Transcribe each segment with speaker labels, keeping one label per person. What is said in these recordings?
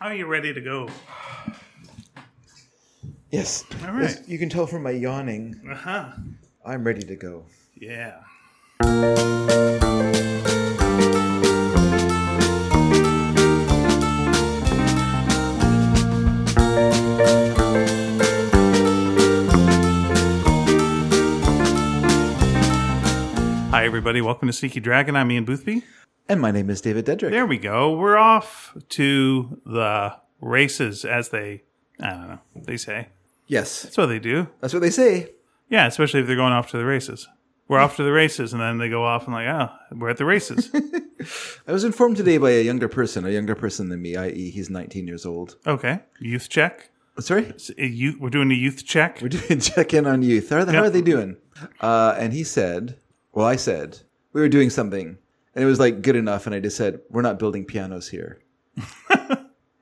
Speaker 1: Are you ready to go?
Speaker 2: Yes.
Speaker 1: All right.
Speaker 2: Yes, you can tell from my yawning,
Speaker 1: Uh huh.
Speaker 2: I'm ready to go.
Speaker 1: Yeah. Hi, everybody. Welcome to Sneaky Dragon. I'm Ian Boothby.
Speaker 2: And my name is David Dedrick.
Speaker 1: There we go. We're off to the races, as they, I don't know, they say.
Speaker 2: Yes.
Speaker 1: That's what they do.
Speaker 2: That's what they say.
Speaker 1: Yeah, especially if they're going off to the races. We're off to the races, and then they go off and like, oh, we're at the races.
Speaker 2: I was informed today by a younger person, a younger person than me, i.e., he's 19 years old.
Speaker 1: okay, youth check.
Speaker 2: Oh, Sorry?
Speaker 1: S- a youth- we're doing a youth check.
Speaker 2: We're doing check in on youth. How are, the, how
Speaker 1: Yeah.
Speaker 2: are they doing? Uh, and he said, Well, I said, we were doing something. And it was like good enough. And I just said, We're not building pianos here.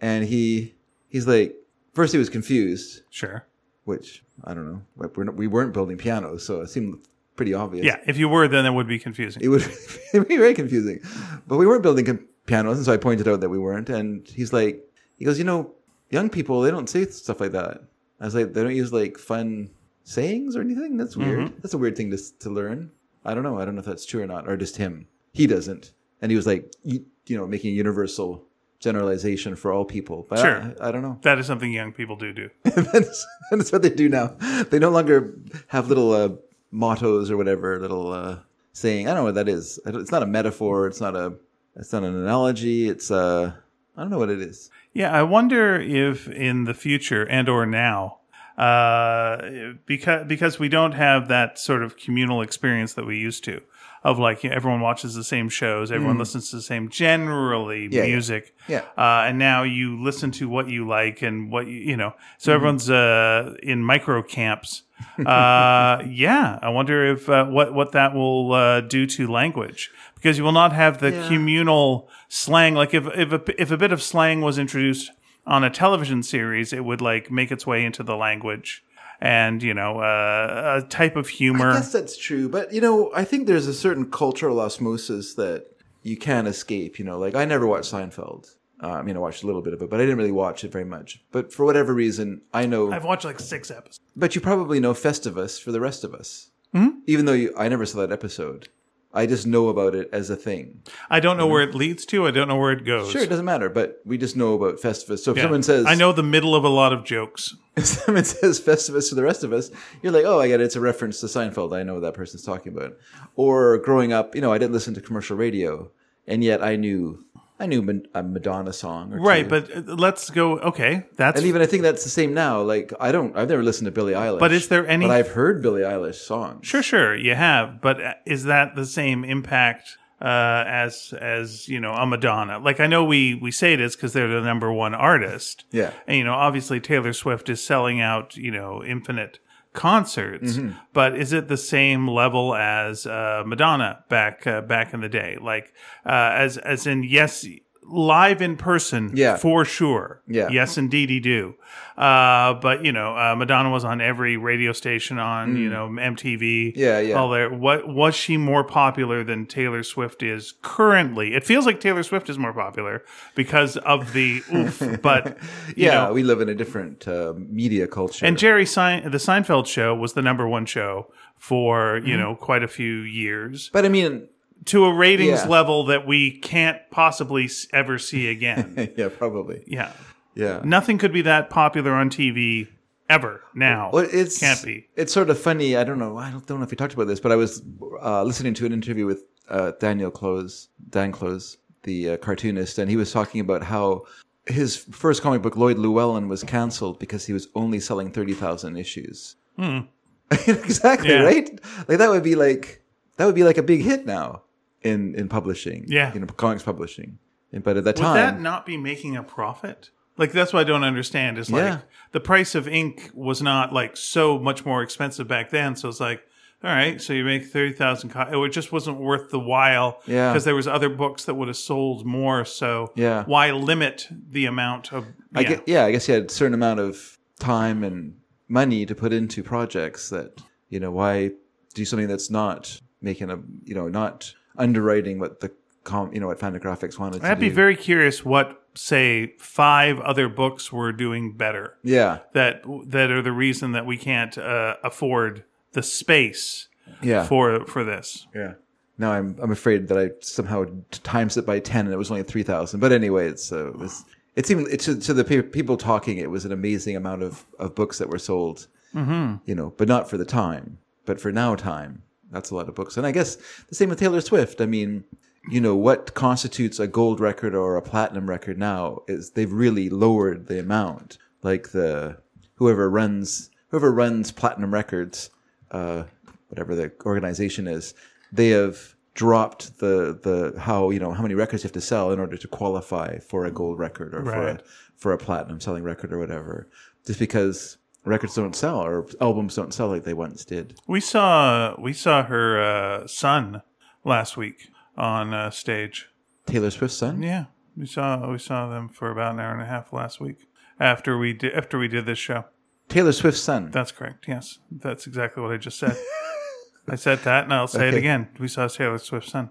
Speaker 2: and he he's like, First, he was confused,
Speaker 1: Sure.
Speaker 2: which I don't know. But We're not, we weren't building pianos, so it seemed pretty obvious.
Speaker 1: Yeah, if you were, then that would be confusing.
Speaker 2: it would be very confusing. But we weren't building com- pianos, and so I pointed out that we weren't. And he's like, he goes, you know, young people they don't say stuff like that. I was like, they don't use like fun sayings or anything. That's weird.
Speaker 1: Mm-hmm.
Speaker 2: That's a weird thing to s- to learn. I don't know. I don't know if that's true or not, or just him. He doesn't. And he was like, you, you know, making a universal generalization for all people. But I-
Speaker 1: Sure.
Speaker 2: I, I don't know.
Speaker 1: That is something young people do do.
Speaker 2: that's, that's what they do now. They no longer have little uh, mottos or whatever, little uh, saying. I don't know what that is. I don't- It's not a metaphor. It's not a. It's not an analogy. It's uh, I don't know what it is.
Speaker 1: Yeah, I wonder if in the future and or now, uh, because because we don't have that sort of communal experience that we used to, of like you know, everyone watches the same shows, everyone listens to the same generally
Speaker 2: Mm. Yeah, yeah.
Speaker 1: music,
Speaker 2: Yeah.
Speaker 1: Uh, and now you listen to what you like and what you, you know. So everyone's uh, in micro camps. uh, yeah, I wonder if uh, what what that will uh, do to language because you will not have the
Speaker 2: Yeah.
Speaker 1: communal slang. Like if if a, if a bit of slang was introduced on a television series, it would like make its way into the language, and you know uh, a type of humor.
Speaker 2: Yes, that's true. But you know, I think there's a certain cultural osmosis that you can't escape. You know, like I never watched Seinfeld. Uh, I mean, I watched a little bit of it, but I didn't really watch it very much. But for whatever reason, I know.
Speaker 1: I've watched like six episodes.
Speaker 2: But you probably know Festivus for the rest of us.
Speaker 1: Hmm?
Speaker 2: Even though you, I never saw that episode, I just know about it as a thing.
Speaker 1: I don't know where it leads to. I don't know where it goes.
Speaker 2: Sure, it doesn't matter, but we just know about Festivus. So if
Speaker 1: Yeah.
Speaker 2: someone says,
Speaker 1: I know the middle of a lot of jokes.
Speaker 2: if someone says Festivus to the rest of us, you're like, oh, I get it. It's a reference to Seinfeld. I know what that person's talking about. Or growing up, you know, I didn't listen to commercial radio, and yet I knew, I knew Mon- a Madonna song, or
Speaker 1: Right,
Speaker 2: two.
Speaker 1: but uh, let's go. Okay, that's
Speaker 2: And even I think that's the same now. Like I don't, I've never listened to Billie Eilish.
Speaker 1: But is there any-
Speaker 2: But I've heard Billie Eilish songs.
Speaker 1: sure, sure. You have, but uh, is that the same impact uh, as as you know a Madonna? Like I know we we say it is because they're the number one artist.
Speaker 2: Yeah.
Speaker 1: and you know obviously Taylor Swift is selling out you know infinite concerts,
Speaker 2: Mm-hmm.
Speaker 1: but is it the same level as uh, Madonna back uh, back in the day? Like uh, as as in yes. Live in person,
Speaker 2: Yeah.
Speaker 1: for sure.
Speaker 2: Yeah.
Speaker 1: Yes, indeed, he do. Uh, but you know, uh, Madonna was on every radio station on you know MTV.
Speaker 2: Mm. Yeah, yeah.
Speaker 1: All there. What was she more popular than Taylor Swift is currently? It feels like Taylor Swift is more popular because of the oof. But you
Speaker 2: yeah,
Speaker 1: know,
Speaker 2: we live in a different uh, media culture.
Speaker 1: and Jerry Sein, the Seinfeld show was the number one show for
Speaker 2: Mm-hmm.
Speaker 1: you know quite a few years
Speaker 2: but I mean,
Speaker 1: to a ratings
Speaker 2: Yeah.
Speaker 1: level that we can't possibly s- ever see again.
Speaker 2: yeah, probably.
Speaker 1: yeah.
Speaker 2: Yeah.
Speaker 1: Nothing could be that popular on TV ever now.
Speaker 2: Well, it's
Speaker 1: can't be.
Speaker 2: It's sort of funny. I don't know. I don't, don't know if we talked about this, but I was uh, listening to an interview with uh, Daniel Close, Dan Close, the uh, cartoonist, and he was talking about how his first comic book, Lloyd Llewellyn, was canceled because he was only selling thirty thousand issues. exactly
Speaker 1: Hmm. Yeah.
Speaker 2: right. Like that would be like that would be like a big hit now in in publishing.
Speaker 1: Yeah.
Speaker 2: you know, comics publishing. And- But at that
Speaker 1: Would
Speaker 2: time,
Speaker 1: that not be making a profit? Like that's what I don't understand. Is like
Speaker 2: Yeah.
Speaker 1: the price of ink was not like so much more expensive back then. So it's like, all right, so you make thirty thousand. Co- it just wasn't worth the while.
Speaker 2: Yeah.
Speaker 1: because there was other books that would have sold more. So
Speaker 2: Yeah.
Speaker 1: why limit the amount of? Yeah.
Speaker 2: I guess, yeah, I guess you had a certain amount of time and money to put into projects that, you know, why do something that's not making a, you know, not underwriting what the, com, you know, what Fantagraphics wanted to
Speaker 1: I'd be
Speaker 2: do.
Speaker 1: very curious what, say, five other books were doing better
Speaker 2: yeah,
Speaker 1: that that are the reason that we can't uh, afford the space
Speaker 2: yeah,
Speaker 1: for for this.
Speaker 2: yeah. Now I'm I'm afraid that I somehow times it by ten and it was only three thousand. But anyway, it's so it was. It seemed it, to, to the pe- people talking, it was an amazing amount of, of books that were sold.
Speaker 1: Mm-hmm.
Speaker 2: you know, but not for the time, but for now time. That's a lot of books. And I guess the same with Taylor Swift. I mean, you know, what constitutes a gold record or a platinum record now is they've really lowered the amount. Like the whoever runs whoever runs platinum records, uh, whatever the organization is, they have dropped the the how you know how many records you have to sell in order to qualify for a gold record or for a
Speaker 1: Right.
Speaker 2: for a platinum selling record or whatever, just because records don't sell or albums don't sell like they once did.
Speaker 1: We saw we saw her uh, son last week on uh, stage.
Speaker 2: Taylor Swift's son.
Speaker 1: Yeah, we saw we saw them for about an hour and a half last week after we did after we did this show.
Speaker 2: Taylor Swift's son.
Speaker 1: That's correct. Yes, that's exactly what I just said. I said that, and I'll say it
Speaker 2: Okay.
Speaker 1: again. We saw Taylor Swift's son.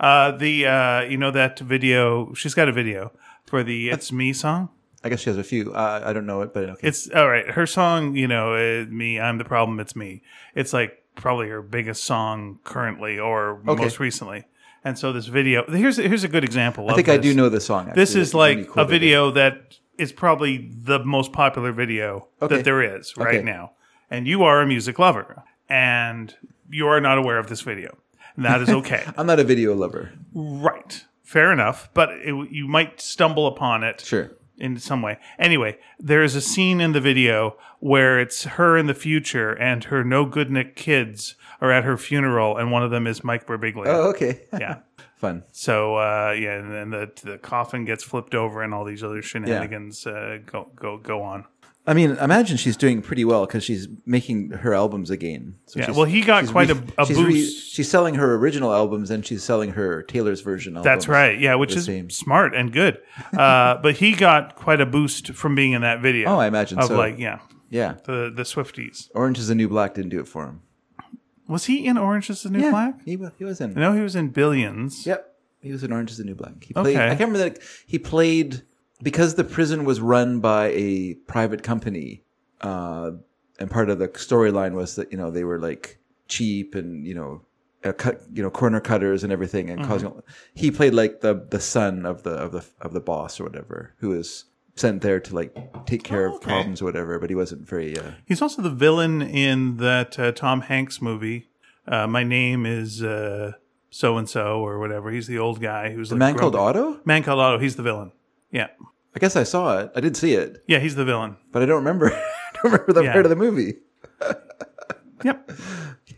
Speaker 1: Uh, the uh, you know that video. She's got a video for the "It's Me" song.
Speaker 2: I guess she has a few. Uh, I don't know it, but okay.
Speaker 1: It's all right. Her song, you know, uh, "Me," I'm the problem. It's me. It's like probably her biggest song currently, or
Speaker 2: Okay.
Speaker 1: most recently. And so this video here's here's a good example.
Speaker 2: I think I do know the song. Actually,
Speaker 1: This is
Speaker 2: that you
Speaker 1: like a
Speaker 2: quoted.
Speaker 1: video that is probably the most popular video
Speaker 2: Okay.
Speaker 1: that there is right
Speaker 2: Okay.
Speaker 1: now. And you are a music lover and you are not aware of this video. And that is okay.
Speaker 2: I'm not a video lover.
Speaker 1: right. Fair enough. But it, you might stumble upon it
Speaker 2: Sure.
Speaker 1: in some way. Anyway, there is a scene in the video where it's her in the future and her no good Nick kids are at her funeral, and one of them is Mike Birbiglia.
Speaker 2: Oh, okay.
Speaker 1: Yeah.
Speaker 2: Fun.
Speaker 1: So uh, yeah, and then the the coffin gets flipped over, and all these other shenanigans uh, go go go on.
Speaker 2: I mean, imagine she's doing pretty well because she's making her albums again. So
Speaker 1: Yeah,
Speaker 2: she's-
Speaker 1: well, he got
Speaker 2: she's
Speaker 1: quite
Speaker 2: re-
Speaker 1: a, a
Speaker 2: she's
Speaker 1: boost.
Speaker 2: re- she's selling her original albums and she's selling her Taylor's version. Albums.
Speaker 1: That's right. Yeah, which
Speaker 2: the
Speaker 1: is
Speaker 2: same.
Speaker 1: smart and good. Uh, but he got quite a boost from being in that video.
Speaker 2: Oh, I imagine
Speaker 1: of
Speaker 2: so.
Speaker 1: like yeah,
Speaker 2: Yeah,
Speaker 1: the the Swifties.
Speaker 2: Orange is the New Black didn't do it for him.
Speaker 1: Was he in Orange Is the New
Speaker 2: yeah,
Speaker 1: Black?
Speaker 2: He, wa- he was in.
Speaker 1: I know he was in Billions.
Speaker 2: Yep. He was in Orange is the New Black. He played,
Speaker 1: Okay.
Speaker 2: I can't remember that. He played, because the prison was run by a private company, uh, and part of the storyline was that, you know, they were like cheap and, you know, uh, cut, you know, corner cutters and everything and
Speaker 1: Mm-hmm.
Speaker 2: causing, he played like the, the son of the, of the, of the boss or whatever, who was sent there to like take care
Speaker 1: Oh,
Speaker 2: of
Speaker 1: okay.
Speaker 2: problems or whatever, but he wasn't very, uh,
Speaker 1: He's also the villain in that uh, Tom Hanks movie. Uh, My name is so and so or whatever. He's the old guy who's
Speaker 2: the
Speaker 1: like
Speaker 2: man called
Speaker 1: grumpy.
Speaker 2: Otto?
Speaker 1: Man called Otto. He's the villain. Yeah,
Speaker 2: I guess I saw it. I did see it,
Speaker 1: yeah, he's the villain.
Speaker 2: but I don't remember, I don't remember that
Speaker 1: Yeah.
Speaker 2: part of the movie.
Speaker 1: Yep,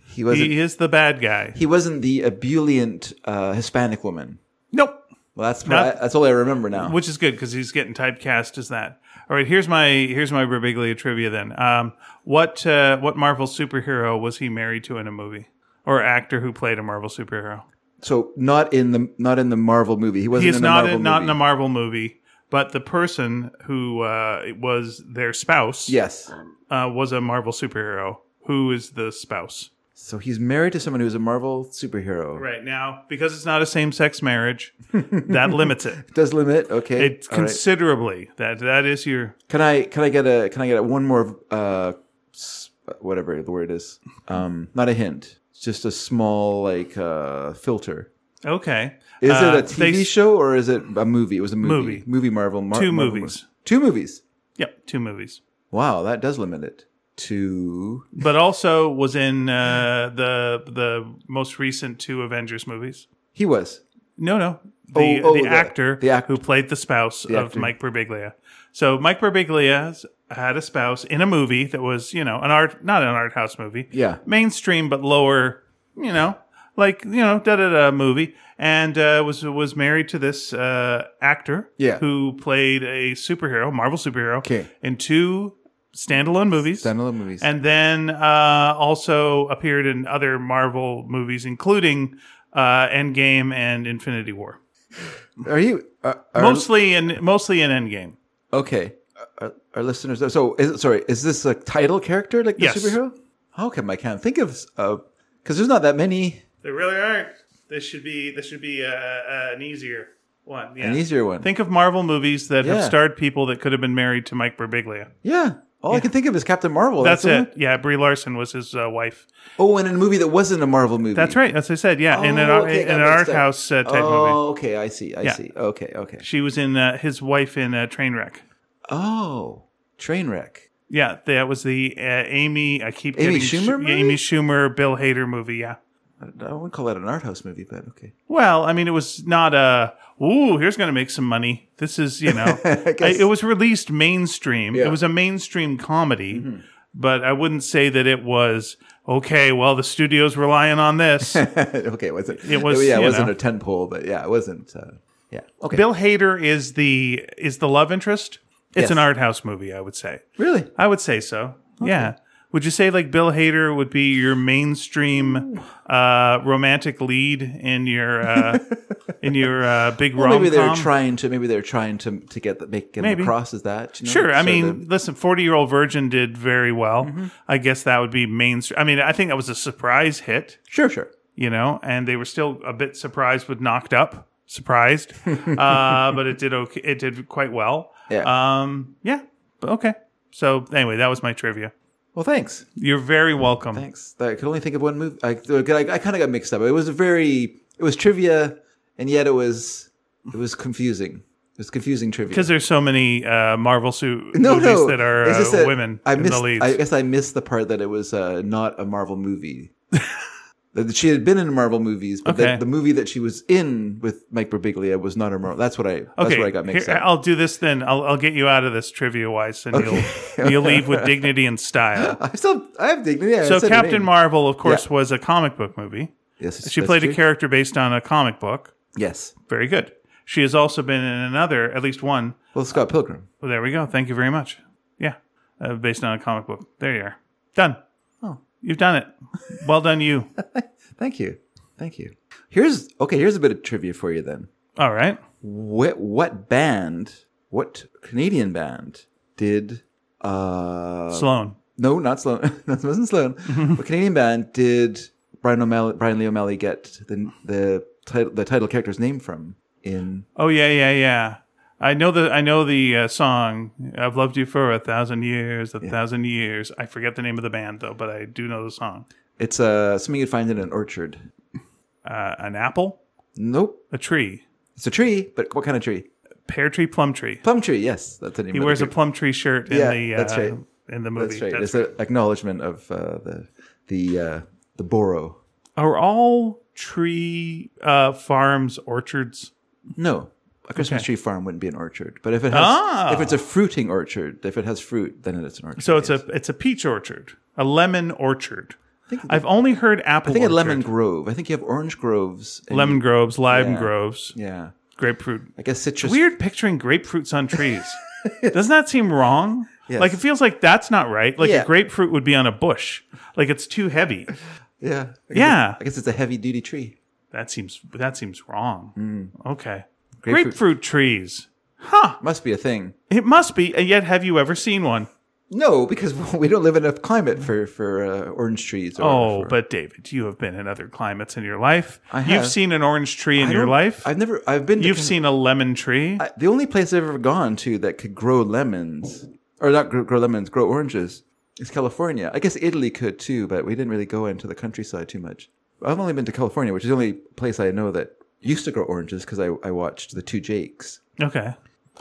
Speaker 2: He wasn't.
Speaker 1: he is the bad guy.
Speaker 2: He wasn't the ebullient uh, Hispanic woman.
Speaker 1: Nope,
Speaker 2: Well, that's
Speaker 1: Not-
Speaker 2: probably, that's all I remember now.
Speaker 1: which is good because he's getting typecast as that. All right, here's my here's my Birbiglia trivia then. Um, what uh, what Marvel superhero was he married to in a movie or actor who played a Marvel superhero?
Speaker 2: so not in the not in the Marvel movie. He wasn't
Speaker 1: He is
Speaker 2: in the
Speaker 1: not
Speaker 2: Marvel
Speaker 1: in, not in
Speaker 2: movie.
Speaker 1: a Marvel movie, but the person who uh, was their spouse
Speaker 2: yes.
Speaker 1: uh, was a Marvel superhero. Who is the spouse?
Speaker 2: So he's married to someone who's a Marvel superhero.
Speaker 1: Right now, because it's not a same sex marriage, that limits it.
Speaker 2: Does limit okay?
Speaker 1: It
Speaker 2: all right.
Speaker 1: considerably that that is your
Speaker 2: Can I can I get a can I get a, one more uh s- whatever the word is? Um, not a hint. It's Just a small like uh filter.
Speaker 1: okay.
Speaker 2: Is
Speaker 1: Uh,
Speaker 2: it a TV
Speaker 1: they-
Speaker 2: show or is it a movie? It was a movie.
Speaker 1: Movie.
Speaker 2: Marvel. Mar-
Speaker 1: Two
Speaker 2: Marvel
Speaker 1: movies.
Speaker 2: movie. Two movies.
Speaker 1: Yep, two movies,
Speaker 2: Wow, that does limit it to
Speaker 1: but also was in uh, the the most recent two Avengers movies.
Speaker 2: He was.
Speaker 1: No, no. The,
Speaker 2: Oh, oh,
Speaker 1: the,
Speaker 2: the-
Speaker 1: actor
Speaker 2: the act-
Speaker 1: who played the spouse of
Speaker 2: actor.
Speaker 1: Mike Birbiglia. So Mike Birbiglia had a spouse in a movie that was, you know, an art not an art house movie.
Speaker 2: Yeah.
Speaker 1: Mainstream but lower, you know, like, you know, da da da movie and uh, was was married to this uh, actor
Speaker 2: Yeah.
Speaker 1: who played a superhero, Marvel superhero
Speaker 2: Okay.
Speaker 1: in two standalone movies.
Speaker 2: Standalone movies.
Speaker 1: and then uh, also appeared in other Marvel movies, including uh, Endgame and Infinity War.
Speaker 2: are you uh, are, are,
Speaker 1: mostly in mostly in Endgame.
Speaker 2: okay? Our, our listeners. So, is, sorry, is this a title character like the
Speaker 1: Yes.
Speaker 2: superhero? How come I can't think of? Because there's not that many.
Speaker 1: They really aren't. This should be this should be uh uh an easier one. Yeah.
Speaker 2: An easier one.
Speaker 1: Think of Marvel movies that
Speaker 2: Yeah.
Speaker 1: have starred people that could have been married to Mike Birbiglia.
Speaker 2: yeah. All I can think of is Captain Marvel.
Speaker 1: That's,
Speaker 2: the
Speaker 1: it. Yeah, Brie Larson was his uh, wife.
Speaker 2: one. Oh, and in a movie that wasn't a Marvel movie.
Speaker 1: That's right. That's what I said. Yeah, in an
Speaker 2: Oh,
Speaker 1: ar-
Speaker 2: okay,
Speaker 1: in
Speaker 2: got
Speaker 1: an
Speaker 2: mixed
Speaker 1: art
Speaker 2: up.
Speaker 1: house uh, type movie.
Speaker 2: Oh, okay. I see. I
Speaker 1: Yeah.
Speaker 2: see. Okay. Okay.
Speaker 1: She was in uh, his wife in uh, Trainwreck.
Speaker 2: Oh, train wreck.
Speaker 1: Yeah, that was the uh, Amy. I keep
Speaker 2: Amy
Speaker 1: getting
Speaker 2: Schumer movie?
Speaker 1: Amy Schumer, Bill Hader movie. Yeah.
Speaker 2: I I wouldn't call that an art house movie, but okay.
Speaker 1: Well, I mean, it was not a. Ooh, here's going to make some money. This is you know,
Speaker 2: I guess-
Speaker 1: I- it was released mainstream.
Speaker 2: Yeah. Mm-hmm.
Speaker 1: It was a mainstream comedy, but I wouldn't say that it was okay. Well, the studios relying on this.
Speaker 2: okay, it wasn't. It
Speaker 1: was,
Speaker 2: Yeah, it
Speaker 1: you
Speaker 2: wasn't
Speaker 1: know.
Speaker 2: a ten pole, but yeah, it wasn't. Uh, yeah. Okay.
Speaker 1: Bill Hader is the is the love interest. It's
Speaker 2: Yes.
Speaker 1: an art house movie, I would say.
Speaker 2: really?
Speaker 1: I would say so. Yeah. Would you say like Bill Hader would be your mainstream uh, romantic lead in your uh, in your uh, big
Speaker 2: Well,
Speaker 1: rom
Speaker 2: maybe they're
Speaker 1: com?
Speaker 2: trying to. Maybe they're trying to to get the, make him
Speaker 1: Maybe.
Speaker 2: across as that. you know,
Speaker 1: Sure. I
Speaker 2: so
Speaker 1: mean,
Speaker 2: the-
Speaker 1: listen, 40 year old virgin did very well. I guess that would be mainstream. I mean, I think that was a surprise hit,
Speaker 2: sure, sure.
Speaker 1: you know, and they were still a bit surprised with knocked up, surprised. uh, but it did okay. It did quite well.
Speaker 2: Yeah.
Speaker 1: Um, yeah. But okay. So anyway, that was my trivia.
Speaker 2: Well, thanks,
Speaker 1: You're very welcome.
Speaker 2: thanks. I could only think of one movie. I, I, kind of got mixed up. It was a very. It was trivia, and yet it was. It was confusing. It was confusing trivia.
Speaker 1: Because there's so many uh, Marvel suit
Speaker 2: no,
Speaker 1: movies
Speaker 2: no,
Speaker 1: that are
Speaker 2: It's
Speaker 1: uh,
Speaker 2: just that
Speaker 1: women
Speaker 2: I
Speaker 1: in
Speaker 2: missed.
Speaker 1: the leads.
Speaker 2: I guess I missed the part that it was uh, not a Marvel movie. that she had been in Marvel movies, but
Speaker 1: Okay.
Speaker 2: that the movie that she was in with Mike Birbiglia was not a Marvel. That's what I. That's
Speaker 1: okay,
Speaker 2: what I got mixed
Speaker 1: here,
Speaker 2: up.
Speaker 1: I'll do this then. I'll, I'll get you out of this trivia wise, and you'll you'll leave with dignity and style.
Speaker 2: I still. I have dignity. Yeah, I
Speaker 1: So
Speaker 2: said her
Speaker 1: Captain
Speaker 2: name.
Speaker 1: Marvel, of course, was a comic book movie.
Speaker 2: Yes,
Speaker 1: She
Speaker 2: that's
Speaker 1: played
Speaker 2: true.
Speaker 1: a character based on a comic book.
Speaker 2: Yes.
Speaker 1: Very good. She has also been in another, at least one.
Speaker 2: Well, Scott Pilgrim.
Speaker 1: Well, there we go. Thank you very much. Yeah, uh, based on a comic book. There you are. Done.
Speaker 2: Oh.
Speaker 1: You've done it. Well done, you.
Speaker 2: Thank you. Thank you. Here's okay. Here's a bit of trivia for you then.
Speaker 1: All right.
Speaker 2: What what band? What Canadian band did? Uh,
Speaker 1: Sloan.
Speaker 2: No, not Sloan. no, it wasn't Sloan. What Canadian band did Brian O'Malley, Brian Lee O'Malley get the the title the title character's name from in?
Speaker 1: Oh yeah, yeah, yeah. I know the I know the uh, song. I've loved you for a thousand years, a thousand years. I forget the name of the band though, but I do know the song.
Speaker 2: It's uh, something you'd find in an orchard.
Speaker 1: Uh, an apple,
Speaker 2: Nope,
Speaker 1: a tree,
Speaker 2: it's a tree, but what kind of tree?
Speaker 1: pear tree, plum tree.
Speaker 2: Plum tree. Yes, that's the name.
Speaker 1: He
Speaker 2: of the
Speaker 1: wears a
Speaker 2: group.
Speaker 1: plum tree shirt in
Speaker 2: Yeah,
Speaker 1: the uh,
Speaker 2: that's right.
Speaker 1: in the movie.
Speaker 2: That's right. it's an acknowledgement of uh, the the uh, the borough.
Speaker 1: Are all tree uh, farms orchards?
Speaker 2: No, a Christmas
Speaker 1: Okay.
Speaker 2: tree farm wouldn't be an orchard, but if it has,
Speaker 1: Ah.
Speaker 2: if it's a fruiting orchard, if it has fruit, then it's an orchard.
Speaker 1: So it's
Speaker 2: yes.
Speaker 1: a it's a peach orchard, a lemon orchard. I've only heard apple.
Speaker 2: I think
Speaker 1: orchard,
Speaker 2: a lemon grove. I think you have orange groves. and-
Speaker 1: lemon groves, lime
Speaker 2: Yeah.
Speaker 1: groves,
Speaker 2: Yeah.
Speaker 1: grapefruit
Speaker 2: I guess citrus.
Speaker 1: weird picturing grapefruits on trees. Doesn't that seem wrong?
Speaker 2: Yes.
Speaker 1: Like it feels like that's not right. Like
Speaker 2: Yeah.
Speaker 1: a grapefruit would be on a bush. Like it's too heavy.
Speaker 2: Yeah. I guess
Speaker 1: Yeah.
Speaker 2: it's- I guess it's a heavy duty tree.
Speaker 1: That seems that seems wrong. Okay.
Speaker 2: Hmm. Grapefruit-
Speaker 1: Grapefruit. trees.
Speaker 2: Must be a thing.
Speaker 1: It must be, and yet have you ever seen one?
Speaker 2: No, because we don't live in enough climate for for uh, orange trees. Or,
Speaker 1: Oh,
Speaker 2: for-
Speaker 1: but David, you have been in other climates in your life.
Speaker 2: I have.
Speaker 1: You've seen an orange tree in
Speaker 2: I
Speaker 1: your
Speaker 2: don't-
Speaker 1: life.
Speaker 2: I've never. I've been. to
Speaker 1: You've
Speaker 2: Can-
Speaker 1: seen a lemon tree.
Speaker 2: I- the only place I've ever gone to that could grow lemons, or not grow, grow lemons, grow oranges, is California. I guess Italy could too, but we didn't really go into the countryside too much. I've only been to California, which is the only place I know that used to grow oranges because I, I watched the Two Jakes.
Speaker 1: okay.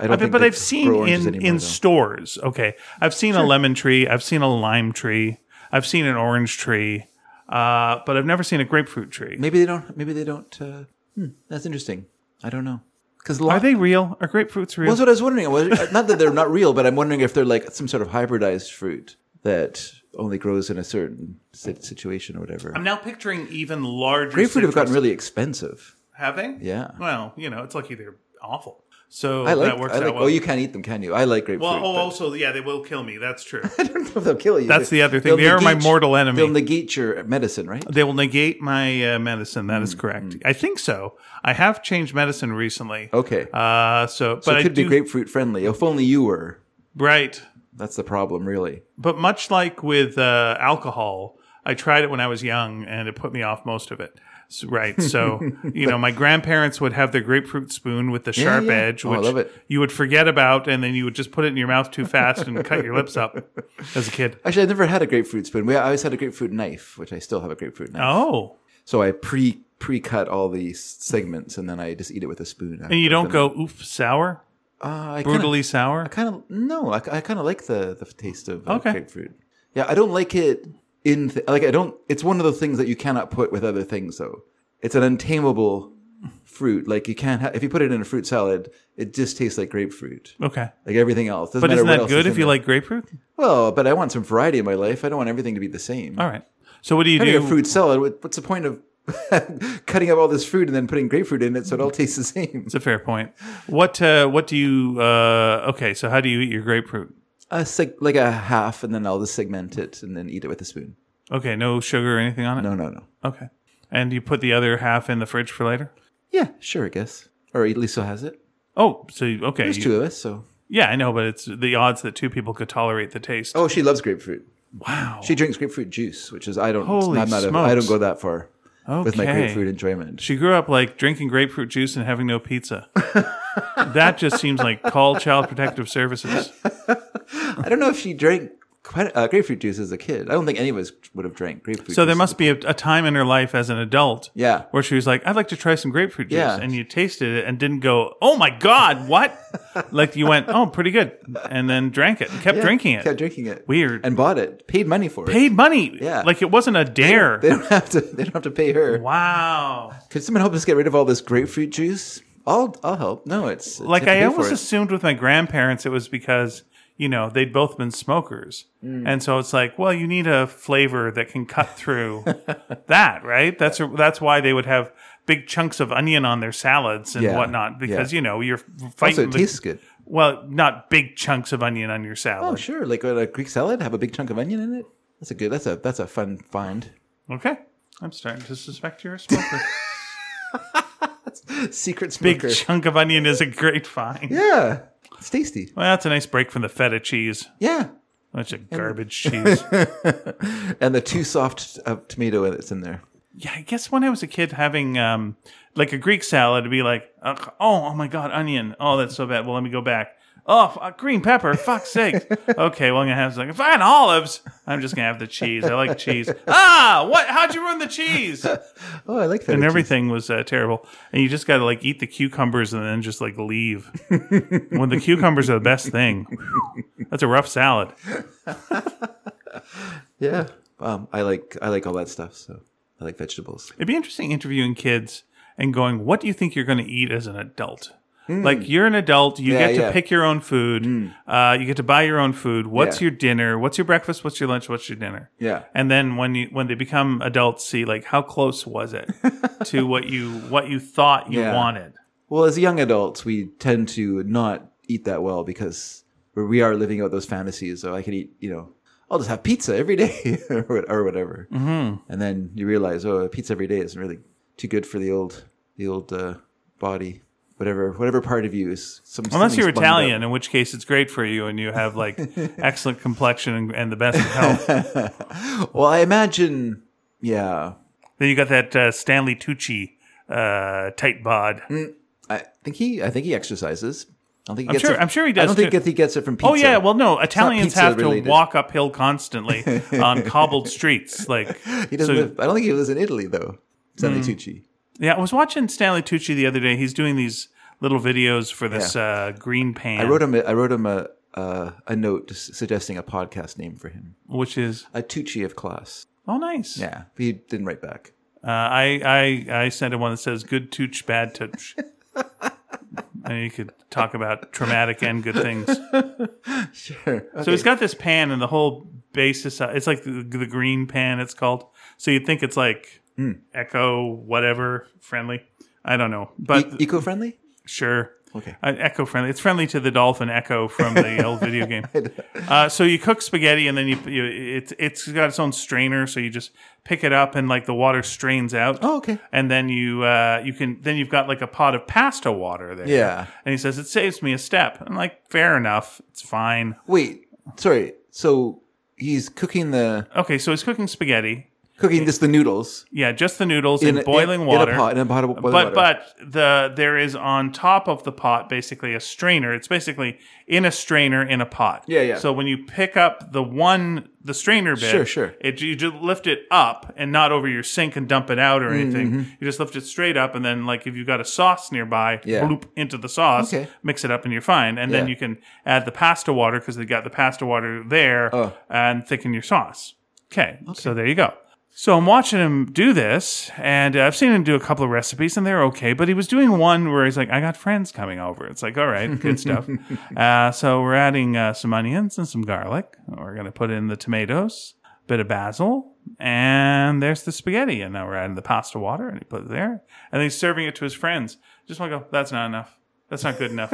Speaker 2: I don't.
Speaker 1: I mean,
Speaker 2: think
Speaker 1: but
Speaker 2: they
Speaker 1: I've
Speaker 2: grow
Speaker 1: seen
Speaker 2: oranges
Speaker 1: in
Speaker 2: anymore,
Speaker 1: in
Speaker 2: though.
Speaker 1: stores. Okay, I've seen a lemon tree. I've seen a lime tree. I've seen an orange tree. Uh, but I've never seen a grapefruit tree.
Speaker 2: Maybe they don't. Maybe they don't. Uh, hmm, that's interesting. I don't know. Because
Speaker 1: Are they real? Are grapefruits real?
Speaker 2: that's what I was wondering. I was- uh, not that they're not real, but I'm wondering if they're like some sort of hybridized fruit that only grows in a certain si- situation or whatever.
Speaker 1: I'm now picturing even larger
Speaker 2: Grapefruit have
Speaker 1: citrus-
Speaker 2: gotten really expensive.
Speaker 1: have they?
Speaker 2: Yeah.
Speaker 1: Well, you know, it's lucky they're awful. So
Speaker 2: I like.
Speaker 1: that works
Speaker 2: I like
Speaker 1: out well.
Speaker 2: Oh, you can't eat them, can you? I like grapefruit.
Speaker 1: well, oh,
Speaker 2: but-
Speaker 1: also, yeah, they will kill me. That's true.
Speaker 2: I don't know if they'll kill you.
Speaker 1: That's
Speaker 2: but
Speaker 1: the other thing.
Speaker 2: they'll
Speaker 1: They are my
Speaker 2: negate-
Speaker 1: mortal enemy.
Speaker 2: They'll negate your medicine, right?
Speaker 1: they will negate my uh, medicine. That is
Speaker 2: Mm,
Speaker 1: correct. I think so. I have changed medicine recently.
Speaker 2: Okay.
Speaker 1: Uh, so, but
Speaker 2: it
Speaker 1: I
Speaker 2: could
Speaker 1: do
Speaker 2: be grapefruit friendly. If only you were.
Speaker 1: right.
Speaker 2: That's the problem, really.
Speaker 1: but much like with uh, alcohol, I tried it when I was young and it put me off most of it. S- Right. So, you know, my grandparents would have their grapefruit spoon with the sharp
Speaker 2: yeah.
Speaker 1: edge,
Speaker 2: Oh, I
Speaker 1: which
Speaker 2: love it.
Speaker 1: you would forget about, and then you would just put it in your mouth too fast and cut your lips up as a kid.
Speaker 2: Actually, I never had a grapefruit spoon. We I always had a grapefruit knife, which I still have a grapefruit knife.
Speaker 1: Oh.
Speaker 2: So I pre pre cut all the s- segments and then I just eat it with a spoon.
Speaker 1: And you don't go, oof, sour?
Speaker 2: uh, I kinda,
Speaker 1: Brutally sour?
Speaker 2: I kind of no. I, I kind of like the the taste of uh,
Speaker 1: Okay.
Speaker 2: grapefruit. Yeah, I don't like it in th- like I don't. It's one of those things that you cannot put with other things though. It's an untamable fruit. Like you can't ha- if you put it in a fruit salad, it just tastes like grapefruit.
Speaker 1: Okay.
Speaker 2: Like everything else. Doesn't
Speaker 1: But
Speaker 2: matter
Speaker 1: isn't
Speaker 2: what
Speaker 1: that
Speaker 2: else
Speaker 1: good
Speaker 2: is
Speaker 1: if
Speaker 2: in
Speaker 1: you
Speaker 2: there.
Speaker 1: like grapefruit?
Speaker 2: Well, but I want some variety in my life. I don't want everything to be the same.
Speaker 1: All right. So, what do you
Speaker 2: Having
Speaker 1: do?
Speaker 2: a fruit salad, what- what's the point of cutting up all this fruit and then putting grapefruit in it so it all tastes the same?
Speaker 1: It's a fair point. What uh, what do you uh, okay? So how do you eat your grapefruit?
Speaker 2: A seg- like a half, and then I'll just segment it and then eat it with a spoon.
Speaker 1: Okay, no sugar or anything on it.
Speaker 2: No, no, no.
Speaker 1: Okay, and you put the other half in the fridge for later.
Speaker 2: Yeah, sure, I guess. Or at least so has it.
Speaker 1: Oh, so you- okay,
Speaker 2: There's
Speaker 1: you-
Speaker 2: two of us, so.
Speaker 1: yeah, I know, but it's the odds that two people could tolerate the taste.
Speaker 2: Oh, she loves grapefruit.
Speaker 1: wow.
Speaker 2: She drinks grapefruit juice, which is I don't.
Speaker 1: Holy
Speaker 2: I'm not a,
Speaker 1: smokes.
Speaker 2: I don't go that far
Speaker 1: okay.
Speaker 2: with my grapefruit enjoyment.
Speaker 1: She grew up like drinking grapefruit juice and having no pizza. that just seems like call child protective services.
Speaker 2: I don't know if she drank quite, uh, grapefruit juice as a kid. I don't think any of us would have drank grapefruit.
Speaker 1: So there
Speaker 2: juice.
Speaker 1: must be a, a time in her life as an adult
Speaker 2: Yeah.
Speaker 1: where she was like, I'd like to try some grapefruit juice.
Speaker 2: Yeah.
Speaker 1: And you tasted it and didn't go, oh my God, what? like you went, oh, pretty good. And then drank it and kept
Speaker 2: Yeah,
Speaker 1: drinking it.
Speaker 2: Kept drinking it.
Speaker 1: Weird.
Speaker 2: And bought it. Paid money for it.
Speaker 1: Paid money.
Speaker 2: Yeah.
Speaker 1: Like it wasn't a dare.
Speaker 2: They don't have to. They don't have to pay her.
Speaker 1: Wow.
Speaker 2: Could someone help us get rid of all this grapefruit juice? I'll I'll help. No, it's, it's
Speaker 1: Like
Speaker 2: you have
Speaker 1: I
Speaker 2: to pay
Speaker 1: always
Speaker 2: for it.
Speaker 1: assumed with my grandparents it was because, you know, they'd both been smokers. And so it's like, well, you need a flavor that can cut through that, right? That's that's why they would have big chunks of onion on their salads and
Speaker 2: Yeah.
Speaker 1: whatnot because
Speaker 2: Yeah.
Speaker 1: you know you're
Speaker 2: also
Speaker 1: fighting
Speaker 2: it
Speaker 1: the-
Speaker 2: tastes good.
Speaker 1: Well, not big chunks of onion on your
Speaker 2: Oh
Speaker 1: salad.
Speaker 2: sure, like a Greek salad, have a big chunk of onion in it. That's a good. That's a that's a fun find.
Speaker 1: Okay. I'm starting to suspect you're a smoker.
Speaker 2: Secret
Speaker 1: big
Speaker 2: smoker.
Speaker 1: chunk of onion is a great find.
Speaker 2: yeah, it's tasty.
Speaker 1: Well, that's a nice break from the feta cheese.
Speaker 2: Yeah,
Speaker 1: Bunch of garbage cheese.
Speaker 2: and the too soft uh, tomato that's in there.
Speaker 1: Yeah, I guess when I was a kid, having um, like a Greek salad would be like, uh, oh, oh my God, onion. Oh, that's so bad. Well, let me go back. Oh, f- uh, green pepper. Fuck's sake. Okay, well, I'm going to have something. Fine, olives. I'm just going to have the cheese. I like cheese. Ah, what? How'd you ruin the cheese?
Speaker 2: Oh, I like that.
Speaker 1: and everything was uh, terrible. And you just got to like eat the cucumbers and then just like leave. when the cucumbers are the best thing. That's a rough salad.
Speaker 2: Yeah, um, I like I like all that stuff. So I like vegetables.
Speaker 1: It'd be interesting interviewing kids and going, "What do you think you're going to eat as an adult?" Like you're an adult, you
Speaker 2: Hmm. Yeah,
Speaker 1: get to
Speaker 2: yeah. Hmm.
Speaker 1: pick your own food. Uh, you get to buy your own food. What's
Speaker 2: Yeah.
Speaker 1: your dinner? What's your breakfast? What's your lunch? What's your dinner?
Speaker 2: Yeah.
Speaker 1: And then when you when they become adults, see like how close was it to what you what you thought you
Speaker 2: Yeah.
Speaker 1: wanted.
Speaker 2: Well, as young adults, we tend to not eat that well because we- we are living out those fantasies. So I can eat, you know, I'll just have pizza every day or what- or whatever. Mm-hmm. And then you realize, oh, pizza every day isn't really too good for the old the old uh, body. Whatever whatever part of you is some.
Speaker 1: Unless
Speaker 2: something's
Speaker 1: you're
Speaker 2: bunged up.
Speaker 1: Italian, in which case it's great for you and you have like excellent complexion and, and the best health.
Speaker 2: Well, I imagine, yeah.
Speaker 1: then you got that uh, Stanley Tucci uh, tight bod.
Speaker 2: I think he I think he exercises. I don't think he
Speaker 1: I'm
Speaker 2: gets
Speaker 1: sure.
Speaker 2: it.
Speaker 1: I'm sure he
Speaker 2: I
Speaker 1: does.
Speaker 2: don't think
Speaker 1: too.
Speaker 2: that he gets it from pizza.
Speaker 1: Oh yeah, well no, Italians
Speaker 2: pizza
Speaker 1: have to
Speaker 2: related.
Speaker 1: walk uphill constantly on cobbled streets. Like
Speaker 2: he doesn't.
Speaker 1: so- Hmm.
Speaker 2: live, I don't think he lives in Italy though. Stanley Tucci.
Speaker 1: yeah, I was watching Stanley Tucci the other day. He's doing these little videos for this uh, green pan,
Speaker 2: I wrote him. A, I wrote him a uh, a note s- suggesting a podcast name for him,
Speaker 1: which is
Speaker 2: a Tucci of class.
Speaker 1: oh nice.
Speaker 2: Yeah, he didn't write back.
Speaker 1: Uh, I I I sent him one that says "Good Tooch, Bad Tooch." and you could talk about traumatic and good things.
Speaker 2: Sure.
Speaker 1: So he's got this pan, and the whole basis of, it's like the, the green pan. It's called. So you'd think it's like
Speaker 2: Hmm.
Speaker 1: eco whatever friendly. I don't know, but
Speaker 2: eco friendly.
Speaker 1: Sure.
Speaker 2: Okay.
Speaker 1: Uh, echo friendly. It's friendly to the dolphin Echo from the old video game. Uh, so you cook spaghetti and then you, you it's it's got its own strainer, so you just pick it up and like the water strains out.
Speaker 2: Oh, okay.
Speaker 1: And then you uh, you can then you've got like a pot of pasta water there.
Speaker 2: Yeah.
Speaker 1: And he says it saves me a step. I'm like, fair enough. It's fine.
Speaker 2: Wait. Sorry. So he's cooking the.
Speaker 1: Okay, so he's cooking spaghetti.
Speaker 2: Cooking just the noodles
Speaker 1: Yeah, just the noodles in,
Speaker 2: a-
Speaker 1: boiling
Speaker 2: in,
Speaker 1: water.
Speaker 2: in a pot in a pot of boiling
Speaker 1: but
Speaker 2: water.
Speaker 1: but the there is on top of the pot basically a strainer. It's basically in a strainer in a pot.
Speaker 2: Yeah, yeah.
Speaker 1: So when you pick up the one the strainer bit,
Speaker 2: Sure, sure.
Speaker 1: It, you just lift it up and not over your sink and dump it out or anything.
Speaker 2: Mm-hmm.
Speaker 1: You just lift it straight up and then like if you've got a sauce nearby,
Speaker 2: Yeah.
Speaker 1: bloop into the sauce,
Speaker 2: Okay.
Speaker 1: mix it up and you're fine. And then
Speaker 2: Yeah.
Speaker 1: you can add the pasta water because they got the pasta water there
Speaker 2: Oh.
Speaker 1: and thicken your sauce. Okay, so there you go. So I'm watching him do this, and I've seen him do a couple of recipes, and they're okay. But he was doing one where he's like, "I got friends coming over." It's like, all right, good stuff. Uh, so we're adding uh, some onions and some garlic. We're gonna put in the tomatoes, bit of basil, and there's the spaghetti. And now we're adding the pasta water, and he put it there, and he's serving it to his friends. Just want to go. That's not enough. That's not good enough.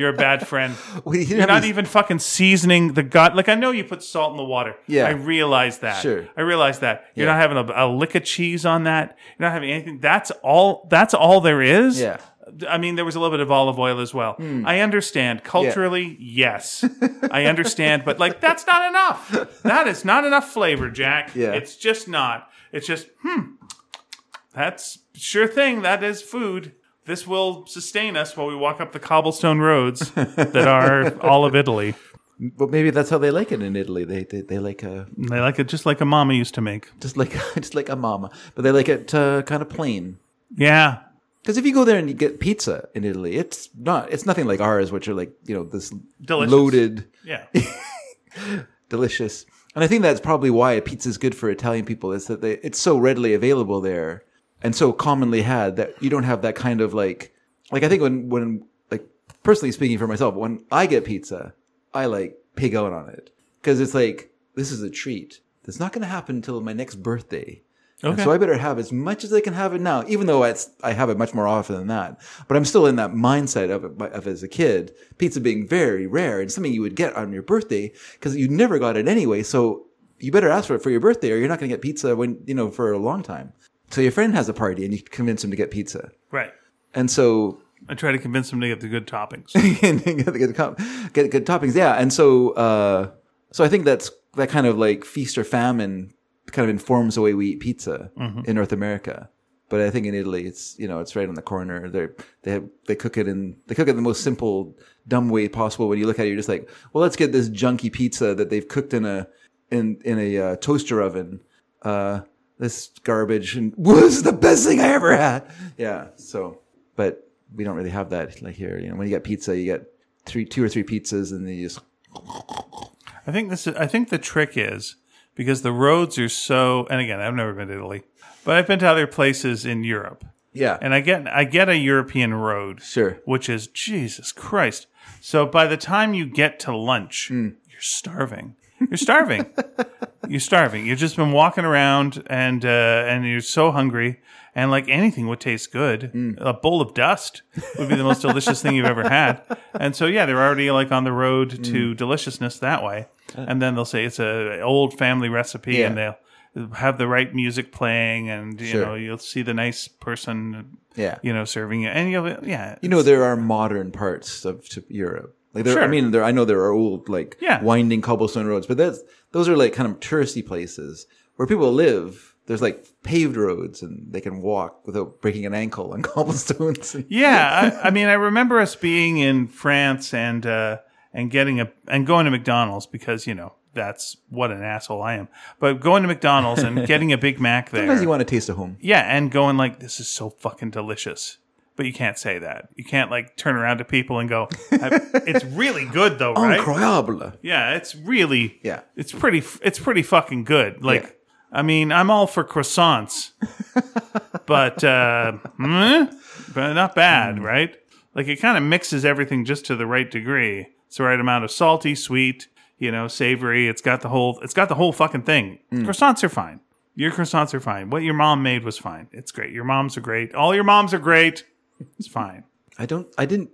Speaker 1: You're a bad friend.
Speaker 2: We didn't
Speaker 1: You're
Speaker 2: have
Speaker 1: not
Speaker 2: these-
Speaker 1: even fucking seasoning the gut. Like I know you put salt in the water.
Speaker 2: Yeah.
Speaker 1: I realize that.
Speaker 2: Sure.
Speaker 1: I realize that. You're
Speaker 2: Yeah.
Speaker 1: not having a, a lick of cheese on that. You're not having anything. That's all. That's all there is.
Speaker 2: Yeah.
Speaker 1: I mean, there was a little bit of olive oil as well. I understand culturally. Yes, I understand, but like that's not enough. That is not enough flavor, Jack.
Speaker 2: Yeah.
Speaker 1: It's just not. It's just hmm. That's sure thing. That is food. This will sustain us while we walk up the cobblestone roads that are all of Italy.
Speaker 2: But maybe that's how they like it in Italy. They they, they like a
Speaker 1: And They like it just like a mama used to make.
Speaker 2: just like just like a mama, but they like it uh, kind of plain.
Speaker 1: Yeah.
Speaker 2: Because if you go there and you get pizza in Italy, it's not it's nothing like ours, which are like you know this
Speaker 1: Delicious.
Speaker 2: loaded,
Speaker 1: Yeah.
Speaker 2: delicious. And I think that's probably why pizza is good for Italian people is that they it's so readily available there and so commonly had that you don't have that kind of like like I think when when like personally speaking for myself, when I get pizza, I like pig out on it because it's like this is a treat. That's not going to happen until my next birthday. And
Speaker 1: Okay.
Speaker 2: so I better have as much as I can have it now, even though it's, I have it much more often than that. But I'm still in that mindset of, it, of as a kid, pizza being very rare and something you would get on your birthday because you never got it anyway. So you better ask for it for your birthday or you're not going to get pizza when, you know, for a long time. So your friend has a party and you convince him to get pizza.
Speaker 1: Right.
Speaker 2: And so
Speaker 1: I try to convince them to get the good toppings.
Speaker 2: and get the good com- get good toppings. Yeah, and so uh, so I think that's that kind of like feast or famine kind of informs the way we eat pizza in North America. But I think in Italy, it's you know it's right on the corner. They they have, they cook it in they cook it the most simple dumb way possible. When you look at it, you're just like, well, let's get this junky pizza that they've cooked in a in in a uh, toaster oven. Uh, this garbage and "Whoa, this is the best thing I ever had. Yeah, so but we don't really have that like here. You know, when you get pizza, you get three, two or three pizzas, and then you just
Speaker 1: I think this is, I think the trick is because the roads are so and again, I've never been to Italy, but I've been to other places in Europe.
Speaker 2: yeah,
Speaker 1: And I get I get a European road,
Speaker 2: Sure.
Speaker 1: which is Jesus Christ. So by the time you get to lunch,
Speaker 2: Hmm.
Speaker 1: you're starving. You're starving. you're starving. You've just been walking around and uh, and you're so hungry and like anything would taste good.
Speaker 2: Hmm.
Speaker 1: A bowl of dust would be the most delicious thing you've ever had. And so yeah, they're already like on the road
Speaker 2: Hmm.
Speaker 1: to deliciousness that way. And then they'll say it's a old family recipe and
Speaker 2: Uh. Yeah.
Speaker 1: they'll have the right music playing and you
Speaker 2: Sure.
Speaker 1: know you'll see the nice person
Speaker 2: yeah.
Speaker 1: you know serving you and you'll yeah
Speaker 2: You know, there are modern parts of to Europe. Like there, I
Speaker 1: Sure.
Speaker 2: mean, there I know there are old like
Speaker 1: Yeah.
Speaker 2: winding cobblestone roads, but that's those are like kind of touristy places where people live. There's like paved roads, and they can walk without breaking an ankle on cobblestones.
Speaker 1: yeah I, I mean i remember us being in france and uh and getting a and going to mcdonald's because you know that's what an asshole i am but going to mcdonald's and getting a big mac there
Speaker 2: Sometimes you want to taste a home.
Speaker 1: yeah and going like this is so fucking delicious but you can't say that you can't like turn around to people and go "I- it's really good
Speaker 2: Oh,
Speaker 1: though right
Speaker 2: Incroyable.
Speaker 1: Yeah, it's really
Speaker 2: Yeah.
Speaker 1: It's pretty. It's pretty fucking good. Like, I mean, I'm all for croissants, but uh, mm, but not bad, right? Like, it kind of mixes everything just to the right degree. It's the right amount of salty, sweet, you know, savory. It's got the whole. It's got the whole fucking thing. Croissants are fine. Your croissants are fine. What your mom made was fine. It's great. Your moms are great. All your moms are great. It's fine.
Speaker 2: I don't. I didn't.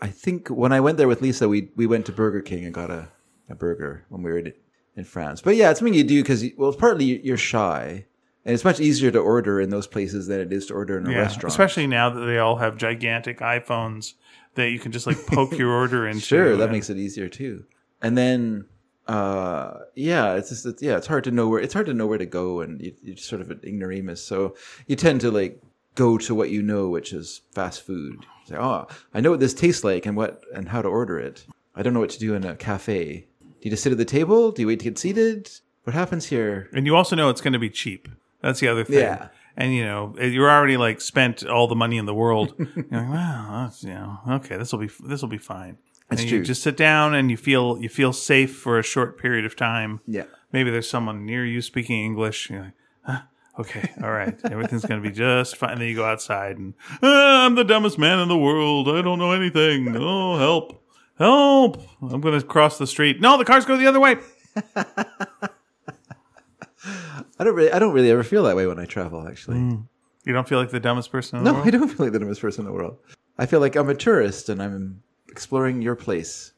Speaker 2: I think when I went there with Lisa, we we went to Burger King and got a, a burger when we were in, in France. But yeah, it's something you do because well, partly you- you're shy, and it's much easier to order in those places than it is to order in a
Speaker 1: Yeah,
Speaker 2: restaurant.
Speaker 1: Especially now that they all have gigantic iPhones that you can just like poke your order into.
Speaker 2: sure, that
Speaker 1: and-
Speaker 2: makes it easier too. And then uh yeah it's just it's, yeah it's hard to know where it's hard to know where to go and you, you're just sort of an ignoramus so you tend to like go to what you know which is fast food say oh i know what this tastes like and what and how to order it i don't know what to do in a cafe do you just sit at the table do you wait to get seated what happens here
Speaker 1: And you also know it's going to be cheap. That's the other thing.
Speaker 2: Yeah.
Speaker 1: And you know, eh, you're already like spent all the money in the world. you're like, wow, that's, you know, okay, this will be this will be fine.
Speaker 2: That's
Speaker 1: and
Speaker 2: true.
Speaker 1: You just sit down and you feel you feel safe for a short period of time.
Speaker 2: yeah
Speaker 1: Maybe there's someone near you speaking English. You're like, huh, okay, all right, everything's going to be just fine. And then you go outside and "Ah, I'm the dumbest man in the world. I don't know anything. Oh, help, help! I'm going to cross the street. No, the cars go the other way.
Speaker 2: i don't really i don't really ever feel that way when i travel actually
Speaker 1: You don't feel like the dumbest person in the
Speaker 2: no
Speaker 1: world.
Speaker 2: i don't feel like the dumbest person in the world i feel like i'm a tourist and i'm exploring your place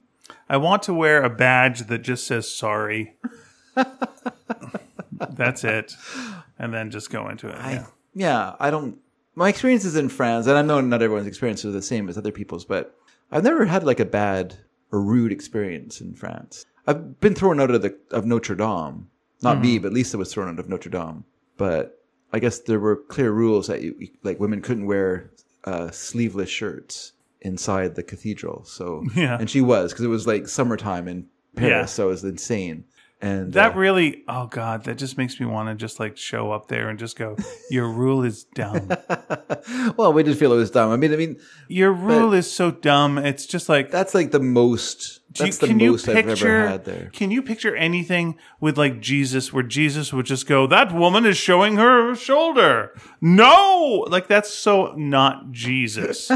Speaker 1: I want to wear a badge that just says sorry. That's it. And then just go into it. yeah.
Speaker 2: yeah, I don't. My experiences in France, and I know not everyone's experiences are the same as other people's, but I've never had like a bad or rude experience in France. I've been thrown out of the of Notre Dame, not me,
Speaker 1: Mm.
Speaker 2: but Lisa was thrown out of Notre Dame. But I guess there were clear rules that you, like women couldn't wear uh, sleeveless shirts inside the cathedral. So
Speaker 1: Yeah.
Speaker 2: and she was because it was like summertime in Paris,
Speaker 1: Yeah.
Speaker 2: so it was insane. And
Speaker 1: That
Speaker 2: uh,
Speaker 1: really, oh God, that just makes me want to just like show up there and just go, your rule is dumb.
Speaker 2: uh, well, we did feel it was dumb. I mean, I mean,
Speaker 1: Your rule is so dumb. It's just like,
Speaker 2: That's like the most.
Speaker 1: do you-
Speaker 2: That's the most I've ever had there.
Speaker 1: Can you picture anything with like Jesus where Jesus would just go, that woman is showing her shoulder. No, like that's so not Jesus.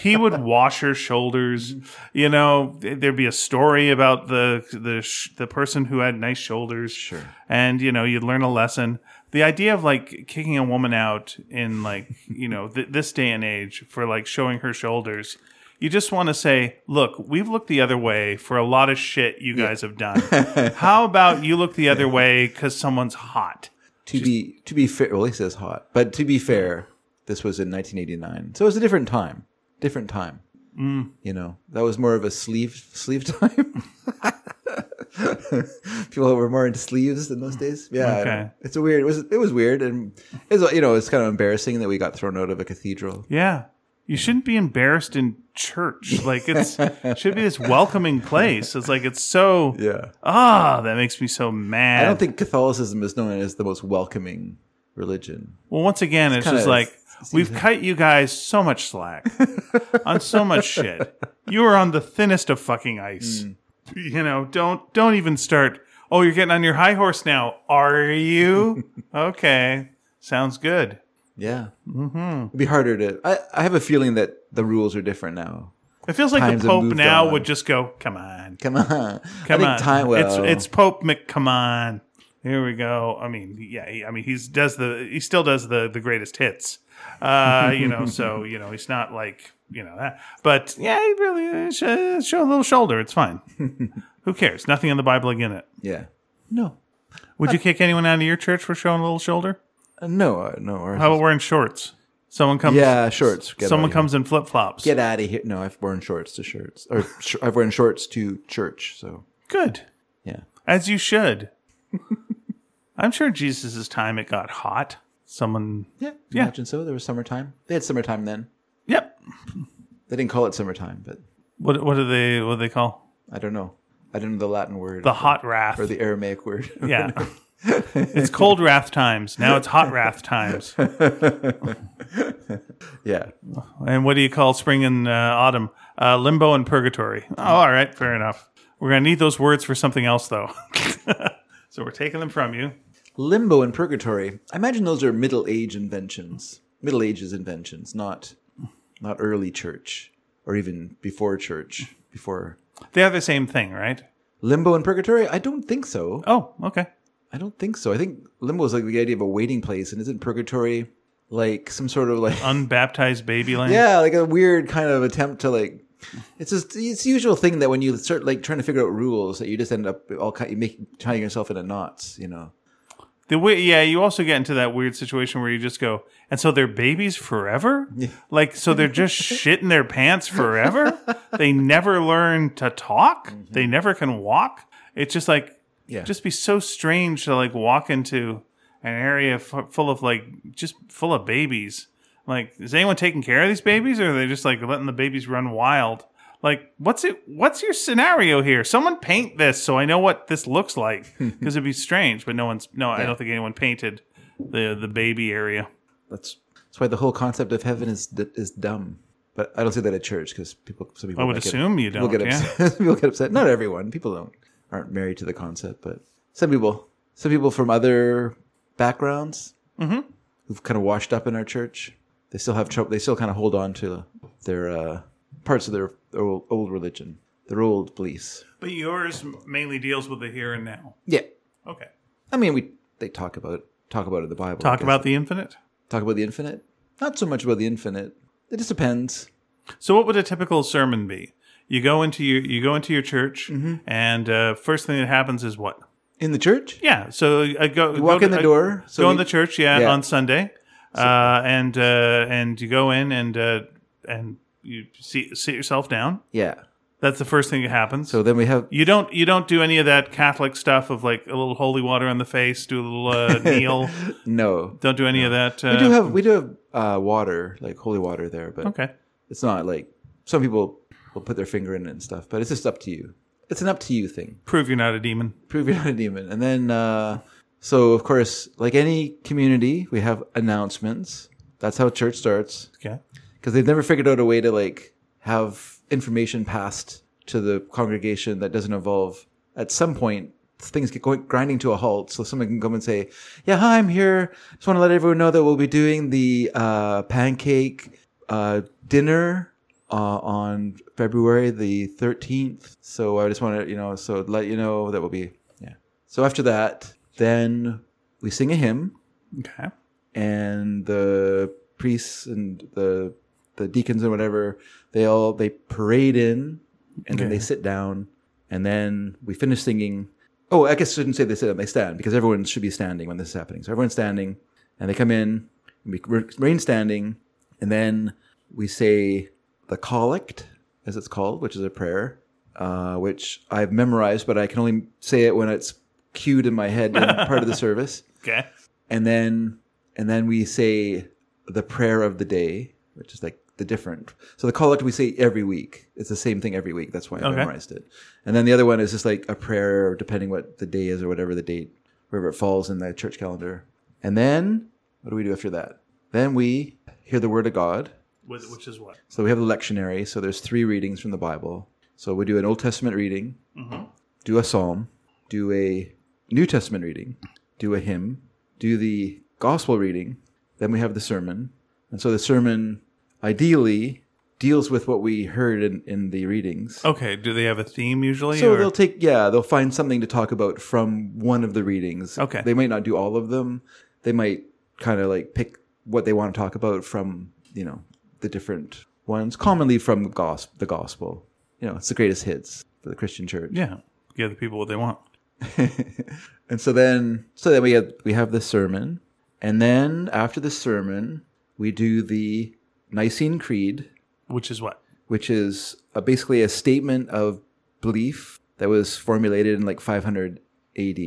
Speaker 1: he would wash her shoulders. You know, th- there'd be a story about the the sh- the person who had nice shoulders. Sure. And you know, you'd learn a lesson. The idea of like kicking a woman out in like you know th- this day and age for like showing her shoulders. You just want to say, look, we've looked the other way for a lot of shit you guys have done. How about you look the other way because someone's hot?
Speaker 2: To be to be fair, well, he says hot, but to be fair, this was in 1989, so it was a different time. Different time.
Speaker 1: Mm.
Speaker 2: You know, that was more of a sleeve sleeve time. People were more into sleeves in those days. Yeah, I don't
Speaker 1: Okay.
Speaker 2: know. it's a weird. It was it was weird, and it's you know it's kind of embarrassing that we got thrown out of a cathedral.
Speaker 1: Yeah. You shouldn't be embarrassed in church. Like it's should be this welcoming place. It's like it's so
Speaker 2: Yeah,
Speaker 1: ah, that makes me so
Speaker 2: I
Speaker 1: mad.
Speaker 2: don't think Catholicism is known as the most welcoming religion.
Speaker 1: well, once again, it's,
Speaker 2: kinda-
Speaker 1: just like
Speaker 2: seems
Speaker 1: we've cut you guys so much slack on so much shit. You are on the thinnest of fucking ice.
Speaker 2: Hmm.
Speaker 1: You know, don't don't even start. Oh, you're getting on your high horse now. Are you? okay. Sounds good.
Speaker 2: Yeah. Mm-hmm. It'd be harder to. I, I have a feeling that the rules are different now.
Speaker 1: It feels like
Speaker 2: Times
Speaker 1: the
Speaker 2: have
Speaker 1: Pope
Speaker 2: moved
Speaker 1: now
Speaker 2: on.
Speaker 1: would just go, come on.
Speaker 2: Come on. I
Speaker 1: Come
Speaker 2: think
Speaker 1: on,
Speaker 2: time will.
Speaker 1: It's it's Pope Mc. Come on, here we go. I mean, yeah, he, I mean he's does the he still does the the greatest hits. Uh, you know, so you know he's not like you know that, but yeah, he really uh, sh- show a little shoulder. It's fine. Who cares? Nothing in the Bible again. It.
Speaker 2: Yeah. No.
Speaker 1: Would you kick anyone out of your church for showing a little shoulder?
Speaker 2: Uh, No. uh, No. Or
Speaker 1: How about wearing shorts? Someone comes.
Speaker 2: yeah, shorts. Get
Speaker 1: Someone
Speaker 2: outta
Speaker 1: comes in flip flops.
Speaker 2: here. Get out of here. No, I've worn shorts to shirts, or sh- I've worn shorts to church. So
Speaker 1: Good.
Speaker 2: yeah.
Speaker 1: As you should. I'm sure Jesus' time it got hot. Someone.
Speaker 2: Yeah.
Speaker 1: Yeah.
Speaker 2: Imagine so. There was summertime. They had summertime then.
Speaker 1: Yep.
Speaker 2: They didn't call it summertime, but
Speaker 1: What what do they what do they call
Speaker 2: I don't know. I don't know the Latin word
Speaker 1: the hot wrath?
Speaker 2: or the Aramaic word.
Speaker 1: yeah, it's cold wrath times. Now it's hot wrath times.
Speaker 2: yeah.
Speaker 1: And what do you call spring and uh, autumn? Uh, limbo and purgatory. Oh, all right, fair enough. We're gonna need those words for something else though. so we're taking them from you.
Speaker 2: Limbo and purgatory. I imagine those are middle age inventions. Middle ages inventions, not not early church or even before church. Before
Speaker 1: They are the same thing, right?
Speaker 2: limbo and purgatory? I don't think so.
Speaker 1: Oh, okay.
Speaker 2: I don't think so. I think limbo is like the idea of a waiting place, and isn't purgatory like some sort of
Speaker 1: Um,
Speaker 2: like
Speaker 1: Unbaptized babyland.
Speaker 2: yeah, like a weird kind of attempt to like. It's just it's the usual thing that when you start like trying to figure out rules, that you just end up all kind you make tying yourself into knots. You know.
Speaker 1: The way, yeah, you also get into that weird situation where you just go, and so they're babies forever? Like, so they're just shitting their pants forever? They never learn to talk? They never can walk? It's just like
Speaker 2: Yeah.
Speaker 1: just be so strange to like walk into an area f- full of like just full of babies. Like, is anyone taking care of these babies, or are they just like letting the babies run wild? Like, what's it? What's your scenario here? Someone paint this so I know what this looks like because it'd be strange. But no one's no, I don't think anyone painted the the baby area.
Speaker 2: That's that's why the whole concept of heaven is d- is dumb. But I don't say that at church because people. Some people.
Speaker 1: I would
Speaker 2: might get-
Speaker 1: assume you
Speaker 2: people
Speaker 1: don't.
Speaker 2: get
Speaker 1: yeah?
Speaker 2: upset. people get upset. Not everyone. People don't aren't married to the concept, but some people. Some people from other backgrounds
Speaker 1: Mm-hmm.
Speaker 2: who've kind of washed up in our church. They still have trouble. They still kind of hold on to their uh, parts of their old, old religion, their old beliefs.
Speaker 1: But yours mainly deals with the here and now.
Speaker 2: Yeah,
Speaker 1: Okay.
Speaker 2: I mean, we they talk about talk about it in the Bible. I
Speaker 1: Talk
Speaker 2: guess.
Speaker 1: about the infinite.
Speaker 2: talk about the infinite. Not so much about the infinite. It just depends.
Speaker 1: So, what would a typical sermon be? You go into your you go into your church,
Speaker 2: Mm-hmm.
Speaker 1: and uh, first thing that happens is what?
Speaker 2: In the church,
Speaker 1: Yeah. So I go
Speaker 2: walk
Speaker 1: go
Speaker 2: in the
Speaker 1: I
Speaker 2: door, so
Speaker 1: go
Speaker 2: we-
Speaker 1: in the church. Yeah,
Speaker 2: Yeah.
Speaker 1: on Sunday, uh, and uh, and you go in and uh, and you see, sit yourself down.
Speaker 2: yeah.
Speaker 1: That's the first thing that happens.
Speaker 2: So then we have
Speaker 1: you don't you don't do any of that Catholic stuff of like a little holy water on the face, do a little uh, kneel.
Speaker 2: no.
Speaker 1: Don't do any of that. Uh,
Speaker 2: We do have we do have uh, water, like holy water there, but
Speaker 1: okay.
Speaker 2: it's not like some people will put their finger in it and stuff. But it's just up to you. It's an up to you thing.
Speaker 1: Prove you're not a demon.
Speaker 2: Prove you're not a demon. And then uh, so of course, like any community, we have announcements. That's how church starts.
Speaker 1: Okay.
Speaker 2: because they've never figured out a way to like have information passed to the congregation that doesn't involve at some point things get going grinding to a halt so someone can come and say yeah hi i'm here just want to let everyone know that we'll be doing the uh, pancake uh, dinner uh, on february the 13th so i just want to you know so let you know that will be yeah so after that then we sing a hymn
Speaker 1: Okay.
Speaker 2: and the priests and the the deacons and whatever they all they parade in and then
Speaker 1: Okay.
Speaker 2: they sit down and then we finish singing oh i guess i shouldn't say they sit down they stand because everyone should be standing when this is happening so everyone's standing and they come in and we remain standing and then we say the collect as it's called which is a prayer uh, which i've memorized but i can only say it when it's cued in my head during part of the service
Speaker 1: Okay.
Speaker 2: and then and then we say the prayer of the day, which is like the different. So the collect we say every week. It's the same thing every week. That's why I
Speaker 1: Okay.
Speaker 2: memorized it. And then the other one is just like a prayer, depending what the day is or whatever the date, wherever it falls in the church calendar. And then what do we do after that? Then we hear the word of God.
Speaker 1: With, which is what?
Speaker 2: So we have the lectionary. So there's three readings from the Bible. So we do an Old Testament reading, do a psalm, do a New Testament reading, do a hymn, do the gospel reading. Then we have the sermon. And so the sermon ideally deals with what we heard in, in the readings.
Speaker 1: Okay. Do they have a theme usually?
Speaker 2: So
Speaker 1: or-
Speaker 2: they'll take yeah, they'll find something to talk about from one of the readings.
Speaker 1: Okay.
Speaker 2: They might not do all of them. They might kind of like pick what they want to talk about from, you know, the different ones, commonly from gos- the gospel. You know, it's the greatest hits for the Christian church.
Speaker 1: yeah. Give the people what they want.
Speaker 2: And so then so then we have we have the sermon. And then after the sermon, we do the Nicene Creed,
Speaker 1: Which is what?
Speaker 2: which is uh basically a statement of belief that was formulated in like 500 AD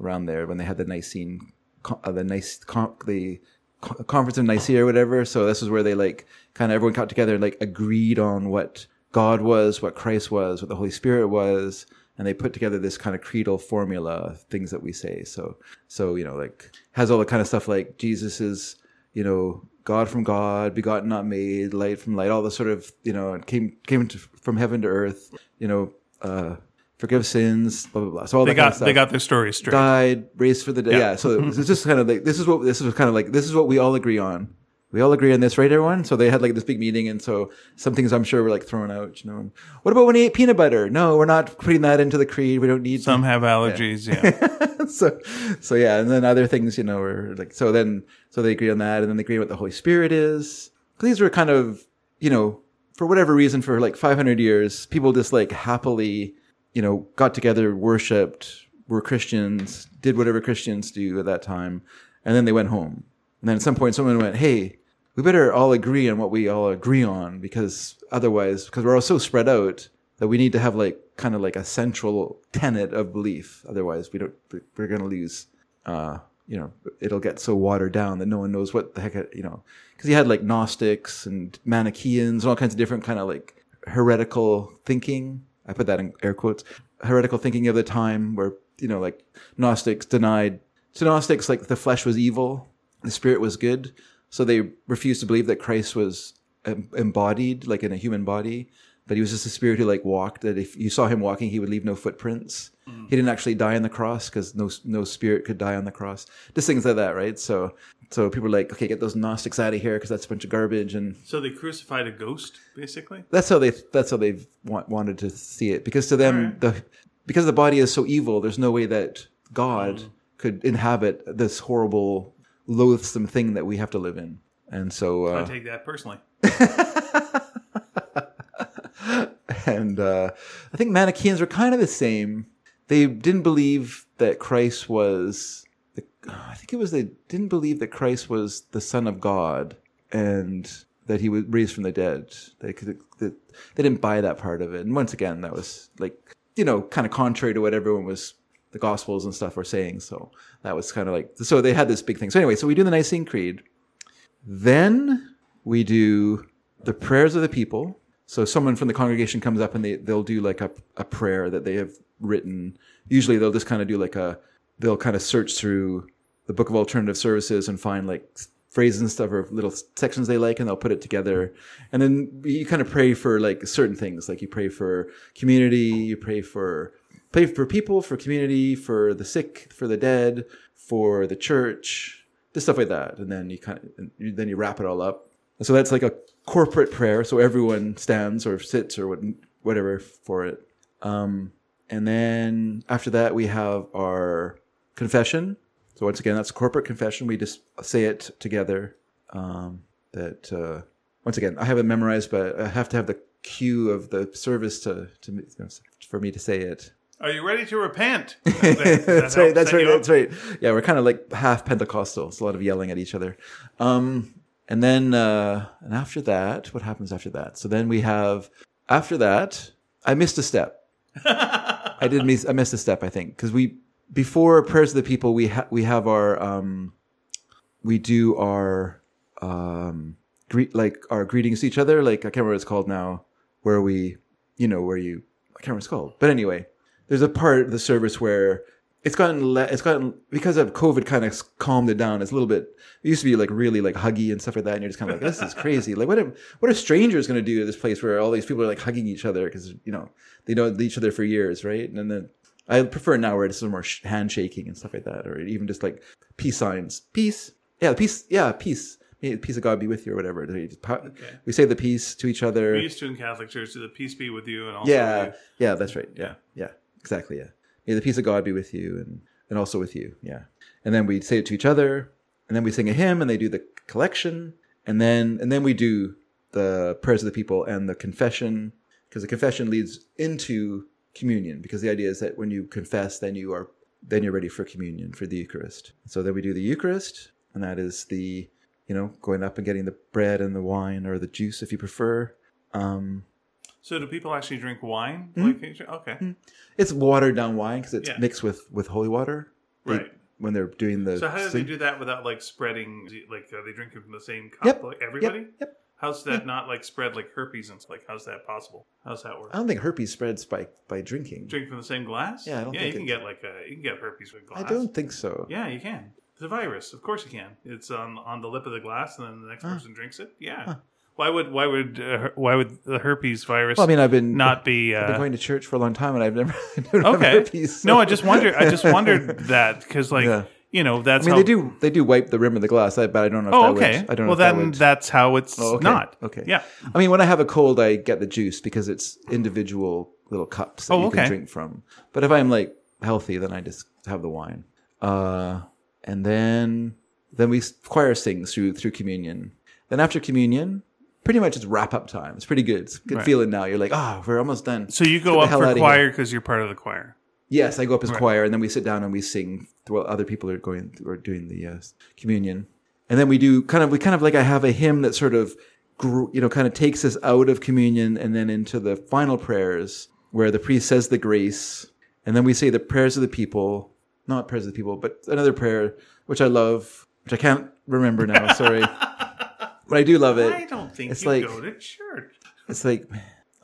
Speaker 2: around there when they had the Nicene, co- uh, the nice, con- the co- conference of Nicaea or whatever. So this is where they like kind of everyone got together and like agreed on what God was, what Christ was, what the Holy Spirit was, and they put together this kind of creedal formula of things that we say. So, so you know, like has all the kind of stuff like Jesus is you know, God from God, begotten not made, light from light, all the sort of you know, it came came into, from heaven to earth, you know, uh, forgive sins, blah blah blah. So all
Speaker 1: They
Speaker 2: that kind
Speaker 1: got
Speaker 2: of stuff.
Speaker 1: they got their story straight.
Speaker 2: died, raised for the day.
Speaker 1: Yeah.
Speaker 2: Yeah. so it's just kind of like this is what this is kind of like this is what we all agree on. We all agree on this, right, everyone? So they had like this big meeting, and so some things I'm sure were like thrown out. You know, and, what about when he ate peanut butter? No, we're not putting that into the creed. We don't need to
Speaker 1: Some have allergies. Yeah.
Speaker 2: so so yeah and then other things you know were like so then so they agree on that and then they agree on what the holy spirit is 'Cause these were kind of you know for whatever reason for like 500 years people just like happily you know got together worshiped were christians did whatever christians do at that time and then they went home and then at some point someone went hey we better all agree on what we all agree on because otherwise because we're all so spread out that we need to have like kind of like a central tenet of belief. Otherwise, we don't we're going to lose. Uh, you know, it'll get so watered down that no one knows what the heck. It, you know, because he had like Gnostics and Manichaeans and all kinds of different kind of like heretical thinking. I put that in air quotes. Heretical thinking of the time where you know like Gnostics denied to Gnostics like the flesh was evil, the spirit was good. So they refused to believe that Christ was em- embodied, like in a human body, but he was just a spirit who like walked. That if you saw him walking, he would leave no footprints. He didn't actually die on the cross because no no spirit could die on the cross. Just things like that, right? So so people are like, okay, get those Gnostics out of here because that's a bunch of garbage, and
Speaker 1: So they crucified a ghost, basically.
Speaker 2: that's how they that's how they want, wanted to see it because to them the because the body is so evil there's no way that god could inhabit this horrible loathsome thing that we have to live in and so
Speaker 1: I
Speaker 2: uh,
Speaker 1: take that personally.
Speaker 2: and uh, i think manichaeans were kind of the same they didn't believe that christ was the, i think it was they didn't believe that christ was the son of god and that he was raised from the dead they, could, they, they didn't buy that part of it and once again that was like you know kind of contrary to what everyone was the gospels and stuff were saying so that was kind of like so they had this big thing so anyway so we do the nicene creed then we do the prayers of the people. So someone from the congregation comes up and they, they'll do like a, a prayer that they have written. Usually they'll just kind of do like a, they'll kind of search through the book of alternative services and find like phrases and stuff or little sections they like and they'll put it together. And then you kind of pray for like certain things. Like you pray for community, you pray for, pray for people, for community, for the sick, for the dead, for the church, just stuff like that and then you kind of and you, then you wrap it all up and so that's like a corporate prayer so everyone stands or sits or what, whatever for it um, and then after that we have our confession so once again that's corporate confession we just say it together um, that uh, once again i haven't memorized but i have to have the cue of the service to, to you know, for me to say it
Speaker 1: Are you ready to repent?
Speaker 2: that's right. That's right. That's right. Yeah, we're kind of like half Pentecostal. It's a lot of yelling at each other. Um, and then uh, and after that, what happens after that? So then we have after that, I missed a step. I did miss I missed a step. I think because we before prayers of the people we ha- we have our um, we do our um, greet like our greetings to each other. Like I can't remember what it's called now, where we you know where you I can't remember what it's called. But anyway, there's a part of the service where it's gotten le- it's gotten because of COVID kind of calmed it down. It's a little bit. It used to be like really like huggy and stuff like that, and you're just kind of like, this is crazy. Like what? Are, what are strangers going to do to this place where all these people are like hugging each other because you know they know each other for years, right? And then I prefer now where it's some more sh- handshaking and stuff like that, or even just like peace signs, peace, yeah, peace, yeah, peace. May the peace of God be with you, or whatever. They just pa- We say the peace to each other.
Speaker 1: We used to in Catholic Church, the peace be with you, and also
Speaker 2: Yeah,
Speaker 1: with you.
Speaker 2: yeah, that's right. Yeah, yeah, exactly. Yeah, may the peace of God be with you, and and also with you. Yeah, and then we say it to each other, and then we sing a hymn, and they do the collection, and then and then we do the prayers of the people and the confession, because the confession leads into communion. Because the idea is that when you confess, then you are then you're ready for communion for the Eucharist. So then we do the Eucharist, and that is the you know going up and getting the bread and the wine or the juice if you prefer. Um,
Speaker 1: So do people actually drink wine?
Speaker 2: Mm-hmm.
Speaker 1: Like, okay,
Speaker 2: it's watered down wine because it's
Speaker 1: Yeah.
Speaker 2: mixed with with holy water They-
Speaker 1: right.
Speaker 2: when they're doing the
Speaker 1: So how do they
Speaker 2: sing-
Speaker 1: do that without like spreading? Like, are they drinking from the same cup?
Speaker 2: Yep.
Speaker 1: Like everybody?
Speaker 2: Yep, yep. Mm.
Speaker 1: How's that not like spread like herpes and stuff? like? How's that possible? How's that work?
Speaker 2: i don't think herpes spreads by by drinking
Speaker 1: Drink from the same glass?
Speaker 2: Yeah, I don't
Speaker 1: yeah.
Speaker 2: think
Speaker 1: you can
Speaker 2: it's-
Speaker 1: get like a, you can get herpes with glass.
Speaker 2: i don't think so
Speaker 1: Yeah, you can. It's a virus. Of course you can. It's on on the lip of the glass, and then the next person drinks it. Yeah. Why would why would uh, her- why would the herpes virus
Speaker 2: well i mean i've been
Speaker 1: not be?
Speaker 2: I've been
Speaker 1: Uh,
Speaker 2: going to church for a long time and i've never I don't have
Speaker 1: okay.
Speaker 2: herpes so-
Speaker 1: No, I just wondered. I just wondered that because like
Speaker 2: Yeah.
Speaker 1: you know that's
Speaker 2: i mean
Speaker 1: how
Speaker 2: they do they do wipe the rim of the glass I- but i don't know if
Speaker 1: Oh,
Speaker 2: that
Speaker 1: okay.
Speaker 2: would, i don't know
Speaker 1: well,
Speaker 2: if that
Speaker 1: then
Speaker 2: would-
Speaker 1: that's how it's
Speaker 2: Oh, okay.
Speaker 1: not.
Speaker 2: Okay.
Speaker 1: Yeah.
Speaker 2: I mean, when I have a cold, I get the juice because it's individual little cups that
Speaker 1: Oh,
Speaker 2: you
Speaker 1: okay.
Speaker 2: can drink from. But if I'm like healthy, then I just have the wine. Uh, and then then we s- choir sings through through communion. Then after communion, pretty much it's wrap up time. It's pretty good. It's a good feeling now. You're like, ah, we're almost done.
Speaker 1: So you
Speaker 2: Get
Speaker 1: go
Speaker 2: the
Speaker 1: up
Speaker 2: hell
Speaker 1: for
Speaker 2: outta
Speaker 1: choir because you're part of the choir.
Speaker 2: Yes, I go up as choir, and then we sit down and we sing while other people are going or doing the uh, communion, and then we do kind of we kind of like I have a hymn that sort of gr- you know, kind of takes us out of communion and then into the final prayers where the priest says the grace and then we say the prayers of the people, not prayers of the people, but another prayer which I love, which I can't remember now. Sorry, but I do love it.
Speaker 1: I don't think
Speaker 2: It's
Speaker 1: you
Speaker 2: like-
Speaker 1: go to church.
Speaker 2: It's like,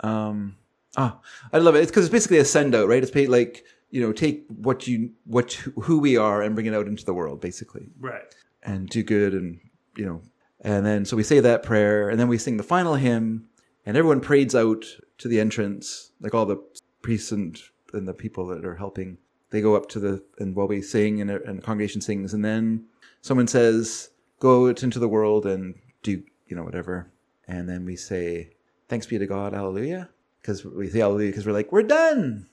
Speaker 2: um, ah, I love it. It's because it's basically a send out, right? It's paid like you know, take what you what who we are and bring it out into the world, basically,
Speaker 1: Right.
Speaker 2: and do good, and you know, and then so we say that prayer, and then we sing the final hymn, and everyone parades out to the entrance, like all the priests and and the people that are helping. They go up to the and while we sing, and and the congregation sings, and then someone says, "Go out into the world and do you know whatever," and then we say, thanks be to God, hallelujah. Because we say hallelujah because we're like, we're done.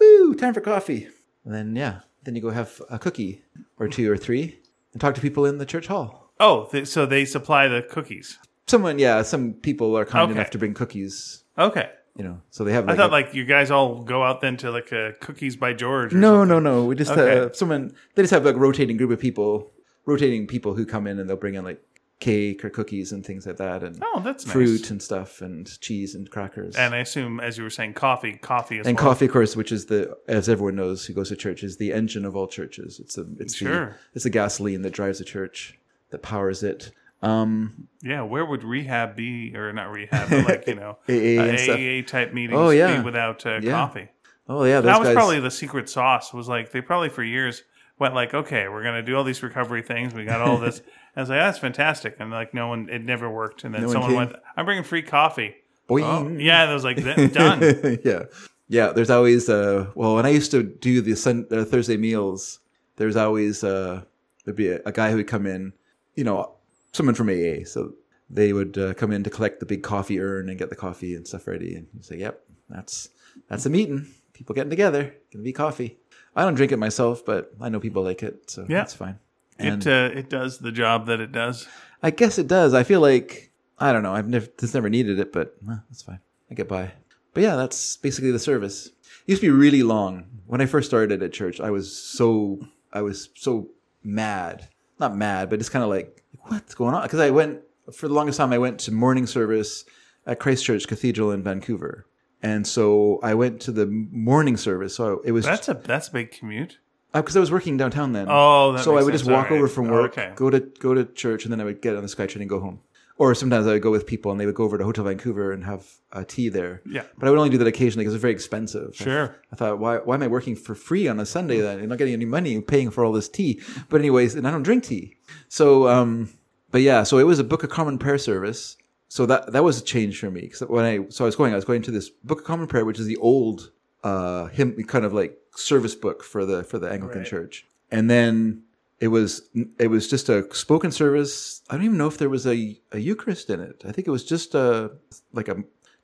Speaker 2: Woo, time for coffee. And then, yeah, then you go have a cookie or two or three and talk to people in the church hall.
Speaker 1: Oh, th- so they supply the cookies.
Speaker 2: Someone, yeah, some people are kind
Speaker 1: Okay.
Speaker 2: enough to bring cookies,
Speaker 1: Okay.
Speaker 2: you know, so they have
Speaker 1: I
Speaker 2: like.
Speaker 1: thought
Speaker 2: a-
Speaker 1: like you guys all go out then to like a Cookies by George. Or
Speaker 2: no, no, no. We just, uh,
Speaker 1: Okay.
Speaker 2: someone, they just have like a rotating group of people, rotating people who come in and they'll bring in like cake or cookies and things like that and
Speaker 1: Oh, that's nice.
Speaker 2: fruit and stuff and cheese and crackers.
Speaker 1: And I assume, as you were saying, coffee, coffee as
Speaker 2: and
Speaker 1: well.
Speaker 2: coffee, of course, which is the as everyone knows who goes to church is the engine of all churches. It's the it's the
Speaker 1: Sure.
Speaker 2: it's the gasoline that drives the church, that powers it. Um,
Speaker 1: Yeah, where would rehab be, or not rehab, but like you know,
Speaker 2: AA
Speaker 1: uh,
Speaker 2: and stuff.
Speaker 1: AA type meetings
Speaker 2: Oh, yeah.
Speaker 1: be without uh,
Speaker 2: Yeah.
Speaker 1: coffee?
Speaker 2: oh yeah, those
Speaker 1: That was
Speaker 2: guys.
Speaker 1: probably the secret sauce. Was like they probably for years went like, okay, we're gonna do all these recovery things. We got all this. and I was like, that's fantastic. And like no one, it never worked. And then
Speaker 2: No one
Speaker 1: someone
Speaker 2: came?
Speaker 1: went, I'm bringing free coffee. Oh,
Speaker 2: Boing.
Speaker 1: yeah, and I was like, "Th- done.
Speaker 2: yeah, yeah. There's always uh, well, when I used to do the sun, uh, Thursday meals, there's always uh, there'd be a, a guy who would come in, you know, someone from AA. So they would uh, come in to collect the big coffee urn and get the coffee and stuff ready, and you say, "Yep, that's that's a meeting. People getting together. Gonna be coffee." I don't drink it myself, but I know people like it, so
Speaker 1: Yeah.
Speaker 2: that's fine. And
Speaker 1: it uh, it does the job that it does.
Speaker 2: I guess it does. I feel like I don't know. I've never just never needed it, but eh, that's fine. I get by. But yeah, that's basically the service. It used to be really long. When I first started at church, I was so I was so mad. Not mad, but just kind of like what's going on? Because I went for the longest time. I went to morning service at Christ Church Cathedral in Vancouver, and so I went to the morning service. So it was
Speaker 1: That's a that's a big commute.
Speaker 2: because Uh, I was working downtown then.
Speaker 1: Oh, that
Speaker 2: so I
Speaker 1: makes
Speaker 2: would
Speaker 1: sense.
Speaker 2: just walk
Speaker 1: All right. Oh,
Speaker 2: over from work,
Speaker 1: Okay.
Speaker 2: go to go to church, and then I would get on the SkyTrain and go home. Or sometimes I would go with people, and they would go over to Hotel Vancouver and have uh, tea there.
Speaker 1: Yeah.
Speaker 2: but I would only do that occasionally because it's very expensive.
Speaker 1: Sure.
Speaker 2: I thought, why why am I working for free on a Sunday then? You're not getting any money, you're paying for all this tea. But anyways, and I don't drink tea. So, um, but yeah, so it was a Book of Common Prayer service. So that that was a change for me because when I so I was going, I was going to this Book of Common Prayer, which is the old uh hymn kind of like service book for the for the Anglican
Speaker 1: Right.
Speaker 2: Church, and then it was it was just a spoken service. I don't even know if there was a, a Eucharist in it. I think it was just a like a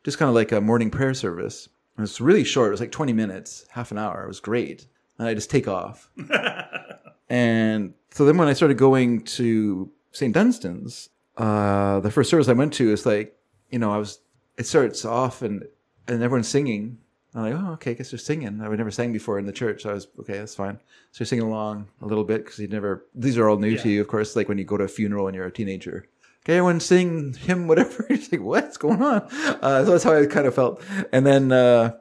Speaker 2: just kind of like a morning prayer service. And it's really short. It was like 20 minutes, half an hour. It was great. And I just take off. and so then when I started going to St. Dunstan's, uh, the first service I went to is like, you know, I was, it starts off and, and everyone's singing. I'm like, oh, okay, I guess they're singing. I would never sang before in the church. So I was, okay, that's fine. So you're singing along a little bit because you'd never, these are all new to you, of course, like when you go to a funeral and you're a teenager okay, everyone sing him whatever. He's like, what's going on? Uh, so that's how I kind of felt. And then, uh,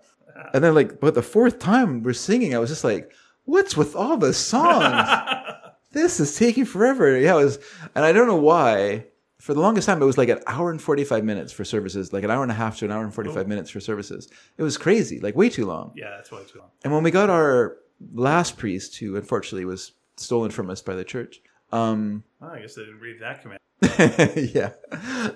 Speaker 2: and then like, but the fourth time we're singing, I was just like, what's with all the songs? this is taking forever. Yeah, it was, and I don't know why. For the longest time, it was like an hour and forty-five minutes for services, like an hour and a half to an hour and forty-five minutes for services. It was crazy, like way too long.
Speaker 1: Yeah, that's why it's long.
Speaker 2: And when we got our last priest, who unfortunately was stolen from us by the church, um,
Speaker 1: Oh, I guess I didn't read that command.
Speaker 2: yeah,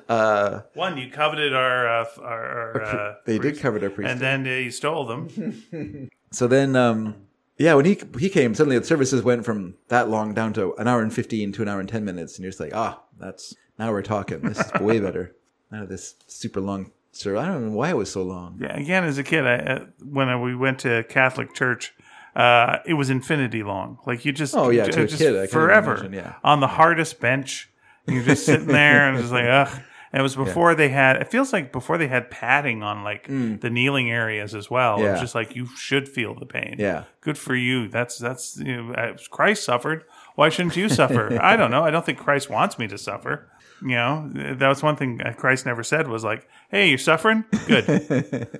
Speaker 2: uh,
Speaker 1: One, you coveted our uh, f- our, our uh,
Speaker 2: they did
Speaker 1: priest,
Speaker 2: cover their priest.
Speaker 1: and then uh, you stole them.
Speaker 2: so then, um, yeah, when he he came, suddenly the services went from that long down to an hour and fifteen to an hour and ten minutes, and you're just like, ah, that's now we're talking. This is way better. None of this super long. Sir, I don't know why it was so long.
Speaker 1: yeah, again, as a kid, I, uh, when I, we went to Catholic church, uh, it was infinity long. Like you just
Speaker 2: Oh, yeah,
Speaker 1: ju-
Speaker 2: to a
Speaker 1: just
Speaker 2: kid, I can
Speaker 1: forever
Speaker 2: imagine, yeah.
Speaker 1: on the hardest bench. You're just sitting there and just like ugh. And it was before they had. It feels like before they had padding on like the kneeling areas as well. It
Speaker 2: Mm. Yeah.
Speaker 1: was just like you should feel the pain.
Speaker 2: Yeah.
Speaker 1: good for you. That's that's you know, uh, Christ suffered. Why shouldn't you suffer? I don't know. I don't think Christ wants me to suffer. You know, that was one thing Christ never said was like, "Hey, you're suffering? Good."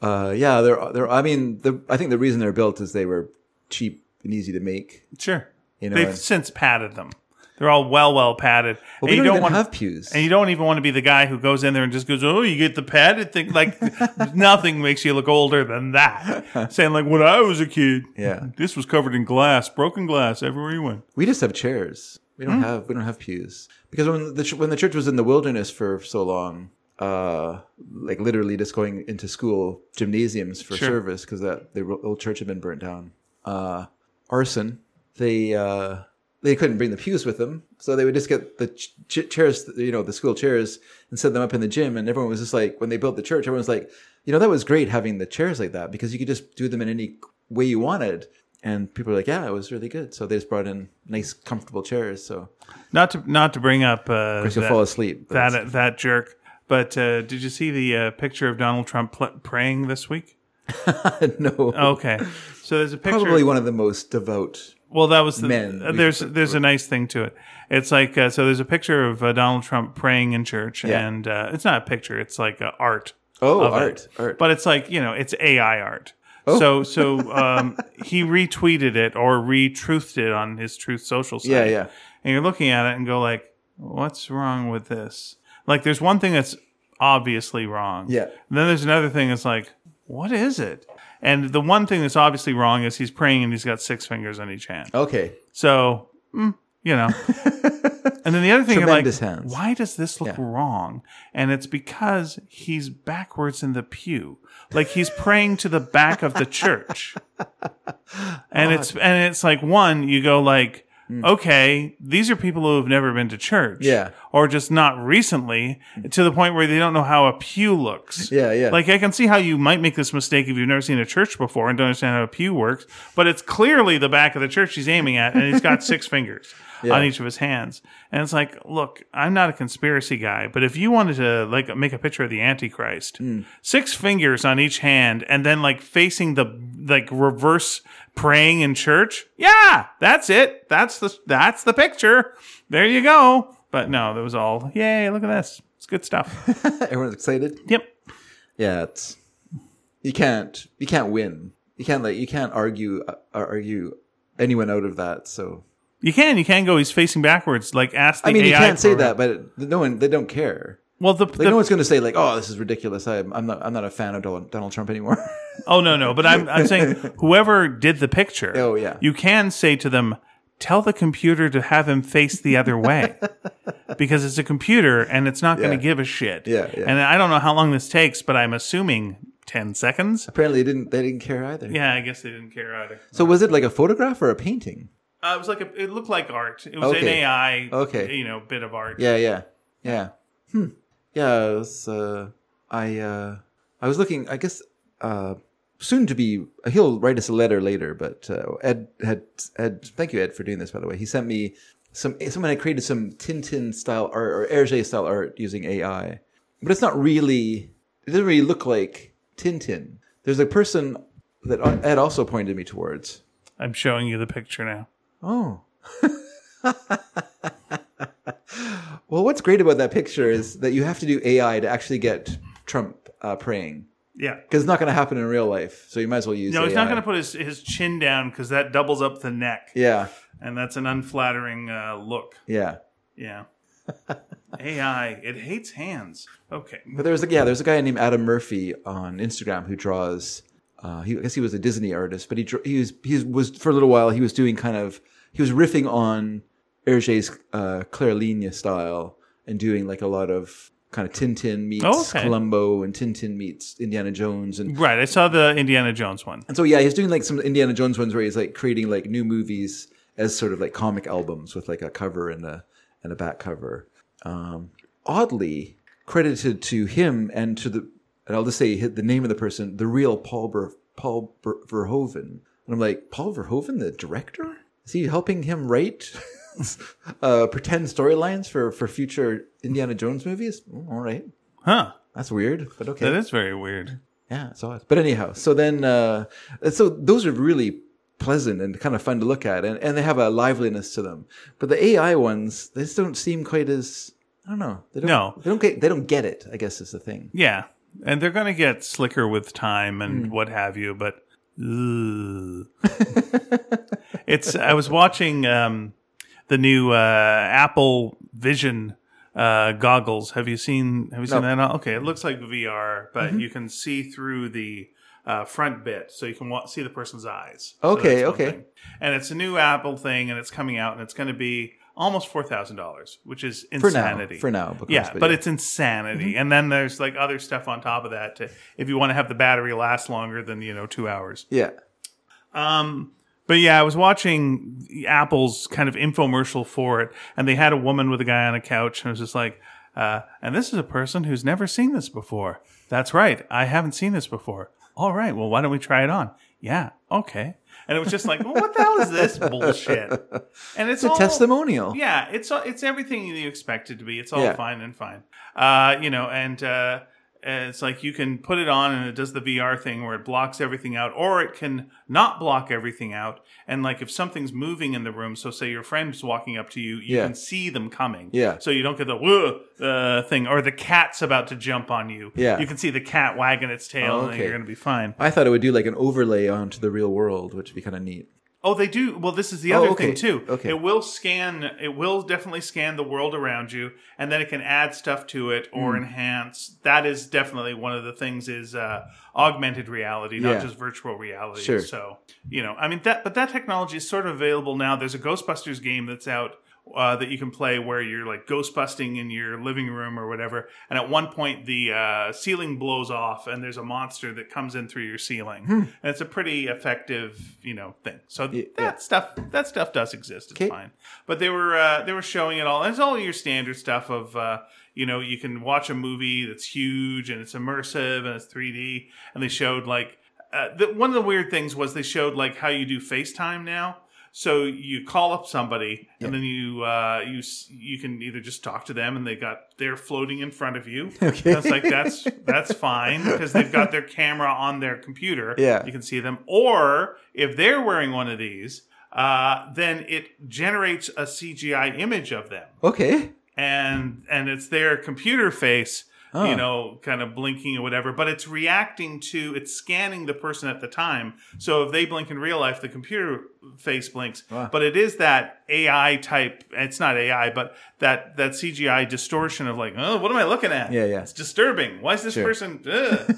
Speaker 2: Uh, yeah, they're they're. I mean, the, I think the reason they're built is they were cheap and easy to make.
Speaker 1: sure.
Speaker 2: You know,
Speaker 1: They've
Speaker 2: and-
Speaker 1: since padded them. They're all well, well padded. and
Speaker 2: But
Speaker 1: you
Speaker 2: we don't,
Speaker 1: don't
Speaker 2: even
Speaker 1: want
Speaker 2: have pews.
Speaker 1: and you don't even want to be the guy who goes in there and just goes, "Oh, you get the padded thing." Like nothing makes you look older than that. Saying like, "When I was a kid,
Speaker 2: Yeah.
Speaker 1: this was covered in glass, broken glass everywhere you went."
Speaker 2: we just have chairs. We don't have we don't have pews because when the ch- when the church was in the wilderness for so long, uh, like literally just going into school gymnasiums for
Speaker 1: Sure.
Speaker 2: service because that the old church had been burnt down. Uh, arson. They uh, they couldn't bring the pews with them, so they would just get the ch- ch- chairs, you know, the school chairs, and set them up in the gym. And everyone was just like, when they built the church, everyone was like, you know, that was great having the chairs like that because you could just do them in any way you wanted. And people were like, yeah, it was really good. So they just brought in nice, comfortable chairs. So
Speaker 1: Not to not to bring up uh,
Speaker 2: you'll
Speaker 1: that-
Speaker 2: fall asleep. but
Speaker 1: that that jerk. But uh, did you see the uh, picture of Donald Trump pl- praying this week?
Speaker 2: it's- no,
Speaker 1: Okay, so there's a picture.
Speaker 2: probably one of the most devout.
Speaker 1: well, that was the,
Speaker 2: men
Speaker 1: uh,
Speaker 2: we
Speaker 1: there's
Speaker 2: put
Speaker 1: there's a nice thing to it. It's like uh, so there's a picture of uh, Donald Trump praying in church,
Speaker 2: Yeah.
Speaker 1: and uh, it's not a picture. It's like uh, art.
Speaker 2: Oh,
Speaker 1: of it.
Speaker 2: art, art. Oh.
Speaker 1: But it's like you know, it's AI art. So so um, he retweeted it or retruthed it on his Truth Social site.
Speaker 2: Yeah, yeah.
Speaker 1: And you're looking at it and go like, what's wrong with this? Like, there's one thing that's obviously wrong.
Speaker 2: Yeah.
Speaker 1: And then there's another thing that's like, what is it? And the one thing that's obviously wrong is he's praying and he's got six fingers on each hand.
Speaker 2: Okay.
Speaker 1: So, mm, you know. and then the other thing, you're like,
Speaker 2: Tremendous hands.
Speaker 1: why does this look wrong? And it's because he's backwards in the pew, like he's praying to the back of the church. and it's and it's like one, you go like, okay, these are people who have never been to church,
Speaker 2: Mm. Yeah.
Speaker 1: or just not recently, to the point where they don't know how a pew looks.
Speaker 2: Yeah, yeah.
Speaker 1: Like I can see how you might make this mistake if you've never seen a church before and don't understand how a pew works, but it's clearly the back of the church he's aiming at, and he's got six fingers on each of his hands. And it's like, look, I'm not a conspiracy guy, but if you wanted to like make a picture of the Antichrist, six fingers on each hand, and then like facing the like reverse praying in church, yeah, that's it. That's the that's the picture. There you go. But no, that was all. Yay! Look at this. It's good stuff.
Speaker 2: Everyone's excited.
Speaker 1: yep.
Speaker 2: Yeah, it's you can't you can't win. You can't like you can't argue uh, argue anyone out of that. So
Speaker 1: You can, you can go. He's facing backwards. Like ask the
Speaker 2: I mean,
Speaker 1: AI.
Speaker 2: you can't say
Speaker 1: program.
Speaker 2: that, but it- no one they don't care.
Speaker 1: Well, the,
Speaker 2: Like
Speaker 1: the-
Speaker 2: no one's going to say like, "Oh, this is ridiculous. I'm, I'm not I'm not a fan of Donald, Donald Trump anymore."
Speaker 1: oh no no, but I'm I'm saying whoever did the picture.
Speaker 2: Oh, yeah.
Speaker 1: You can say to them, tell the computer to have him face the other way, because it's a computer and it's not going
Speaker 2: Yeah.
Speaker 1: to give a shit.
Speaker 2: Yeah, yeah.
Speaker 1: And I don't know how long this takes, but I'm assuming ten seconds.
Speaker 2: Apparently, they didn't they didn't care either.
Speaker 1: Yeah, I guess they didn't care either.
Speaker 2: So was it like a photograph or a painting?
Speaker 1: Uh, it was like a, it looked like art. It was an
Speaker 2: Okay.
Speaker 1: AI.
Speaker 2: Okay.
Speaker 1: You know, bit of art.
Speaker 2: Yeah, yeah, yeah. Hmm. Yeah, it was, uh, I uh, I was looking. I guess uh, soon to be. He'll write us a letter later. But uh, Ed had Ed. Thank you, Ed, for doing this. By the way, he sent me some. Someone had created some Tintin style art or Hergé style art using AI, but it's not really. It doesn't really look like Tintin. There's a person that Ed also pointed me towards.
Speaker 1: I'm showing you the picture now.
Speaker 2: Oh. well, what's great about that picture is that you have to do AI to actually get Trump uh, praying
Speaker 1: Yeah.
Speaker 2: because it's not going to happen in real life. So you might as well use.
Speaker 1: No, he's
Speaker 2: AI.
Speaker 1: not going to put his, his chin down because that doubles up the neck.
Speaker 2: Yeah,
Speaker 1: and that's an unflattering uh, look.
Speaker 2: yeah.
Speaker 1: Yeah. AI, it hates hands. Okay.
Speaker 2: But there was a, yeah, there's a guy named Adam Murphy on Instagram who draws. Uh, he, I guess he was a Disney artist, but he dr- he was he was for a little while he was doing kind of he was riffing on Hergé's uh, Clairligne style and doing like a lot of kind of Tintin meets
Speaker 1: Oh, okay.
Speaker 2: Columbo and Tintin meets Indiana Jones and
Speaker 1: Right, I saw the Indiana Jones one.
Speaker 2: and so yeah, he's doing like some Indiana Jones ones where he's like creating like new movies as sort of like comic albums with like a cover and a and a back cover. Um, oddly credited to him and to the and I'll just say hi- the name of the person, the real Paul Ver, Paul Ver, Verhoeven. And I'm like Paul Verhoeven, the director. Is he helping him write uh, pretend storylines for for future Indiana Jones movies? Mm, All right,
Speaker 1: Huh.
Speaker 2: that's weird, but okay.
Speaker 1: That is very weird.
Speaker 2: Yeah, it's odd. But anyhow, so then, uh, so those are really pleasant and kind of fun to look at, and, and they have a liveliness to them. But the AI ones, they just don't seem quite as I don't know. They don't,
Speaker 1: No.
Speaker 2: they don't get. They don't get it. I guess is the thing.
Speaker 1: Yeah, and they're going to get slicker with time and
Speaker 2: Hmm.
Speaker 1: what have you, but ugh. it's. I was watching um, the new uh, Apple Vision uh, goggles. Have you seen? Have you seen that? Okay, it looks like VR, but
Speaker 2: Mm-hmm.
Speaker 1: you can see through the uh, front bit, so you can wa- see the person's eyes. So
Speaker 2: Okay,
Speaker 1: that's one
Speaker 2: okay.
Speaker 1: thing. And it's a new Apple thing, and it's coming out, and it's going to be almost four thousand dollars, which is
Speaker 2: For
Speaker 1: insanity
Speaker 2: now. For now. Because, Mm-hmm.
Speaker 1: yeah, but, it's insanity. And then there's like other stuff on top of that. To, if you want to have the battery last longer than you know two hours.
Speaker 2: yeah.
Speaker 1: Um, but yeah, I was watching Apple's kind of infomercial for it, and they had a woman with a guy on a couch, and I was just like, uh, "And this is a person who's never seen this before." That's right, I haven't seen this before. All right, well, why don't we try it on? Yeah, okay. And it was just like, well, what the hell is this bullshit? And it's,
Speaker 2: It's a
Speaker 1: all-
Speaker 2: testimonial.
Speaker 1: Oh. yeah, it's it's everything you expect it to be. It's all
Speaker 2: Yeah.
Speaker 1: fine and fine. Uh, you know, and uh, it's like you can put it on and it does the VR thing where it blocks everything out, or it can not block everything out. And like if something's moving in the room, so say your friend's walking up to you, you
Speaker 2: Yeah.
Speaker 1: can see them coming.
Speaker 2: Yeah.
Speaker 1: So you don't get the whoa uh, thing, or the cat's about to jump on you.
Speaker 2: Yeah.
Speaker 1: You can see the cat wagging its tail,
Speaker 2: Oh,
Speaker 1: and
Speaker 2: okay.
Speaker 1: you're gonna be fine.
Speaker 2: I thought it would do like an overlay onto the real world, which would be kind of neat.
Speaker 1: Oh, they do. Well, this is the
Speaker 2: Oh,
Speaker 1: other
Speaker 2: okay.
Speaker 1: thing too.
Speaker 2: Okay.
Speaker 1: It will scan. It will definitely scan the world around you, and then it can add stuff to it or
Speaker 2: Hmm.
Speaker 1: enhance. That is definitely one of the things is uh, augmented reality, not
Speaker 2: Yeah.
Speaker 1: just virtual reality.
Speaker 2: Sure.
Speaker 1: So you know, I mean that, but that technology is sort of available now. There's a Ghostbusters game that's out. Uh, that you can play where you're like ghost busting in your living room or whatever, and at one point the uh, ceiling blows off and there's a monster that comes in through your ceiling, and it's a pretty effective you know thing. So
Speaker 2: Hmm. Yeah,
Speaker 1: that stuff that stuff does exist. It's
Speaker 2: Okay.
Speaker 1: fine, but they were uh, they were showing it all. And it's all your standard stuff of uh, you know you can watch a movie that's huge and it's immersive and it's 3D, and they showed like uh, the, one of the weird things was they showed like how you do FaceTime now. So you call up somebody, and then you uh, you s- you can either just talk to them, and they got they're floating in front of you.
Speaker 2: Okay.
Speaker 1: That's like that's that's fine because they've got their camera on their computer.
Speaker 2: Yeah.
Speaker 1: you can see them. Or if they're wearing one of these, uh, then it generates a CGI image of them,
Speaker 2: Okay.
Speaker 1: and and it's their computer face
Speaker 2: Oh.
Speaker 1: you know, kind of blinking or whatever, but it's reacting to, it's scanning the person at the time. So if they blink in real life, the computer face blinks.
Speaker 2: Wow.
Speaker 1: But it is that AI type, it's not AI, but that, that CGI distortion of like, oh, what am I looking at?
Speaker 2: Yeah, yeah.
Speaker 1: It's disturbing. Why is this
Speaker 2: Sure.
Speaker 1: person? Ugh.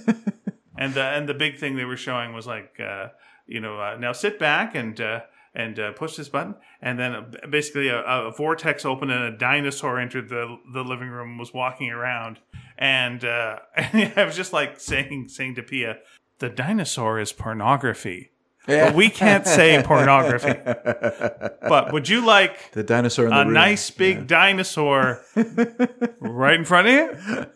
Speaker 1: and, the, and the big thing they were showing was like, uh, you know, uh, now sit back and, uh, and uh, push this button, and then uh, b- basically a, a vortex opened and a dinosaur entered the the living room, and was walking around, and uh, I was just like saying saying to Pia, the dinosaur is pornography. But we can't say pornography. But would you like
Speaker 2: The dinosaur in the
Speaker 1: a
Speaker 2: room.
Speaker 1: nice big dinosaur right in front of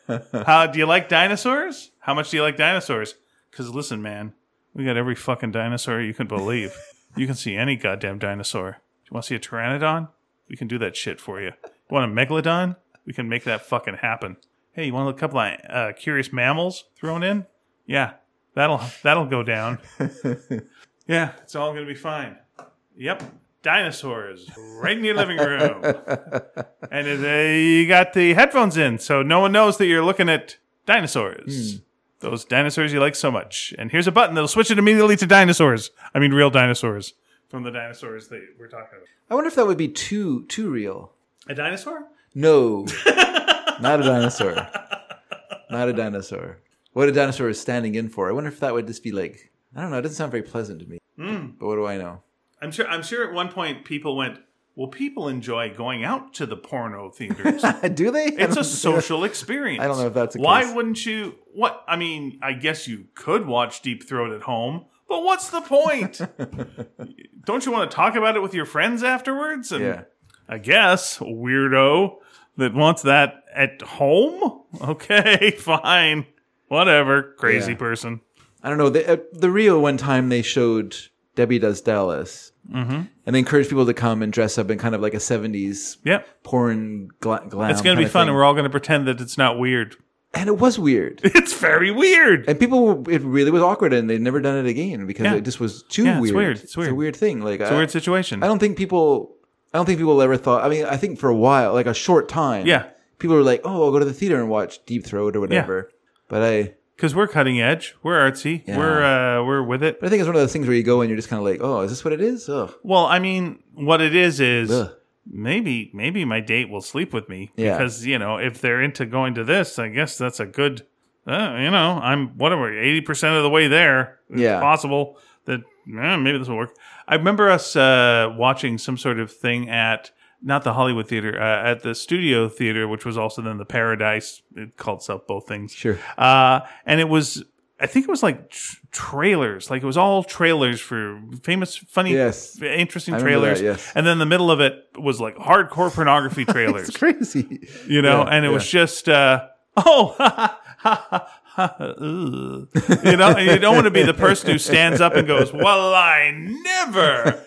Speaker 1: you? How do you like dinosaurs? How much do you like dinosaurs? Because listen, man, we got every fucking dinosaur you can believe. you can see any goddamn dinosaur. You want to see a pteranodon? We can do that shit for you. You want a megalodon? We can make that fucking happen. Hey, you want a couple of uh, curious mammals thrown in? Yeah, that'll that'll go down. yeah, it's all gonna be fine. Yep, dinosaurs right in your living room, and it, uh, you got the headphones in, so no one knows that you're looking at dinosaurs. Those dinosaurs you like so much. And here's a button that'll switch it immediately to dinosaurs. I mean, real dinosaurs from the dinosaurs that we're talking about.
Speaker 2: I wonder if that would be too too real.
Speaker 1: A dinosaur?
Speaker 2: No, not a dinosaur. Not a dinosaur. What a dinosaur is standing in for. I wonder if that would just be like I don't know. It doesn't sound very pleasant to me.
Speaker 1: Hmm.
Speaker 2: But what do I know?
Speaker 1: I'm sure. I'm sure. At one point, people went, "Well, people enjoy going out to the porno theaters.
Speaker 2: do they?
Speaker 1: It's a social experience."
Speaker 2: I don't know if that's the
Speaker 1: why
Speaker 2: case.
Speaker 1: wouldn't you? What I mean, I guess you could watch Deep Throat at home, but what's the point? don't you want to talk about it with your friends afterwards? And
Speaker 2: Yeah.
Speaker 1: I guess weirdo that wants that at home. Okay, fine, whatever. Crazy
Speaker 2: Yeah.
Speaker 1: person.
Speaker 2: I don't know. The, at the Rio one time they showed Debbie Does Dallas,
Speaker 1: Mm-hmm.
Speaker 2: and they encouraged people to come and dress up in kind of like a '70s
Speaker 1: Yep.
Speaker 2: porn gla- glam.
Speaker 1: It's going to
Speaker 2: Um, kinda
Speaker 1: be fun,
Speaker 2: thing.
Speaker 1: and we're all going to pretend that it's not weird.
Speaker 2: And it was weird.
Speaker 1: It's very weird.
Speaker 2: And people, it really was awkward, and they'd never done it again because
Speaker 1: Yeah.
Speaker 2: it just was too
Speaker 1: Yeah, it's
Speaker 2: weird.
Speaker 1: weird, it's
Speaker 2: a
Speaker 1: weird.
Speaker 2: weird thing. Like
Speaker 1: It's a
Speaker 2: I,
Speaker 1: weird situation.
Speaker 2: I don't think people. I don't think people ever thought. I mean, I think for a while, like a short time.
Speaker 1: Yeah.
Speaker 2: people were like, "Oh, I'll go to the theater and watch Deep Throat or whatever." But I,
Speaker 1: because we're cutting edge, we're artsy,
Speaker 2: Yeah.
Speaker 1: we're uh, we're with it.
Speaker 2: but I think it's one of those things where you go and you're just kind of like, "Oh, is this what it is?" Ugh.
Speaker 1: Well, I mean, what it is is
Speaker 2: Ugh.
Speaker 1: maybe maybe my date will sleep with me
Speaker 2: Yeah.
Speaker 1: because you know if they're into going to this, I guess that's a good. Uh, you know, I'm whatever eighty percent of the way there. It's
Speaker 2: Yeah.
Speaker 1: possible that eh, maybe this will work. I remember us uh, watching some sort of thing at not the Hollywood Theater uh, at the Studio Theater, which was also then the Paradise. It called itself both things.
Speaker 2: Sure.
Speaker 1: Uh, and it was, I think it was like tr- trailers. Like it was all trailers for famous, funny,
Speaker 2: Yes.
Speaker 1: f- interesting
Speaker 2: I remember
Speaker 1: trailers.
Speaker 2: that, yes.
Speaker 1: And then the middle of it was like hardcore pornography trailers,
Speaker 2: It's crazy.
Speaker 1: you know?
Speaker 2: Yeah,
Speaker 1: and it
Speaker 2: yeah.
Speaker 1: was just, uh, oh, ha, ha, ha, ha, ha, ooh. you know, and you don't want to be the person who stands up and goes, well, I never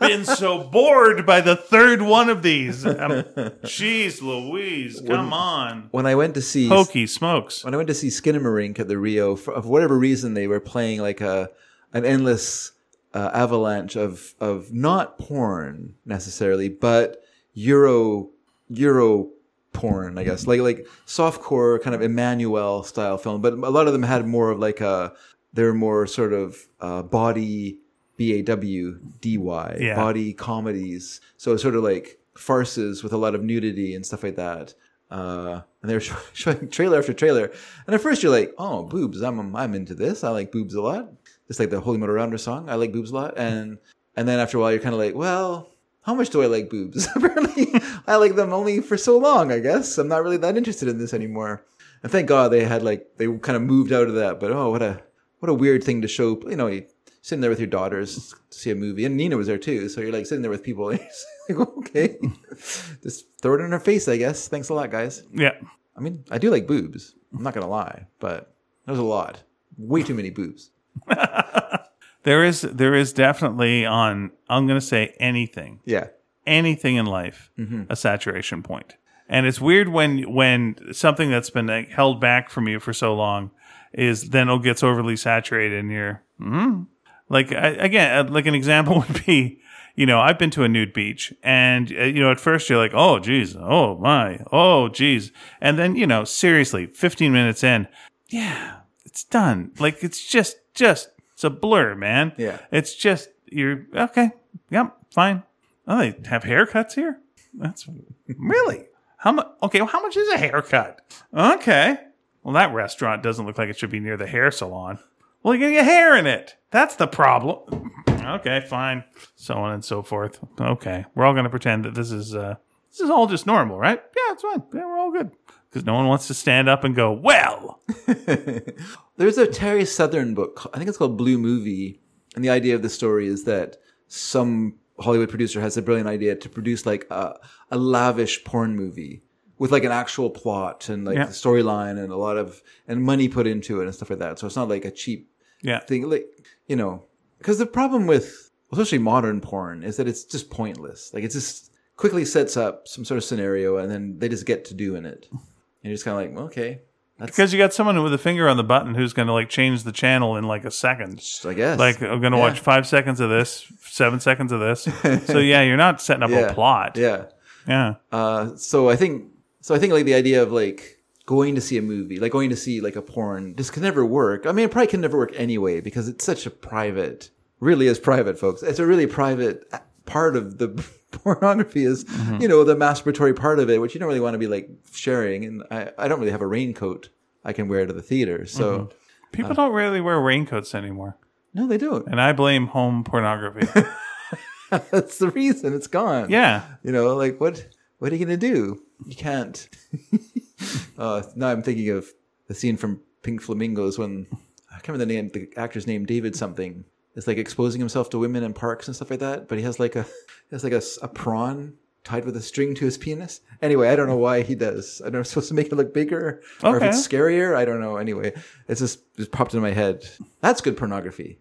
Speaker 1: been so bored by the third one of these. Um, Jeez Louise, come on.
Speaker 2: When I went to see
Speaker 1: Pokey smokes.
Speaker 2: when I went to see Skinamarink at the Rio, for, for whatever reason, they were playing like a an endless uh, avalanche of of not porn necessarily, but Euro Euro porn, I guess, like like softcore kind of Emmanuel style film. But a lot of them had more of like a they're more sort of uh, body B A W D Y
Speaker 1: Yeah.
Speaker 2: body comedies. So it's sort of like farces with a lot of nudity and stuff like that. Uh, and they were show- showing trailer after trailer. And at first you're like, oh, boobs. I'm I'm into this. I like boobs a lot. Just like the Holy Motor Rounder song. I like boobs a lot. And and then after a while you're kind of like, well, how much do I like boobs? Apparently, I like them only for so long. I guess I'm not really that interested in this anymore. And thank God they had like they kind of moved out of that. But oh, what a what a weird thing to show. You know, you sitting there with your daughters to see a movie, and Nina was there too. So you're like sitting there with people. And you're like, okay, just throw it in her face, I guess. Thanks a lot, guys.
Speaker 1: Yeah.
Speaker 2: I mean, I do like boobs. I'm not gonna lie, but there's a lot, way too many boobs.
Speaker 1: There is there is definitely on I'm going to say anything
Speaker 2: Yeah,
Speaker 1: anything in life a saturation point. And it's weird when when something that's been like, held back from you for so long is then it gets overly saturated and you're mm. like I, again uh, like an example would be you know I've been to a nude beach and uh, you know at first you're like oh geez oh my oh geez and then you know seriously 15 minutes in yeah it's done like it's just just it's a blur man
Speaker 2: Yeah.
Speaker 1: it's just you're okay. Yep, fine. Oh, they have haircuts here. That's really how much. Okay, well, how much is a haircut? Okay. Well, that restaurant doesn't look like it should be near the hair salon. Well, you're gonna get hair in it. That's the problem. Okay, fine. So on and so forth. Okay, we're all gonna pretend that this is uh this is all just normal, right? Yeah, it's fine. Yeah, we're all good because no one wants to stand up and go, well,
Speaker 2: There's a Terry Southern book. ca- I think it's called Blue Movie, and the idea of the story is that some Hollywood producer has a brilliant idea to produce like a, a lavish porn movie with like an actual plot and like
Speaker 1: Yeah.
Speaker 2: the storyline and a lot of and money put into it and stuff like that. So it's not like a cheap
Speaker 1: yeah,
Speaker 2: thing, like you know, because the problem with especially modern porn is that it's just pointless. Like it just quickly sets up some sort of scenario and then they just get to doing it, and you're just kind of like, well, okay, that's
Speaker 1: because you got someone with a finger on the button who's gonna like change the channel in like a second.
Speaker 2: I guess
Speaker 1: like I'm gonna
Speaker 2: Yeah.
Speaker 1: watch five seconds of this, seven seconds of this. so yeah, you're not setting up
Speaker 2: Yeah.
Speaker 1: a plot. Yeah.
Speaker 2: yeah. Uh, so I think so I think like the idea of like going to see a movie, like going to see like a porn, this can never work. I mean, it probably can never work anyway because it's such a private, really is private, folks. It's a really private part of the pornography is you know the masturbatory part of it, which you don't really want to be like sharing. And I, I don't really have a raincoat I can wear to the theater, so
Speaker 1: People
Speaker 2: uh.
Speaker 1: don't really wear raincoats anymore,
Speaker 2: no, they don't.
Speaker 1: and I blame home pornography.
Speaker 2: That's the reason it's gone.
Speaker 1: yeah,
Speaker 2: you know like what what are you gonna do you can't uh now i'm thinking of the scene from pink flamingos when i can't remember the name the actor's name david something is like exposing himself to women in parks and stuff like that but he has like a he has like a, s- a prawn tied with a string to his penis anyway i don't know why he does i don't know if it's supposed to make it look bigger or if
Speaker 1: Okay.
Speaker 2: it's scarier i don't know anyway it's just just popped into my head that's good pornography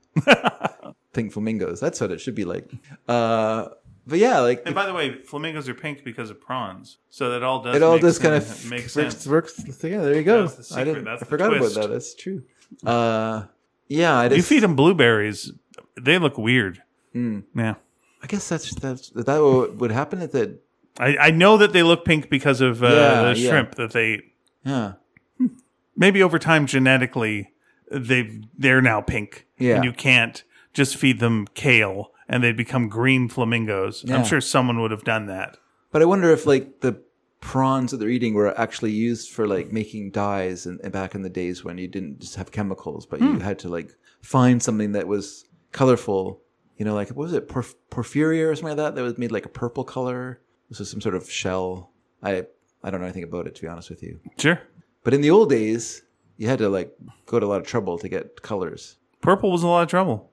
Speaker 2: pink flamingos that's what it should be like uh but yeah like
Speaker 1: and by the way, flamingos are pink because of prawns, so that all does
Speaker 2: it all
Speaker 1: make
Speaker 2: just kind
Speaker 1: sense-
Speaker 2: of
Speaker 1: makes
Speaker 2: works,
Speaker 1: sense.
Speaker 2: works together. There you go.
Speaker 1: That's the secret.
Speaker 2: I didn't.
Speaker 1: That's
Speaker 2: I
Speaker 1: the
Speaker 2: forgot
Speaker 1: twist.
Speaker 2: about that. That's true. Uh, yeah, I just.
Speaker 1: You feed them blueberries; they look weird. Yeah,
Speaker 2: Hmm. I guess that's that's that would would happen at the
Speaker 1: I, I know that they look pink because of uh,
Speaker 2: Yeah,
Speaker 1: the
Speaker 2: yeah.
Speaker 1: shrimp that they eat.
Speaker 2: Yeah.
Speaker 1: Maybe over time, genetically, they they're now pink,
Speaker 2: Yeah.
Speaker 1: and you can't just feed them kale and they become green flamingos.
Speaker 2: Yeah.
Speaker 1: I'm sure someone would have done that.
Speaker 2: But I wonder if like the prawns that they're eating were actually used for like making dyes and, and back in the days when you didn't just have chemicals, but
Speaker 1: Hmm.
Speaker 2: you had to like find something that was colorful. You know, like what was it, Porf- porphyria or something like that? That was made like a purple color. This was some sort of shell. I I don't know anything about it to be honest with you.
Speaker 1: Sure,
Speaker 2: But in the old days, you had to like go to a lot of trouble to get colors.
Speaker 1: purple was a lot of trouble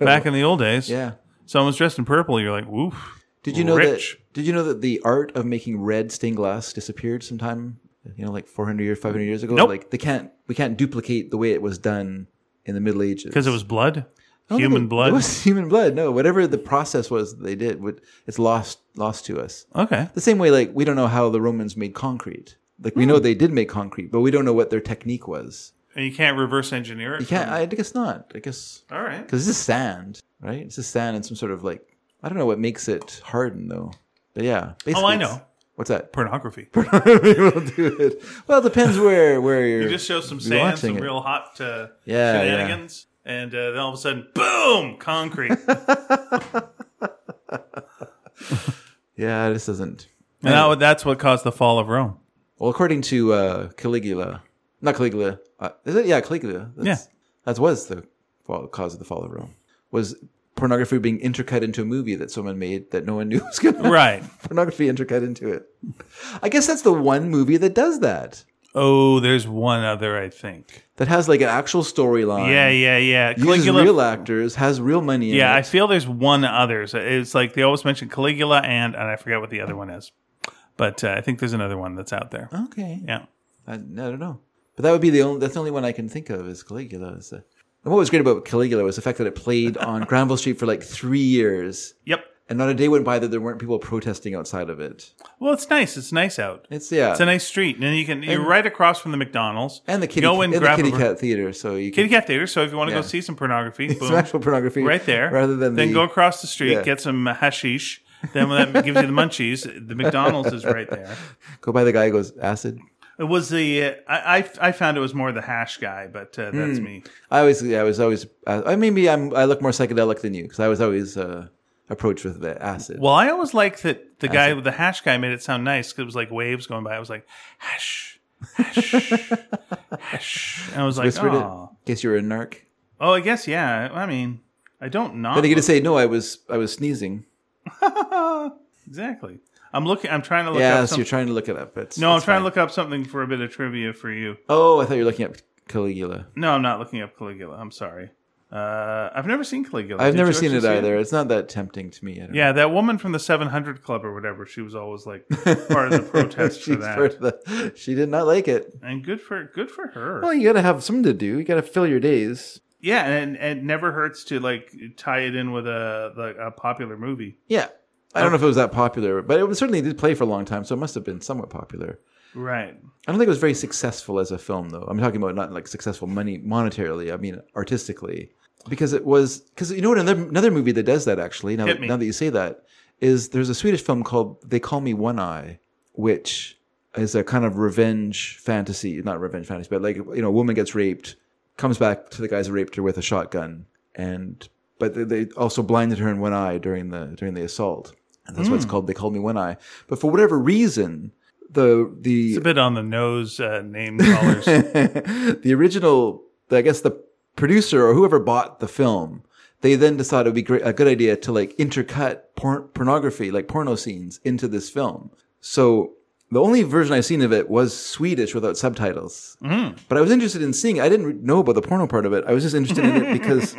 Speaker 1: back in the old days.
Speaker 2: yeah.
Speaker 1: someone was dressed in purple. You're like, woof.
Speaker 2: Did you know
Speaker 1: Rich.
Speaker 2: that? Did you know that the art of making red stained glass disappeared sometime? You know, like 400 years, 500 years ago.
Speaker 1: Nope.
Speaker 2: Like they can't, we can't duplicate the way it was done in the Middle Ages
Speaker 1: because it was blood,
Speaker 2: I don't think
Speaker 1: human
Speaker 2: it-
Speaker 1: blood.
Speaker 2: It was human blood. No, whatever the process was, that they did. would- It's lost, lost to us.
Speaker 1: okay,
Speaker 2: The same way, like we don't know how the Romans made concrete. Like we
Speaker 1: Hmm.
Speaker 2: know they did make concrete, but we don't know what their technique was.
Speaker 1: and you can't reverse engineer it.
Speaker 2: You can't.
Speaker 1: from-
Speaker 2: I guess not. I guess
Speaker 1: All right.
Speaker 2: because this is sand, right? It's just sand and some sort of like I don't know what makes it harden though. But yeah, basically
Speaker 1: Oh, I
Speaker 2: it's-
Speaker 1: know.
Speaker 2: what's that.
Speaker 1: Pornography.
Speaker 2: we'll do it. Well, it depends where where you're.
Speaker 1: You just show some
Speaker 2: you're
Speaker 1: sand,
Speaker 2: watching
Speaker 1: some
Speaker 2: it.
Speaker 1: real hot uh,
Speaker 2: Yeah, yeah.
Speaker 1: shenanigans, and uh, then all of a sudden, boom, concrete. and
Speaker 2: Yeah, this isn't.
Speaker 1: that, that's what caused the fall of Rome.
Speaker 2: Well, according to uh, Caligula, not Caligula, uh, is it? Yeah, Caligula. That's, that was the fall, cause of the fall of Rome. Was pornography being intercut into a movie that someone made that no one knew was going to
Speaker 1: Right.
Speaker 2: pornography intercut into it? I guess that's the one movie that does that.
Speaker 1: Oh, there's one other, I think.
Speaker 2: That has like an actual storyline.
Speaker 1: Yeah, yeah, yeah.
Speaker 2: uses
Speaker 1: Caligula.
Speaker 2: real actors, has real money. In
Speaker 1: yeah, I
Speaker 2: it.
Speaker 1: feel there's one other. So it's like they always mention Caligula and, and I forget what the other one is. But uh, I think there's another one that's out there.
Speaker 2: okay.
Speaker 1: Yeah.
Speaker 2: I, I don't know, but that would be the only. That's the only one I can think of is Caligula. Is uh and what was great about Caligula was the fact that it played on Granville Street for like three years,
Speaker 1: Yep.
Speaker 2: and not a day went by that there weren't people protesting outside of it.
Speaker 1: Well, it's nice. It's nice out.
Speaker 2: It's yeah,
Speaker 1: It's a nice street, and you can you're right across from the McDonald's
Speaker 2: and the kitty,
Speaker 1: go
Speaker 2: and
Speaker 1: and
Speaker 2: the
Speaker 1: grab
Speaker 2: kitty
Speaker 1: a,
Speaker 2: cat theater. So you can
Speaker 1: kitty cat theater. So if you want to
Speaker 2: Yeah.
Speaker 1: go see some pornography, boom,
Speaker 2: some actual pornography
Speaker 1: right there.
Speaker 2: rather than
Speaker 1: then
Speaker 2: the,
Speaker 1: go across the street,
Speaker 2: Yeah.
Speaker 1: get some hashish. Then when that gives you the munchies, the McDonald's is right there.
Speaker 2: go by the guy who goes acid.
Speaker 1: It was the uh, I, I I found it was more the hash guy, but uh,
Speaker 2: Hmm.
Speaker 1: that's me.
Speaker 2: I always yeah, I was always uh, I maybe I'm I look more psychedelic than you because I was always uh, approached with the acid.
Speaker 1: Well, I always liked that the guy with the hash guy made it sound nice because it was like waves going by. I was like hash, hash, hash, and I was like,
Speaker 2: Whispered it.
Speaker 1: oh,
Speaker 2: In case you're a narc.
Speaker 1: oh, I guess yeah. I mean, I don't know.
Speaker 2: Then you get to say no. I was I was sneezing.
Speaker 1: Exactly. I'm looking. I'm trying to look
Speaker 2: Yeah,
Speaker 1: up.
Speaker 2: so
Speaker 1: Some,
Speaker 2: you're trying to look it up. It's,
Speaker 1: no, I'm
Speaker 2: it's
Speaker 1: trying
Speaker 2: fine.
Speaker 1: to look up something for a bit of trivia for you.
Speaker 2: Oh, I thought you were looking up Caligula.
Speaker 1: No, I'm not looking up Caligula. I'm sorry. Uh, I've never seen Caligula.
Speaker 2: I've
Speaker 1: Did
Speaker 2: never
Speaker 1: you
Speaker 2: seen
Speaker 1: actually
Speaker 2: it
Speaker 1: see
Speaker 2: either. It's not that tempting to me. I don't
Speaker 1: Yeah, that woman from the 700 Club or whatever. She was always like part of the
Speaker 2: know.
Speaker 1: protest for
Speaker 2: She's
Speaker 1: that.
Speaker 2: part of the- she did not like it.
Speaker 1: And good for good for her.
Speaker 2: Well, you gotta have something to do. You gotta fill your days.
Speaker 1: yeah, and, and it never hurts to like tie it in with a like a popular movie.
Speaker 2: Yeah. I don't know if it was that popular, but it was, certainly did play for a long time, so it must have been somewhat popular.
Speaker 1: Right.
Speaker 2: I don't think it was very successful as a film, though. I'm talking about not like successful money monetarily. I mean artistically, because it was because you know what another another movie that does that actually. Now,
Speaker 1: Hit me.
Speaker 2: now that you say that, is there's a Swedish film called They Call Me One Eye, which is a kind of revenge fantasy, not revenge fantasy, but like you know, a woman gets raped, comes back to the guys who raped her with a shotgun, and but they, they also blinded her in one eye during the during the assault, and that's what
Speaker 1: Hmm.
Speaker 2: it's called. They Call Me One Eye, but for whatever reason. The the
Speaker 1: It's a bit on the nose uh, name callers.
Speaker 2: the original, I guess the producer or whoever bought the film, they then decided it would be great, a good idea to like intercut porn, pornography, like porno scenes, into this film. So the only version I've seen of it was Swedish without subtitles. But I was interested in seeing. it. I didn't re- know about the porno part of it. I was just interested in it because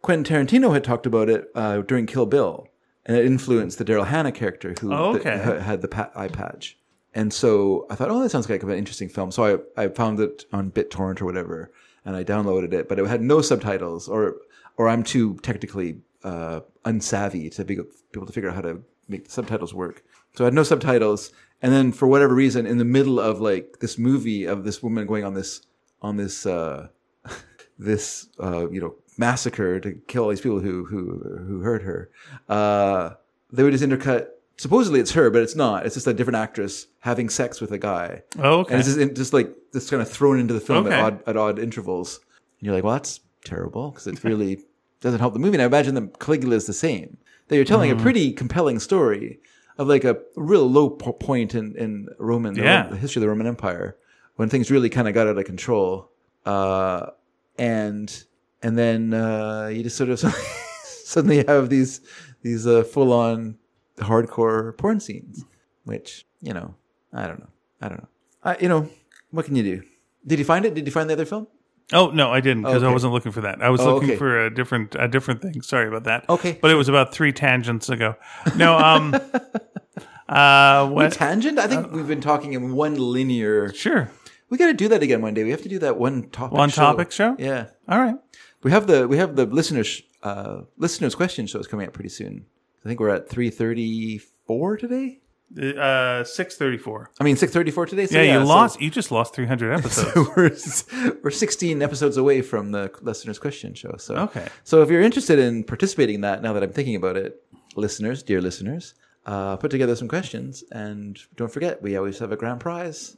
Speaker 2: Quentin Tarantino had talked about it uh, during Kill Bill, and it influenced the Daryl Hannah character who
Speaker 1: Oh,
Speaker 2: the-
Speaker 1: okay.
Speaker 2: ha- had the pa- eye patch. And so I thought, oh, that sounds like an interesting film. So I, I found it on BitTorrent or whatever, and I downloaded it, but it had no subtitles, or or I'm too technically uh, unsavvy to be, be able to figure out how to make the subtitles work. So I had no subtitles, and then for whatever reason, in the middle of like this movie of this woman going on this on this uh, this uh, you know massacre to kill all these people who who who hurt her. Uh, they would just intercut supposedly it's her, but it's not. It's just a different actress having sex with a guy,
Speaker 1: Oh, okay.
Speaker 2: and it's just, it's just like this kind of thrown into the film
Speaker 1: Okay.
Speaker 2: at, odd, at odd intervals. And you're like, well, that's terrible because it really doesn't help the movie. And I imagine that Caligula is the same. That you're telling
Speaker 1: Hmm.
Speaker 2: a pretty compelling story of like a real low po- point in in Roman the,
Speaker 1: Yeah.
Speaker 2: the history of the Roman Empire when things really kind of got out of control. Uh, and and then uh, you just sort of suddenly have these these uh, full on hardcore porn scenes, which you know I don't know I don't know I, you know what can you do? Did you find it? Did you find the other film?
Speaker 1: Oh no, I didn't because I
Speaker 2: Okay.
Speaker 1: wasn't looking for that. I was
Speaker 2: Oh,
Speaker 1: looking
Speaker 2: okay.
Speaker 1: for a different a different thing. Sorry about that.
Speaker 2: Okay.
Speaker 1: but it was about three tangents ago. No, um, uh,
Speaker 2: We
Speaker 1: what?
Speaker 2: tangent? I think we've been talking in one linear.
Speaker 1: sure,
Speaker 2: We got to do that again one day. We have to do that one topic.
Speaker 1: one
Speaker 2: show.
Speaker 1: topic show.
Speaker 2: Yeah,
Speaker 1: All right.
Speaker 2: we have the we have the listeners uh, listeners question shows coming up pretty soon. I think we're at three thirty four today.
Speaker 1: Uh, six thirty four.
Speaker 2: I mean six thirty four today. So
Speaker 1: Yeah, you
Speaker 2: so-
Speaker 1: lost. You just lost three hundred episodes.
Speaker 2: we're, we're 16 episodes away from the listeners question show so
Speaker 1: Okay.
Speaker 2: so if you're interested in participating in that now that i'm thinking about it listeners dear listeners uh, put together some questions and don't forget we always have a grand prize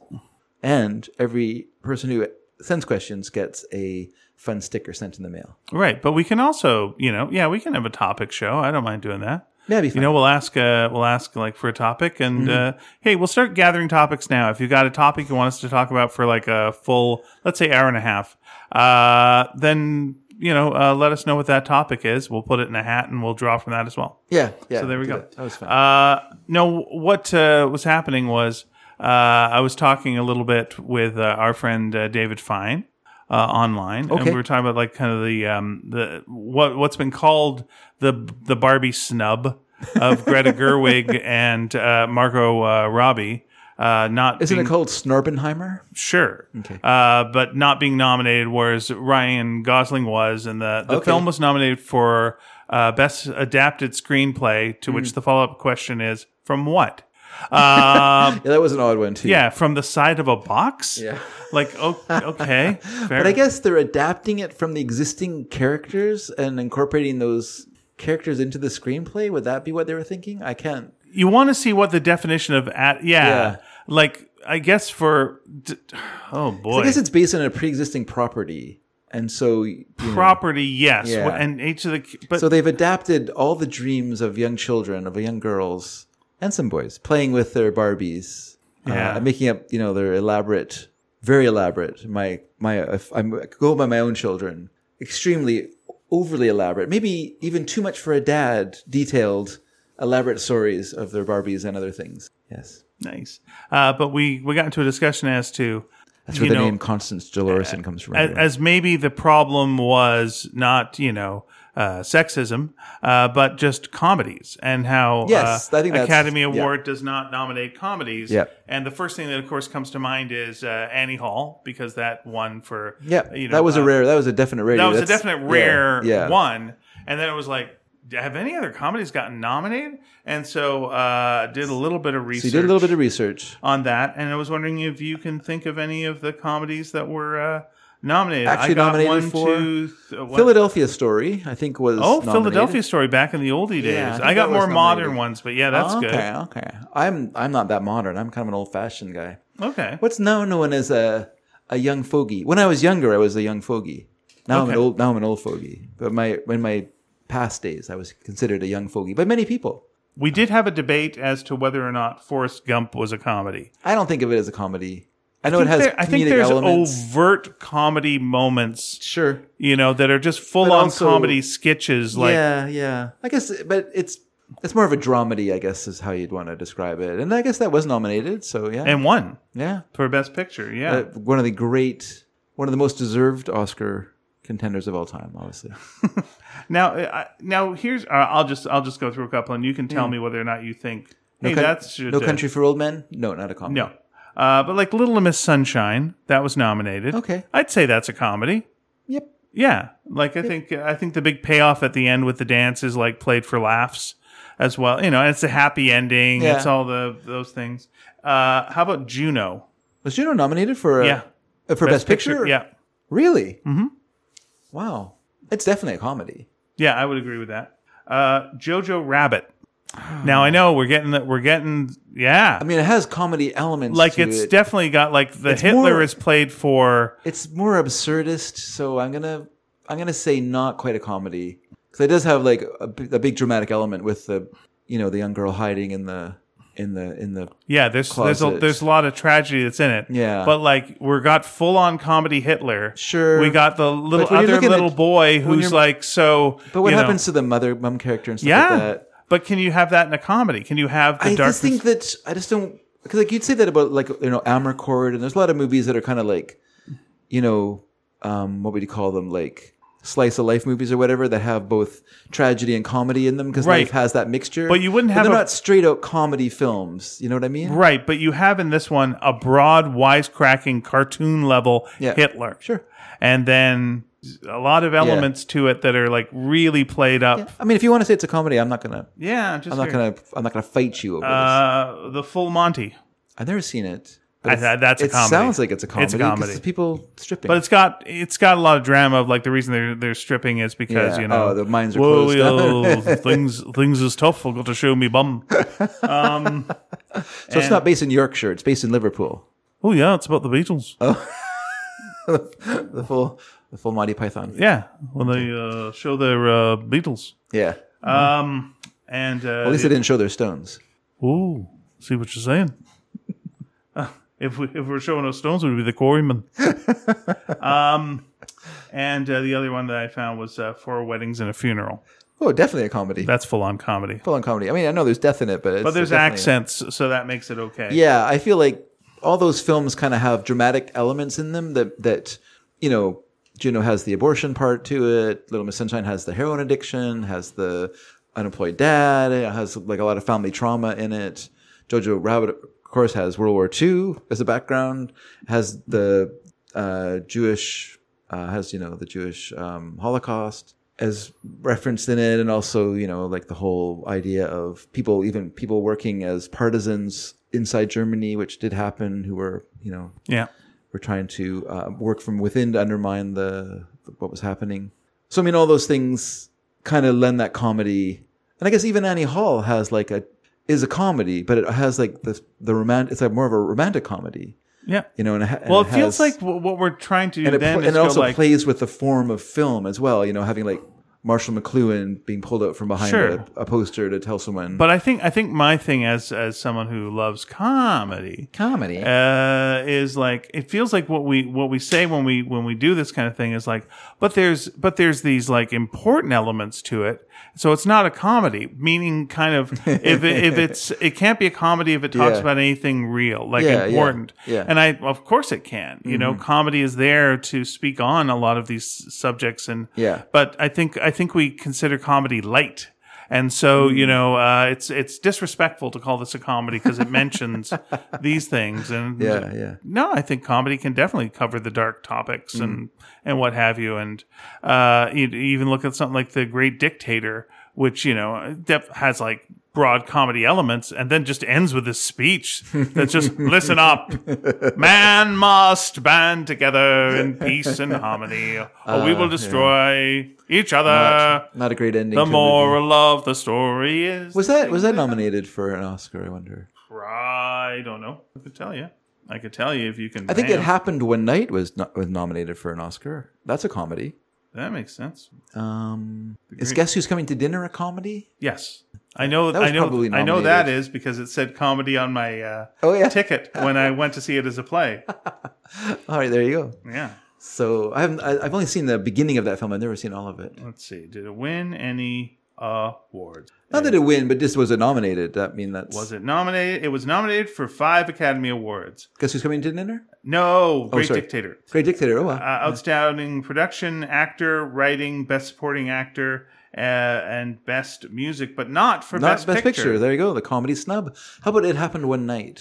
Speaker 2: and every person who sends questions gets a fun sticker sent in the mail
Speaker 1: right, but we can also, you know, yeah, we can have a topic show. I don't mind doing that.
Speaker 2: yeah it'd be
Speaker 1: You
Speaker 2: fun.
Speaker 1: know, we'll ask, uh, we'll ask like for a topic, and uh, hey, we'll start gathering topics now. If you got a topic you want us to talk about for like a full, let's say, hour and a half, uh, then you know, uh, let us know what that topic is. We'll put it in a hat, and we'll draw from that as well.
Speaker 2: yeah yeah
Speaker 1: So there we
Speaker 2: do
Speaker 1: go.
Speaker 2: that. that was fun
Speaker 1: Uh, no, what uh, was happening was uh, I was talking a little bit with uh, our friend uh, David Fine uh, online, and
Speaker 2: Okay.
Speaker 1: we were talking about like kind of the um, the what what's been called the the Barbie snub of Greta Gerwig and uh, Margot uh, Robbie. Uh, not
Speaker 2: isn't
Speaker 1: being-
Speaker 2: it called snarbenheimer
Speaker 1: Sure. Uh, but not being nominated, whereas Ryan Gosling was, and the, the
Speaker 2: Okay.
Speaker 1: film was nominated for uh, Best Adapted Screenplay, to
Speaker 2: Mm-hmm.
Speaker 1: which the follow up question is from what? Um,
Speaker 2: yeah that was an odd one too
Speaker 1: yeah, from the side of a box?
Speaker 2: Yeah.
Speaker 1: Like, o- okay. Fair.
Speaker 2: But I guess they're adapting it from the existing characters and incorporating those characters into the screenplay. Would that be what they were thinking? I can't.
Speaker 1: you want to see what the definition of at, yeah.
Speaker 2: Yeah.
Speaker 1: Like, I guess for, d- oh boy.
Speaker 2: I guess it's based on a pre-existing property, and so you know,
Speaker 1: property, yes.
Speaker 2: Yeah.
Speaker 1: And each of the, but
Speaker 2: so they've adapted all the dreams of young children, of young girls, and some boys playing with their Barbies, uh,
Speaker 1: Yeah.
Speaker 2: and making up you know their elaborate, very elaborate. My my, if I'm I go by my own children, extremely overly elaborate, maybe even too much for a dad. Detailed, elaborate stories of their Barbies and other things. Yes,
Speaker 1: nice. Uh, but we, we got into a discussion as to,
Speaker 2: that's where
Speaker 1: You
Speaker 2: the
Speaker 1: know, uh,
Speaker 2: name Constance Dolorison comes from.
Speaker 1: as,
Speaker 2: everyone.
Speaker 1: as maybe the problem was not you know uh, sexism, uh, but just comedies and how
Speaker 2: Yes,
Speaker 1: uh,
Speaker 2: I think that's-
Speaker 1: Academy
Speaker 2: yeah.
Speaker 1: Award does not nominate comedies.
Speaker 2: Yeah.
Speaker 1: And the first thing that, of course, comes to mind is uh, Annie Hall because that won for
Speaker 2: yeah,
Speaker 1: you know,
Speaker 2: that was
Speaker 1: uh,
Speaker 2: a rare. That was a definite rare.
Speaker 1: that was a definite rare
Speaker 2: yeah,
Speaker 1: one. And then it was like, have any other comedies gotten nominated? And so uh, did a little bit of
Speaker 2: So
Speaker 1: research
Speaker 2: you did a little bit of research.
Speaker 1: on that, and I was wondering if you can think of any of the comedies that were uh, nominated.
Speaker 2: Actually
Speaker 1: I got
Speaker 2: nominated
Speaker 1: one,
Speaker 2: for
Speaker 1: two, th- one-
Speaker 2: Philadelphia Story, I think, was
Speaker 1: Oh,
Speaker 2: nominated.
Speaker 1: Philadelphia Story back in the oldie days.
Speaker 2: Yeah, I think
Speaker 1: I got
Speaker 2: that was
Speaker 1: more modern
Speaker 2: nominated.
Speaker 1: ones, but yeah, that's
Speaker 2: okay, okay. I'm I'm not that modern. I'm kind of an old fashioned guy.
Speaker 1: good. Okay,
Speaker 2: What's now known as a a young fogey. When I was younger, I was a young fogey. Now I'm an
Speaker 1: Okay.
Speaker 2: old now I'm an old fogey. But my when my past days, I was considered a young fogey by many people.
Speaker 1: we did have a debate as to whether or not Forrest Gump was a comedy.
Speaker 2: I don't think of it as a comedy. I know it has
Speaker 1: There- I think
Speaker 2: comedic
Speaker 1: there's
Speaker 2: elements.
Speaker 1: overt comedy moments,
Speaker 2: sure.
Speaker 1: you know, that are just full on
Speaker 2: also-
Speaker 1: comedy sketches. Like,
Speaker 2: yeah, yeah. I guess, but it's it's more of a dramedy. I guess is how you'd want to describe it. And I guess that was nominated. So yeah,
Speaker 1: and one
Speaker 2: yeah.
Speaker 1: for Best Picture. Yeah,
Speaker 2: Uh, one of the great, one of the most deserved Oscar contenders of all time, obviously.
Speaker 1: Now, I, now here's. Uh, I'll just I'll just go through a couple, and you can tell me whether or not you think. Hey,
Speaker 2: Coun-
Speaker 1: that's should,
Speaker 2: Mm. No
Speaker 1: uh,
Speaker 2: Country for Old Men? No, not a comedy.
Speaker 1: No, uh, but like Little Miss Sunshine, that was nominated.
Speaker 2: Okay.
Speaker 1: I'd say that's a comedy.
Speaker 2: Yep.
Speaker 1: Yeah, like I think I think the big payoff at the end with the dance is like played for laughs as well. You know, and it's a happy ending.
Speaker 2: Yeah.
Speaker 1: It's all the those things. Uh, how about Juno?
Speaker 2: Was Juno nominated for a,
Speaker 1: Yeah.
Speaker 2: uh, for Best, Picture?
Speaker 1: Yeah,
Speaker 2: Really? Mm-hmm. Wow. It's definitely a comedy.
Speaker 1: yeah, I would agree with that. Uh, Jojo Rabbit. Now I know we're getting that we're getting yeah.
Speaker 2: I mean, it has comedy elements.
Speaker 1: like
Speaker 2: to
Speaker 1: it's
Speaker 2: it.
Speaker 1: definitely got like the
Speaker 2: It's
Speaker 1: Hitler
Speaker 2: more-
Speaker 1: is played for
Speaker 2: it's more absurdist. So I'm gonna I'm gonna say not quite a comedy because it does have like a, b- a big dramatic element with the you know the young girl hiding in the in the in the
Speaker 1: yeah, there's there's a
Speaker 2: Closets.
Speaker 1: there's a lot of tragedy that's in it.
Speaker 2: Yeah.
Speaker 1: But like we got full on comedy Hitler.
Speaker 2: Sure.
Speaker 1: We got the little
Speaker 2: But when you're
Speaker 1: other
Speaker 2: looking at-
Speaker 1: little boy who's
Speaker 2: you're-
Speaker 1: like so
Speaker 2: but what
Speaker 1: you know-
Speaker 2: happens to the mother mom character and stuff
Speaker 1: Yeah.
Speaker 2: like that?
Speaker 1: But can you have that in a comedy? Can you have the
Speaker 2: I
Speaker 1: darkness?
Speaker 2: just think that I just don't because like you'd say that about like you know Amarcord and there's a lot of movies that are kind of like you know um, what would you call them like slice of life movies or whatever that have both tragedy and comedy in them because
Speaker 1: Right.
Speaker 2: life has that mixture.
Speaker 1: But you wouldn't have
Speaker 2: they're
Speaker 1: a-
Speaker 2: not straight out comedy films. You know what I mean?
Speaker 1: Right, but you have in this one a broad, wisecracking, cartoon level
Speaker 2: Yeah.
Speaker 1: Hitler.
Speaker 2: Sure.
Speaker 1: And then a lot of elements to it that are like really played up.
Speaker 2: I mean, if you want to say it's a comedy, I'm not gonna
Speaker 1: Yeah, just
Speaker 2: I'm not
Speaker 1: here.
Speaker 2: gonna I'm not gonna fight you over
Speaker 1: Uh, the full Monty,
Speaker 2: this. I've never seen it.
Speaker 1: I-
Speaker 2: it's-
Speaker 1: that's a
Speaker 2: it
Speaker 1: comedy.
Speaker 2: sounds like it's a
Speaker 1: It's a
Speaker 2: comedy. 'cause
Speaker 1: comedy.
Speaker 2: It's people stripping.
Speaker 1: but it's got it's got a lot of drama of like the reason they're they're stripping is because
Speaker 2: Yeah.
Speaker 1: you know
Speaker 2: Oh, the mines are
Speaker 1: "Whoa,
Speaker 2: closed
Speaker 1: yo, things things is tough. I got to show me bum.
Speaker 2: so it's not based in Yorkshire. It's based in Liverpool.
Speaker 1: Oh yeah, it's about the Beatles.
Speaker 2: Oh. The full the full Monty Python.
Speaker 1: Yeah, when they uh, show their uh, Beatles.
Speaker 2: Yeah.
Speaker 1: Um, and uh,
Speaker 2: At least they didn't show their stones.
Speaker 1: Ooh, see what you're saying. Uh, if we if we're showing us stones, we'd be the quarrymen. um, and uh, the other one that I found was uh, four weddings and a funeral.
Speaker 2: Oh, definitely a comedy.
Speaker 1: That's full on comedy,
Speaker 2: Full on comedy. I mean, I know there's death in it, but it's
Speaker 1: but there's
Speaker 2: definitely-
Speaker 1: accents, so that makes it okay.
Speaker 2: Yeah, I feel like all those films kind of have dramatic elements in them that that you know Juno has the abortion part to it. Little Miss Sunshine has the heroin addiction, has the unemployed dad, it has like a lot of family trauma in it. Jojo Rabbit, of course, has World War II as a background, has the uh, Jewish, uh, has you know the Jewish um, Holocaust as referenced in it, and also you know like the whole idea of people, even people working as partisans inside Germany, which did happen, who were you know
Speaker 1: yeah.
Speaker 2: were trying to uh, work from within to undermine the what was happening. So I mean, all those things kind of lend that comedy, and I guess even Annie Hall has like a is a comedy, but it has like the the romantic. It's like more of a romantic comedy,
Speaker 1: yeah.
Speaker 2: you know. And it, ha- and
Speaker 1: Well, it feels
Speaker 2: has-
Speaker 1: like w- what we're trying to do
Speaker 2: and it,
Speaker 1: then
Speaker 2: pl-
Speaker 1: is
Speaker 2: and it
Speaker 1: go
Speaker 2: also
Speaker 1: like
Speaker 2: plays with the form of film as well. You know, having like Marshall McLuhan being pulled out from behind
Speaker 1: Sure.
Speaker 2: a, a poster to tell someone,
Speaker 1: But I think I think my thing as as someone who loves comedy,
Speaker 2: comedy.
Speaker 1: uh, is like it feels like what we what we say when we when we do this kind of thing is like, but there's but there's these like important elements to it. So it's not a comedy, meaning kind of if it, if it's it can't be a comedy if it talks
Speaker 2: Yeah.
Speaker 1: about anything real, like
Speaker 2: Yeah, yeah,
Speaker 1: important.
Speaker 2: yeah.
Speaker 1: And I of course it can. You
Speaker 2: Mm-hmm.
Speaker 1: know, comedy is there to speak on a lot of these subjects and
Speaker 2: Yeah.
Speaker 1: But I think I think we consider comedy light. And so
Speaker 2: Mm.
Speaker 1: you know, uh, it's it's disrespectful to call this a comedy because it mentions these things. And
Speaker 2: Yeah, yeah.
Speaker 1: no, I think comedy can definitely cover the dark topics
Speaker 2: Mm.
Speaker 1: and and what have you. And uh, you even look at something like The Great Dictator, which you know def- has like broad comedy elements, and then just ends with this speech that's just listen up, man must band together in peace and harmony, or we will destroy each other.
Speaker 2: Uh, Not a great ending.
Speaker 1: Uh, the
Speaker 2: to a movie.
Speaker 1: moral of the story is
Speaker 2: was that was that nominated for an Oscar? I wonder.
Speaker 1: I don't know. I could tell you. I could tell you if you can.
Speaker 2: I think it
Speaker 1: happened.
Speaker 2: happened when Night was no- was nominated for an Oscar. That's a comedy.
Speaker 1: That makes sense.
Speaker 2: Um, is Guess Who's Coming to Dinner a comedy?
Speaker 1: Yes, I know.
Speaker 2: That was
Speaker 1: I know.
Speaker 2: probably
Speaker 1: I know
Speaker 2: nominated.
Speaker 1: that is because it said comedy on my uh,
Speaker 2: Oh, yeah.
Speaker 1: ticket when I went to see it as a play.
Speaker 2: All right, there you go.
Speaker 1: Yeah.
Speaker 2: So I haven't. I, I've only seen the beginning of that film. I've never seen all of it.
Speaker 1: Let's see. Did it win any awards?
Speaker 2: Not that it win, but just was it nominated? That mean that's
Speaker 1: Was it nominated? It was nominated for five Academy Awards.
Speaker 2: Guess Who's Coming to Dinner?
Speaker 1: No, Great
Speaker 2: Oh, sorry.
Speaker 1: Dictator.
Speaker 2: Great Dictator. Oh, wow.
Speaker 1: Uh, outstanding production, actor, writing, best supporting actor, uh, and best music, but not for
Speaker 2: not
Speaker 1: best, picture.
Speaker 2: There you go. The comedy snub. How about It Happened One Night?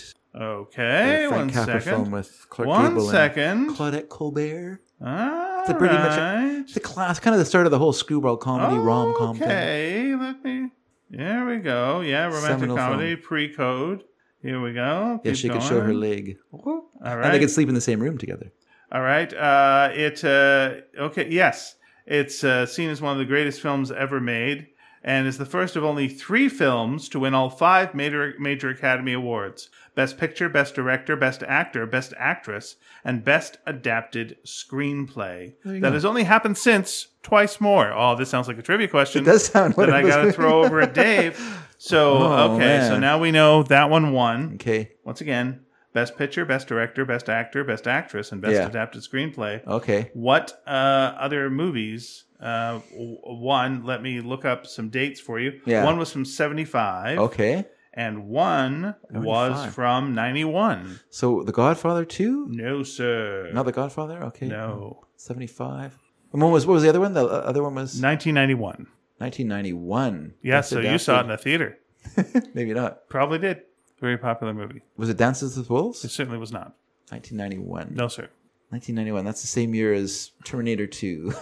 Speaker 1: Okay,
Speaker 2: The
Speaker 1: one
Speaker 2: Frank Capra
Speaker 1: second.
Speaker 2: film with Clark
Speaker 1: One
Speaker 2: Gable
Speaker 1: second.
Speaker 2: and Claudette Colbert.
Speaker 1: It's
Speaker 2: a pretty much- It's a class, kind of the start of the whole screwball comedy rom com thing.
Speaker 1: Okay, let me. There we go. Yeah, romantic
Speaker 2: Seminal
Speaker 1: comedy, pre-code. Here we go.
Speaker 2: Yeah,
Speaker 1: Keep
Speaker 2: she could
Speaker 1: going.
Speaker 2: show her leg.
Speaker 1: All
Speaker 2: And they
Speaker 1: right.
Speaker 2: could sleep in the same room together.
Speaker 1: All right. Uh, it. Uh, okay. Yes, it's uh, seen as one of the greatest films ever made. and is the first of only three films to win all five major, major Academy Awards Best Picture, Best Director, Best Actor, Best Actress, and Best Adapted Screenplay. That has only happened since twice more. Oh, this sounds like a trivia question.
Speaker 2: It does sound
Speaker 1: that
Speaker 2: like
Speaker 1: I
Speaker 2: it was-
Speaker 1: got to throw over at Dave. So,
Speaker 2: Oh,
Speaker 1: okay, so
Speaker 2: man.
Speaker 1: now we know that one won.
Speaker 2: Okay.
Speaker 1: Once again, Best Picture, Best Director, Best Actor, Best Actress, and Best
Speaker 2: Yeah.
Speaker 1: Adapted Screenplay.
Speaker 2: Okay.
Speaker 1: What uh, other movies? Uh, w- one, let me look up some dates for you.
Speaker 2: Yeah.
Speaker 1: One was from 75,
Speaker 2: Okay.
Speaker 1: and one was
Speaker 2: 75.
Speaker 1: from 91.
Speaker 2: So The Godfather 2?
Speaker 1: No, sir.
Speaker 2: Not The Godfather? Okay.
Speaker 1: no.
Speaker 2: 75. And what was, what was the other one? The uh, other one was
Speaker 1: 1991.
Speaker 2: 1991.
Speaker 1: Yeah,
Speaker 2: That's
Speaker 1: so you
Speaker 2: adapted.
Speaker 1: saw it in a theater.
Speaker 2: Maybe not.
Speaker 1: Probably did. Very popular movie.
Speaker 2: Was it Dances with Wolves?
Speaker 1: It certainly was not.
Speaker 2: 1991.
Speaker 1: No, sir.
Speaker 2: 1991. That's the same year as Terminator 2.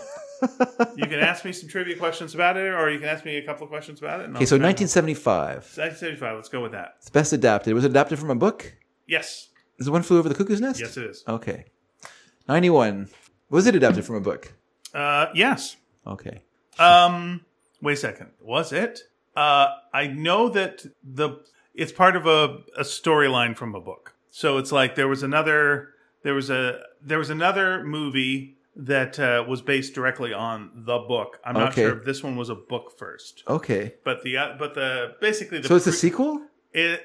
Speaker 1: You can ask me some trivia questions about it, or you can ask me a couple of questions about it. and
Speaker 2: okay,
Speaker 1: I'll
Speaker 2: so
Speaker 1: try and-
Speaker 2: 1975.
Speaker 1: 1975. Let's go with that.
Speaker 2: It's best adapted. Was it adapted from a book?
Speaker 1: Yes.
Speaker 2: Is it One Flew Over the Cuckoo's Nest?
Speaker 1: Yes, it is.
Speaker 2: Okay. 91. Was it adapted from a book?
Speaker 1: Uh, yes.
Speaker 2: Okay.
Speaker 1: Um, wait a second. Was it? Uh, I know that the it's part of a, a storyline from a book. So it's like there was another there was a there was another movie that uh, was based directly on the book. I'm not
Speaker 2: Okay.
Speaker 1: sure if this one was a book first,
Speaker 2: Okay.
Speaker 1: but the uh, but the basically the
Speaker 2: So it's a
Speaker 1: pre-
Speaker 2: sequel?
Speaker 1: it,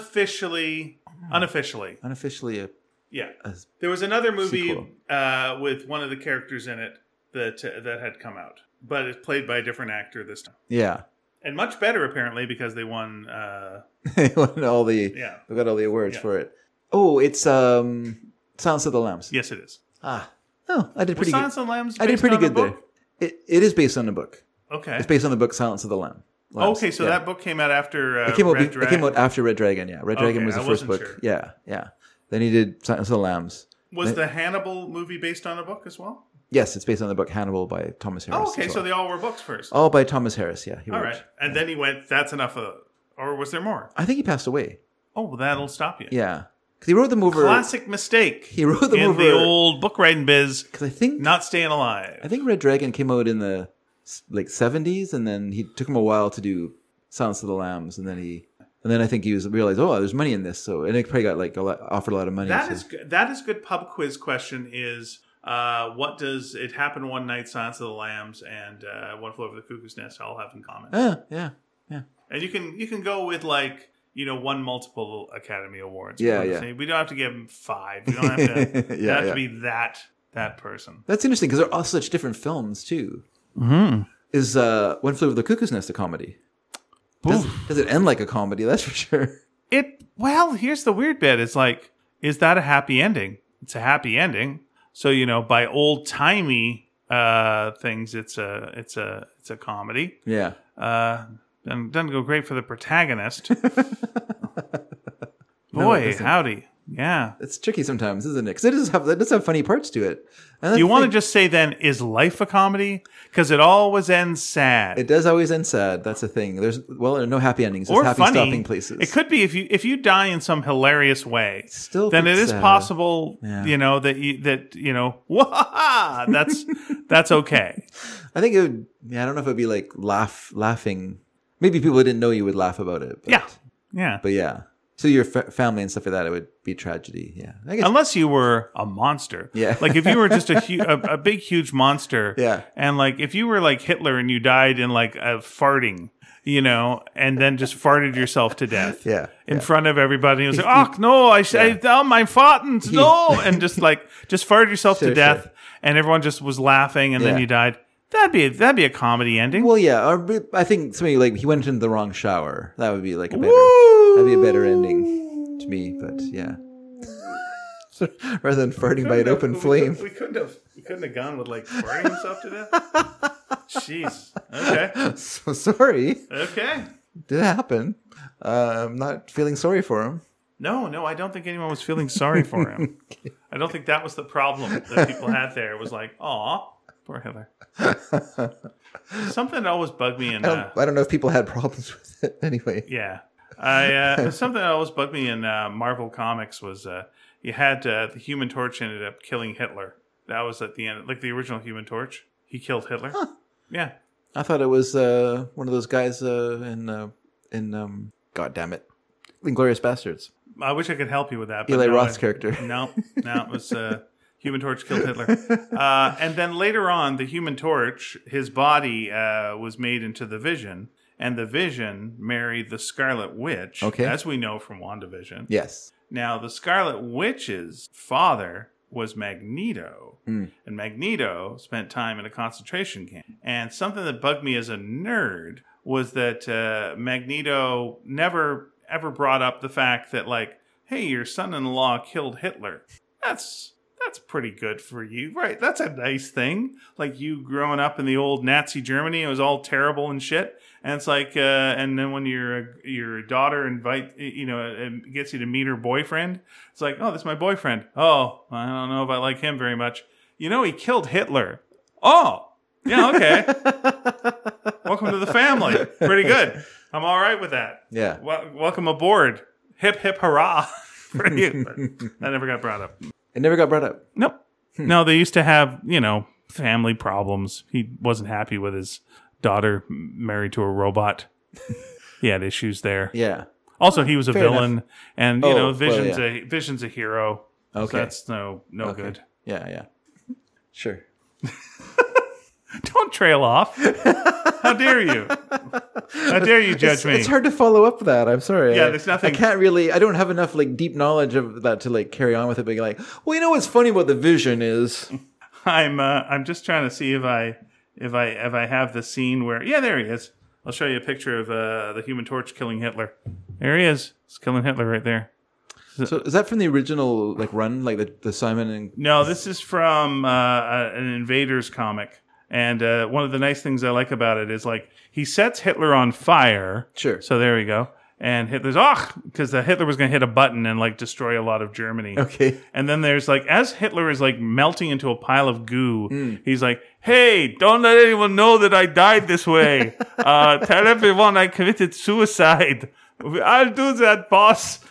Speaker 1: unofficially unofficially
Speaker 2: Unofficially a,
Speaker 1: yeah.
Speaker 2: a
Speaker 1: There was another movie
Speaker 2: Sequel.
Speaker 1: uh, with one of the characters in it that uh, that had come out, but it's played by a different actor this time.
Speaker 2: yeah.
Speaker 1: and much better apparently because they won. Uh,
Speaker 2: they won all the
Speaker 1: yeah,
Speaker 2: we got all the awards
Speaker 1: Yeah.
Speaker 2: for it. Oh, it's um Silence of the Lambs.
Speaker 1: yes, it is.
Speaker 2: Ah. Oh, I did
Speaker 1: Was
Speaker 2: pretty good.
Speaker 1: Silence of the Lambs?
Speaker 2: I did
Speaker 1: based
Speaker 2: pretty
Speaker 1: on a
Speaker 2: good there.
Speaker 1: book?
Speaker 2: It, it is based on a book.
Speaker 1: Okay.
Speaker 2: It's based on the book Silence of the Lamb. Lambs.
Speaker 1: okay, so
Speaker 2: Yeah.
Speaker 1: that book came out after uh,
Speaker 2: it came out.
Speaker 1: Red
Speaker 2: be- It
Speaker 1: Dragon.
Speaker 2: came out after Red Dragon. Yeah, Red Dragon
Speaker 1: Okay,
Speaker 2: was the
Speaker 1: I
Speaker 2: 1st
Speaker 1: wasn't
Speaker 2: book.
Speaker 1: sure.
Speaker 2: Yeah, yeah. Then he did Silence of the Lambs.
Speaker 1: Was the Hannibal movie based on a book as well?
Speaker 2: Yes, it's based on the book Hannibal by Thomas Harris.
Speaker 1: Oh, okay,
Speaker 2: as
Speaker 1: so
Speaker 2: well.
Speaker 1: they all were books first.
Speaker 2: all by Thomas Harris. Yeah, he
Speaker 1: all
Speaker 2: wrote.
Speaker 1: right, and then he went. That's enough of. those." Or was there more?
Speaker 2: I think he passed away.
Speaker 1: Oh, well, that'll stop you.
Speaker 2: Yeah, because he wrote them over.
Speaker 1: Classic mistake.
Speaker 2: He wrote them
Speaker 1: in
Speaker 2: over
Speaker 1: the old book writing biz.
Speaker 2: Because I think
Speaker 1: Not staying
Speaker 2: I
Speaker 1: alive.
Speaker 2: think Red Dragon came out in the s- like seventies, and then he took him a while to do Silence of the Lambs, and then he and then I think he was realized, oh, there's money in this, so and it probably got like a lot, offered a lot of money.
Speaker 1: That
Speaker 2: so-
Speaker 1: is good. That is good. Pub quiz question is uh, what does it happen one night? Silence of the Lambs and uh, One Flew Over the Cuckoo's Nest all have in common.
Speaker 2: Ah, yeah, yeah,
Speaker 1: And you can you can go with like you know one multiple Academy Awards.
Speaker 2: Yeah,
Speaker 1: You know what I'm
Speaker 2: yeah.
Speaker 1: saying? We don't have to give them five. We don't have to.
Speaker 2: yeah,
Speaker 1: you have
Speaker 2: yeah.
Speaker 1: to be that that person.
Speaker 2: That's interesting because they're all such different films too.
Speaker 1: Mm-hmm.
Speaker 2: Is uh, One Flew Over the Cuckoo's Nest a comedy? Does, does it end like a comedy? That's for sure.
Speaker 1: It well, here's the weird bit. It's like, is that a happy ending? It's a happy ending. So you know, by old timey uh, things, it's a it's a it's a comedy.
Speaker 2: Yeah,
Speaker 1: Uh, and doesn't go great for the protagonist.
Speaker 2: No, it
Speaker 1: Boy,
Speaker 2: doesn't.
Speaker 1: howdy. Yeah.
Speaker 2: it's tricky sometimes, isn't it? Because it does have that does have funny parts to it. And that's
Speaker 1: You
Speaker 2: the
Speaker 1: want to
Speaker 2: thing.
Speaker 1: just say then, is life a comedy? Because it always ends sad
Speaker 2: It does always end sad. That's the thing. There's well, there are no happy endings. There's
Speaker 1: or
Speaker 2: happy
Speaker 1: funny.
Speaker 2: stopping places.
Speaker 1: It could be if you if you die in some hilarious way,
Speaker 2: Still
Speaker 1: then it
Speaker 2: pretty
Speaker 1: is
Speaker 2: sad.
Speaker 1: possible,
Speaker 2: Yeah.
Speaker 1: you know, that you that you know, "Wahaha!" that's that's okay.
Speaker 2: I think it would. Yeah, I don't know if it'd be like laugh, laughing. Maybe people who didn't know you would laugh about it. But,
Speaker 1: Yeah, yeah.
Speaker 2: but yeah, to your fa- family and stuff like that, it would be tragedy. Yeah, I guess.
Speaker 1: Unless you were a monster,
Speaker 2: Yeah.
Speaker 1: Like if you were just a, hu- a a big huge monster,
Speaker 2: Yeah.
Speaker 1: And like if you were like Hitler and you died in like a farting, you know, and then just farted yourself to death,
Speaker 2: Yeah,
Speaker 1: in front of everybody. It was like, "Ach no, I saved all my fartens, no," and just like just farted yourself to
Speaker 2: Sure,
Speaker 1: death, and everyone just was laughing, and then
Speaker 2: Yeah.
Speaker 1: you died. That'd be that'd be a comedy ending.
Speaker 2: Well, yeah. Or b- I think somebody like he went into the wrong shower. That would be like a better. That'd be a better ending to me. But yeah. Rather than farting by an open flame.
Speaker 1: We couldn't have we couldn't have gone with like farting himself to death. Jeez. Okay.
Speaker 2: So sorry.
Speaker 1: Okay.
Speaker 2: Did it happen? Uh, I'm not feeling sorry for him.
Speaker 1: No, no, I don't think anyone was feeling sorry for him. I don't think that was the problem that people had there. It was like, aw, poor Hitler. Something that always bugged me in
Speaker 2: I don't,
Speaker 1: uh,
Speaker 2: Um, I don't know if people had problems with it anyway.
Speaker 1: yeah. I uh, something that always bugged me in uh, Marvel comics was uh, you had uh, the Human Torch ended up killing Hitler. That was at the end, like the original Human Torch. He killed Hitler. Yeah,
Speaker 2: I thought it was uh, one of those guys uh, in uh, in um, God damn it, Inglorious Bastards.
Speaker 1: I wish I could help you with that.
Speaker 2: Eli
Speaker 1: no,
Speaker 2: Roth's
Speaker 1: I-
Speaker 2: character.
Speaker 1: No, no, it was uh, Human Torch killed Hitler. Uh, and then later on, the Human Torch, his body uh, was made into the Vision, and the Vision married the Scarlet Witch,
Speaker 2: Okay.
Speaker 1: as we know from WandaVision.
Speaker 2: Yes.
Speaker 1: Now, the Scarlet Witch's father was Magneto,
Speaker 2: Hmm.
Speaker 1: and Magneto spent time in a concentration camp. And something that bugged me as a nerd was that uh, Magneto never ever brought up the fact that, like, hey, your son-in-law killed Hitler. That's that's pretty good for you, right? That's a nice thing. Like you growing up in the old Nazi Germany, it was all terrible and shit. And it's like, uh, and then when your your daughter invite, you know, it gets you to meet her boyfriend. It's like, oh, this is my boyfriend. Oh, I don't know if I like him very much. You know, he killed Hitler. Oh, yeah, okay. Welcome to the family. Pretty good. I'm all right with that.
Speaker 2: Yeah.
Speaker 1: Wel- welcome aboard. Hip hip hurrah for you. But that never got brought up.
Speaker 2: It never got brought up.
Speaker 1: Nope. No, they used to have, you know, family problems. He wasn't happy with his daughter m- married to a robot. he had issues there.
Speaker 2: Yeah.
Speaker 1: Also, he was a
Speaker 2: Fair
Speaker 1: villain, and you
Speaker 2: Oh,
Speaker 1: know,
Speaker 2: well,
Speaker 1: Vision's
Speaker 2: yeah.
Speaker 1: a Vision's a hero. So
Speaker 2: Okay.
Speaker 1: that's no no
Speaker 2: Okay.
Speaker 1: good.
Speaker 2: Yeah. Yeah. Sure.
Speaker 1: Don't trail off. How dare you? How dare you judge
Speaker 2: it's,
Speaker 1: me?
Speaker 2: it's hard to follow up that. I'm sorry.
Speaker 1: Yeah,
Speaker 2: I-
Speaker 1: there's nothing-
Speaker 2: I can't really. I don't have enough like deep knowledge of that to like carry on with it. But like, well, you know what's funny about the vision is
Speaker 1: I'm uh, I'm just trying to see if I if I if I have the scene where yeah there he is. I'll show you a picture of uh, the Human Torch killing Hitler. There he is. He's killing Hitler right there.
Speaker 2: So is that from the original like run, like the, the Simon and
Speaker 1: No, this is from uh, a- an Invaders comic. And uh, one of the nice things I like about it is like he sets Hitler on fire.
Speaker 2: Sure.
Speaker 1: So there we go. And Hitler's ah because the Hitler was going to hit a button and like destroy a lot of Germany.
Speaker 2: Okay.
Speaker 1: And then there's like as Hitler is like melting into a pile of goo,
Speaker 2: Hmm.
Speaker 1: he's like, "Hey, don't let anyone know that I died this way. uh, tell everyone I committed suicide. I'll do that, boss."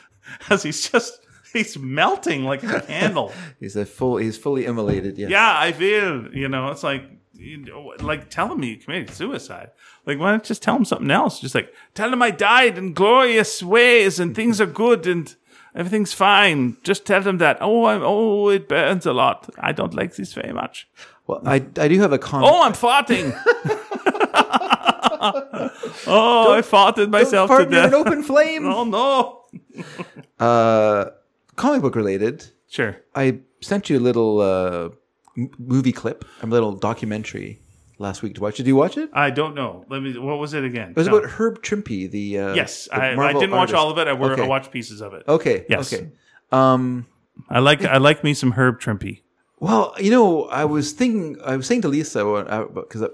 Speaker 1: As he's just he's melting like a candle.
Speaker 2: He's a full. He's fully immolated. Yeah.
Speaker 1: yeah, I feel. You know, it's like, you know, like tell him he committed suicide. Like, why not just tell him something else? Just like tell him I died in glorious ways and things are good and everything's fine. Just tell him that. Oh, I'm, oh, it burns a lot. I don't like this very much.
Speaker 2: Well, I, I do have a comment.
Speaker 1: Oh, I'm farting. oh, I farted myself to
Speaker 2: an
Speaker 1: death.
Speaker 2: open flame.
Speaker 1: Oh no.
Speaker 2: Uh, comic book related.
Speaker 1: Sure.
Speaker 2: I sent you a little uh, m- movie clip, a little documentary last week to watch. Did you watch it? It
Speaker 1: I don't know. Let me. What was it again?
Speaker 2: was
Speaker 1: Uh, No.
Speaker 2: about Herb Trimpe, the uh,
Speaker 1: yes,
Speaker 2: the
Speaker 1: I, I
Speaker 2: Marvel
Speaker 1: didn't watch
Speaker 2: artist.
Speaker 1: all of it. I, were, I
Speaker 2: Okay.
Speaker 1: watched pieces of it.
Speaker 2: Okay.
Speaker 1: Yes.
Speaker 2: Okay. Um,
Speaker 1: I like I like me some herb trimpy.
Speaker 2: Well, you know, I was thinking, I was saying to Lisa because I,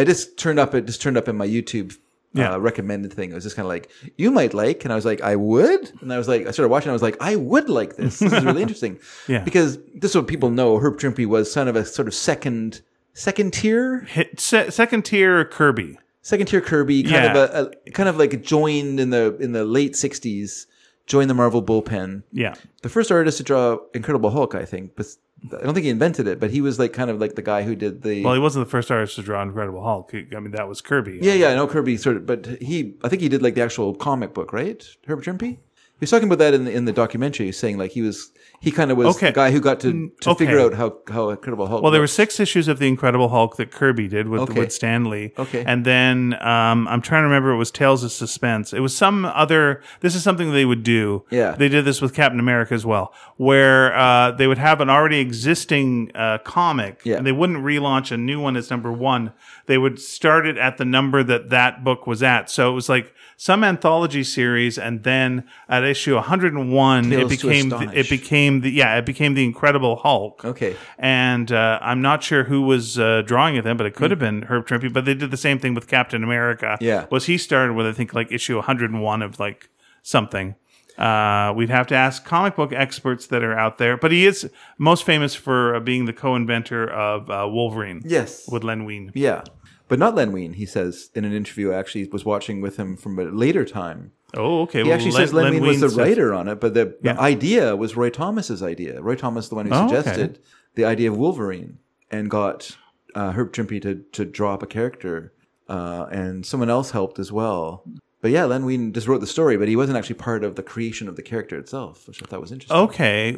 Speaker 2: I just turned up, it just turned up in my YouTube
Speaker 1: Yeah.
Speaker 2: uh, recommended thing. It was just kind of like, you might like, and I was like, I would, and I was like, I started watching, I was like, I would like this. This is really interesting,
Speaker 1: Yeah.
Speaker 2: because this is what people know. Herb Trimpe was son of a sort of second, second tier,
Speaker 1: Hit, se- second tier Kirby.
Speaker 2: second tier Kirby, kind
Speaker 1: Yeah.
Speaker 2: of a, a kind of like joined in the in the late '60s, joined the Marvel bullpen
Speaker 1: Yeah.
Speaker 2: the first artist to draw Incredible Hulk, I think. But I don't think he invented it, but he was like kind of like the guy who did the.
Speaker 1: Well, he wasn't the first artist to draw Incredible Hulk. He- I mean, that was Kirby.
Speaker 2: yeah, yeah, I know Kirby sort of, but he, I think he did like the actual comic book, right? Herb Trimpe. He was talking about that in the in the documentary, saying like he was he kind of was
Speaker 1: Okay. Mm,
Speaker 2: the guy who got to to
Speaker 1: okay.
Speaker 2: figure out how how Incredible Hulk.
Speaker 1: Well, there were
Speaker 2: worked.
Speaker 1: six issues of the Incredible Hulk that Kirby did with
Speaker 2: Okay.
Speaker 1: with Stanley.
Speaker 2: Okay.
Speaker 1: And then um, I'm trying to remember. It was Tales of Suspense. It was some other. This is something they would do.
Speaker 2: Yeah.
Speaker 1: They did this with Captain America as well, where uh, they would have an already existing uh, comic.
Speaker 2: Yeah.
Speaker 1: And they wouldn't relaunch a new one as number one. They would start it at the number that that book was at. So it was like some anthology series, and then at issue 101, it
Speaker 2: Tales to
Speaker 1: became the,
Speaker 2: Astonish.
Speaker 1: it became the yeah it became the Incredible Hulk
Speaker 2: okay,
Speaker 1: and uh, I'm not sure who was uh, drawing it then, but it could have been Herb Trimpe. But they did the same thing with Captain America.
Speaker 2: Hmm. Yeah.
Speaker 1: was he started with I think like issue 101 of like something. Uh, we'd have to ask comic book experts that are out there, but he is most famous for uh, being the co-inventor of uh, Wolverine.
Speaker 2: yes,
Speaker 1: with Len Wein.
Speaker 2: yeah, but not Len Wein. He says in an interview, I actually was watching with him from a later time.
Speaker 1: Oh, okay.
Speaker 2: He actually says Len, Wein was the
Speaker 1: says-
Speaker 2: writer on it, but the, the idea was Roy Thomas's idea. Roy Thomas, the one who
Speaker 1: Oh, okay.
Speaker 2: suggested the idea of Wolverine and got uh, Herb Trimpe to, to draw up a character. uh, and someone else helped as well. But yeah, Len Wein just wrote the story, but he wasn't actually part of the creation of the character itself, which I thought was
Speaker 1: Oh.
Speaker 2: interesting.
Speaker 1: Okay.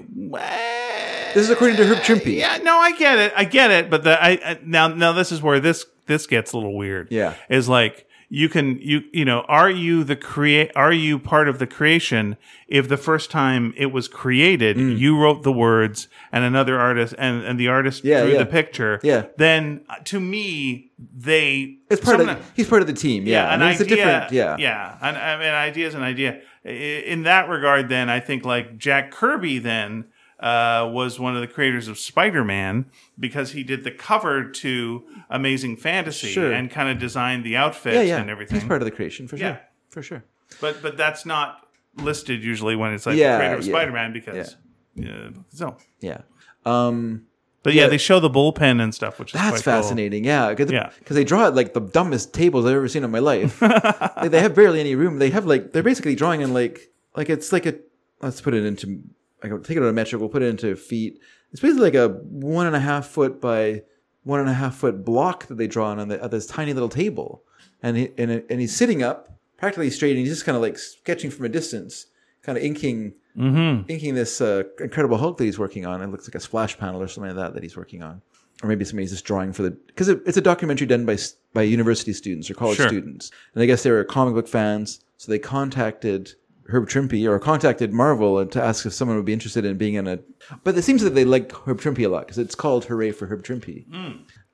Speaker 2: This is according to Herb Trimpe.
Speaker 1: Yeah, no, I get it. I get it. But the I, I now now this is where this this gets a little weird.
Speaker 2: Yeah.
Speaker 1: Is like you can you you know, are you the create are you part of the creation if the first time it was created
Speaker 2: Mm.
Speaker 1: you wrote the words and another artist and, and the artist
Speaker 2: Yeah,
Speaker 1: drew
Speaker 2: yeah.
Speaker 1: the picture.
Speaker 2: Yeah.
Speaker 1: Then uh, to me they
Speaker 2: It's part
Speaker 1: sometimes-
Speaker 2: of he's part of the team. Yeah,
Speaker 1: an
Speaker 2: and it's
Speaker 1: idea,
Speaker 2: a different. Yeah,
Speaker 1: yeah. An, I mean, an idea is an idea. I- In that regard, then I think like Jack Kirby then uh, was one of the creators of Spider-Man because he did the cover to Amazing Fantasy
Speaker 2: Sure.
Speaker 1: and kind of designed the outfits
Speaker 2: yeah, yeah.
Speaker 1: and everything.
Speaker 2: He's part of the creation for sure.
Speaker 1: Yeah.
Speaker 2: For sure.
Speaker 1: but but that's not listed usually when it's like
Speaker 2: Yeah,
Speaker 1: the creator of
Speaker 2: yeah.
Speaker 1: Spider-Man because yeah. so.
Speaker 2: Yeah. Um,
Speaker 1: But yeah, they show the bullpen and stuff, which is
Speaker 2: that's
Speaker 1: quite cool.
Speaker 2: fascinating. Yeah, because
Speaker 1: Yeah.
Speaker 2: they draw it like the dumbest tables I've ever seen in my life. like, they have barely any room. They have like they're basically drawing in like like it's like a let's put it into I can take it out of metric. We'll put it into feet. It's basically like a one and a half foot by one and a half foot block that they draw on on, the, on this tiny little table, and he, and and he's sitting up practically straight, and he's just kind of like sketching from a distance, kind of inking inking this uh, Incredible Hulk that he's working on. It looks like a splash panel or something like that that he's working on, or maybe somebody's just drawing for the because it, it's a documentary done by s- by university students or college
Speaker 1: Sure.
Speaker 2: students, and I guess they were comic book fans, so they contacted Herb Trimpe or contacted Marvel and to ask if someone would be interested in being in a. But it seems that they liked Herb Trimpe a lot because it's called "Hooray for Herb Trimpe,"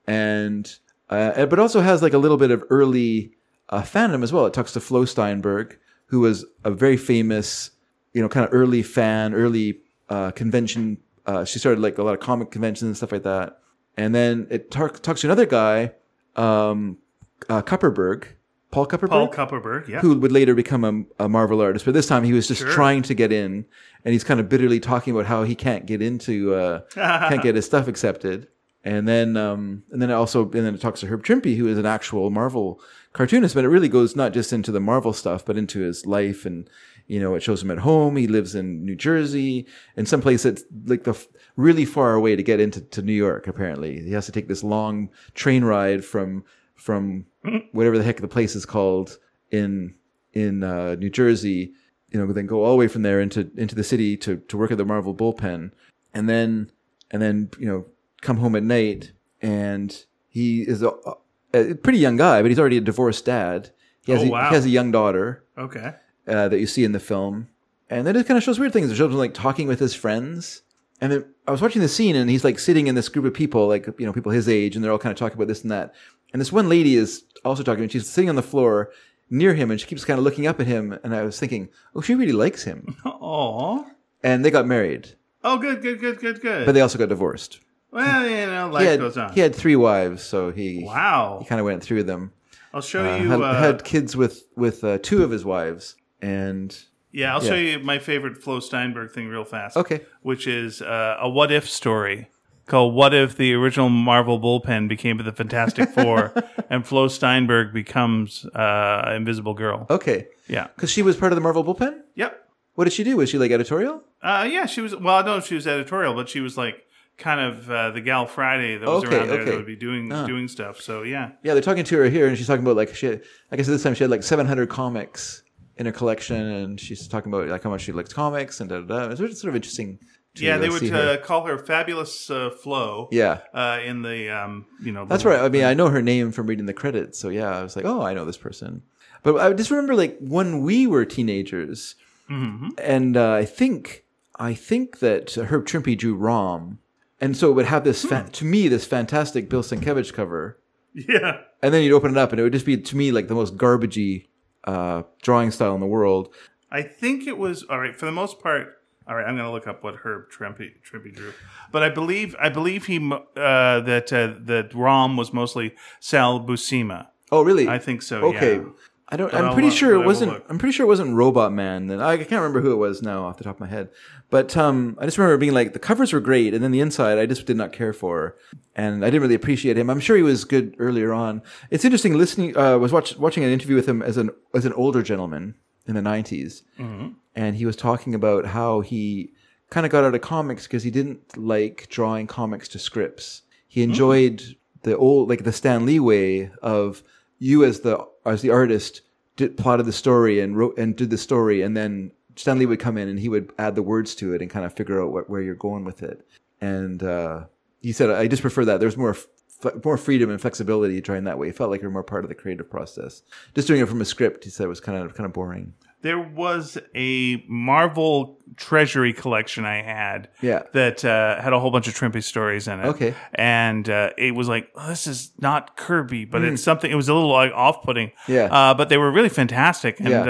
Speaker 2: and uh, but also has like a little bit of early uh, fandom as well. It talks to Flo Steinberg, who was a very famous, you know, kind of early fan, early uh, convention. Uh, she started like a lot of comic conventions and stuff like that. And then it talk, talks to another guy, um, uh, Kupperberg, Paul Kupperberg,
Speaker 1: Paul Kupperberg, yeah.
Speaker 2: who would later become a, a Marvel artist. But this time he was just trying to get in, and he's kind of bitterly talking about how he can't get into, uh, can't get his stuff accepted. And then, um, and then it also, and then it talks to Herb Trimpe, who is an actual Marvel cartoonist. But it really goes not just into the Marvel stuff, but into his life, and you know, it shows him at home. He lives in New Jersey, in some place that's like the f- really far away to get into to New York. Apparently, he has to take this long train ride from from
Speaker 1: Mm-hmm.
Speaker 2: whatever the heck the place is called in in uh, New Jersey, you know, then go all the way from there into into the city to to work at the Marvel bullpen, and then and then you know come home at night, and he is a, a pretty young guy, but he's already a divorced dad. He has,
Speaker 1: Oh,
Speaker 2: a,
Speaker 1: wow.
Speaker 2: he has a young daughter
Speaker 1: Okay.
Speaker 2: uh, that you see in the film, and then it kind of shows weird things. It shows him like talking with his friends, and then I was watching the scene, and he's like sitting in this group of people, like you know, people his age, and they're all kind of talking about this and that. And this one lady is also talking, and she's sitting on the floor near him, and she keeps kind of looking up at him. And I was thinking, oh, she really likes him.
Speaker 1: Oh.
Speaker 2: And they got married,
Speaker 1: Oh, good, good, good, good, good.
Speaker 2: but they also got divorced.
Speaker 1: well, you know, life
Speaker 2: He had,
Speaker 1: goes on.
Speaker 2: he had three wives, so he
Speaker 1: wow.
Speaker 2: he kind of went through them.
Speaker 1: I'll show
Speaker 2: Uh,
Speaker 1: you.
Speaker 2: had,
Speaker 1: uh,
Speaker 2: had kids with with uh, two of his wives, and
Speaker 1: yeah, I'll show
Speaker 2: yeah.
Speaker 1: you my favorite Flo Steinberg thing real fast.
Speaker 2: Okay.
Speaker 1: Which is uh, a what if story called "What if the original Marvel bullpen became the Fantastic Four and Flo Steinberg becomes uh, Invisible Girl?"
Speaker 2: okay,
Speaker 1: Yeah.
Speaker 2: because she was part of the Marvel bullpen.
Speaker 1: Yep.
Speaker 2: What did she do? Was she like editorial?
Speaker 1: Uh, yeah, she was. Well, I don't know if she was editorial, but she was like kind of uh, the gal Friday that was
Speaker 2: Okay,
Speaker 1: around there
Speaker 2: okay. Ah.
Speaker 1: that would be doing doing stuff. So yeah.
Speaker 2: Yeah, they're talking to her here, and she's talking about like she. Had, I guess this time she had like 700 comics in her collection, and she's talking about like how much she likes comics and da da da. It's sort of interesting. To,
Speaker 1: Yeah, they
Speaker 2: uh, see
Speaker 1: would
Speaker 2: her.
Speaker 1: uh, call her Fabulous uh, Flo.
Speaker 2: Yeah,
Speaker 1: Uh, in the um, you know.
Speaker 2: that's right. I mean, I know her name from reading the credits, so yeah, I was like, oh, I know this person. But I just remember like when we were teenagers,
Speaker 1: Mm-hmm.
Speaker 2: and uh, I think I think that Herb Trimpe drew Rom, and so it would have
Speaker 1: Hmm.
Speaker 2: this fa- to me this fantastic Bill Sienkiewicz cover.
Speaker 1: Yeah.
Speaker 2: and then you'd open it up and it would just be to me like the most garbagey uh, drawing style in the world
Speaker 1: I think it was all right for the most part. All right, I'm going to look up what Herb Trimpe, Trimpe drew, but I believe I believe he mo- uh, that uh, that Rom was mostly Sal Buscema.
Speaker 2: oh really
Speaker 1: I think so.
Speaker 2: okay
Speaker 1: yeah.
Speaker 2: i don't
Speaker 1: I'll
Speaker 2: i'm pretty
Speaker 1: look, but I
Speaker 2: sure
Speaker 1: will
Speaker 2: it wasn't
Speaker 1: look.
Speaker 2: i'm pretty sure it wasn't robot man then i I can't remember who it was now off the top of my head but um, i just remember being like the covers were great and then the inside i just did not care for and i didn't really appreciate him i'm sure he was good earlier on it's interesting listening uh, i was watch, watching an interview with him as an as an older gentleman in the 90s and he was talking about how he kind of got out of comics because he didn't like drawing comics to scripts. He enjoyed the old, like the Stan Lee way of you as the as the artist did, plotted the story and wrote and did the story, and then Stanley would come in and he would add the words to it and kind of figure out what, where you're going with it. And uh, he said, I just prefer that. There's more f- more freedom and flexibility trying that way. It felt like you're more part of the creative process. Just doing it from a script, he said, was kind of kind of boring.
Speaker 1: There was a Marvel Treasury collection I had
Speaker 2: Yeah.
Speaker 1: that uh, had a whole bunch of Trimpy stories in it.
Speaker 2: Okay.
Speaker 1: and uh, it was like oh, this is not Kirby, but it's something. It was a little like, off-putting.
Speaker 2: Mm. Yeah.
Speaker 1: uh, but they were really fantastic and
Speaker 2: Yeah.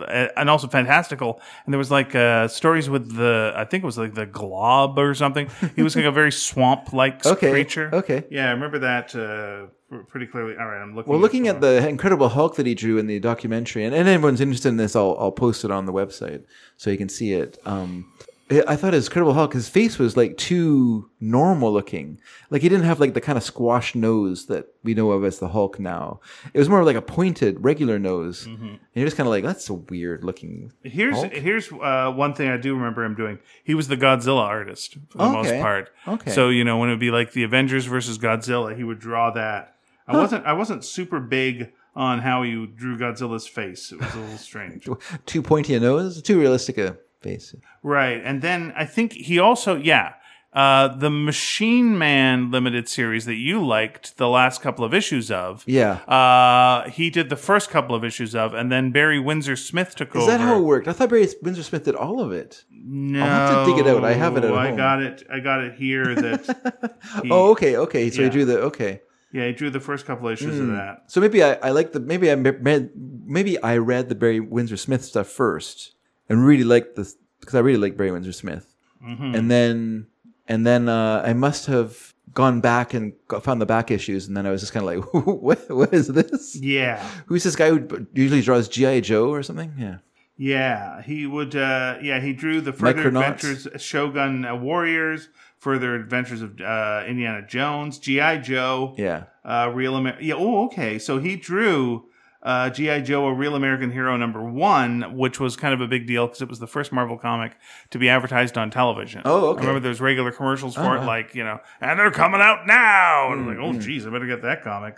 Speaker 1: uh, and, and also fantastical. And there was like uh, stories with the I think it was like the Glob or something. He was like a very swamp-like
Speaker 2: Okay.
Speaker 1: creature.
Speaker 2: Okay.
Speaker 1: yeah, I remember that uh, pr- pretty clearly. All right, I'm looking.
Speaker 2: Well, looking
Speaker 1: for-
Speaker 2: at the Incredible Hulk that he drew in the documentary, and, and anyone's interested in this, I'll, I'll post it on the website so you can see it. Um, I I thought his Incredible Hulk, his face was like too normal looking. Like he didn't have like the kind of squashed nose that we know of as the Hulk now. It was more like a pointed, regular nose.
Speaker 1: Mm-hmm.
Speaker 2: And you're just kind of like, that's a weird looking.
Speaker 1: Here's here's uh, one thing I do remember him doing. He was the Godzilla artist for the most
Speaker 2: Okay.
Speaker 1: part.
Speaker 2: Okay.
Speaker 1: So you know when it would be like the Avengers versus Godzilla, he would draw that. I wasn't I wasn't super big on how he drew Godzilla's face. It was a little strange.
Speaker 2: Too pointy a nose, too realistic a face.
Speaker 1: Right. And then I think he also, yeah, uh, the Machine Man limited series that you liked the last couple of issues of.
Speaker 2: Yeah.
Speaker 1: Uh, he did the first couple of issues of, and then Barry Windsor Smith took
Speaker 2: Is
Speaker 1: over.
Speaker 2: that how it worked? I thought Barry Windsor Smith did all of it.
Speaker 1: No,
Speaker 2: have to dig it out. I have it at
Speaker 1: I
Speaker 2: home.
Speaker 1: got it. I got it here. That he,
Speaker 2: Oh, okay, okay. So
Speaker 1: Yeah.
Speaker 2: he drew the okay.
Speaker 1: yeah, he drew the first couple issues
Speaker 2: Hmm.
Speaker 1: of that.
Speaker 2: So maybe I, I like the maybe I read maybe I read the Barry Windsor Smith stuff first and really liked this because I really like Barry Windsor Smith,
Speaker 1: Mm-hmm.
Speaker 2: and then and then uh, I must have gone back and got, found the back issues, and then I was just kind of like, what what is this?
Speaker 1: Yeah,
Speaker 2: Who's this guy who usually draws GI Joe or something? Yeah,
Speaker 1: yeah. He would. Uh, yeah, he drew the further
Speaker 2: Micronauts.
Speaker 1: adventures Shogun uh, Warriors, further adventures of uh, Indiana Jones, GI Joe,
Speaker 2: yeah.
Speaker 1: uh, Real America. Yeah. Oh, okay. So he drew. Uh, G.I. Joe, a real American hero, number one, which was kind of a big deal because it was the first Marvel comic to be advertised on television.
Speaker 2: Oh, okay. Uh-huh.
Speaker 1: I remember there's regular commercials for it, like, you know, and they're coming out now. And I'm like,
Speaker 2: Mm-hmm.
Speaker 1: oh, geez, I better get that comic.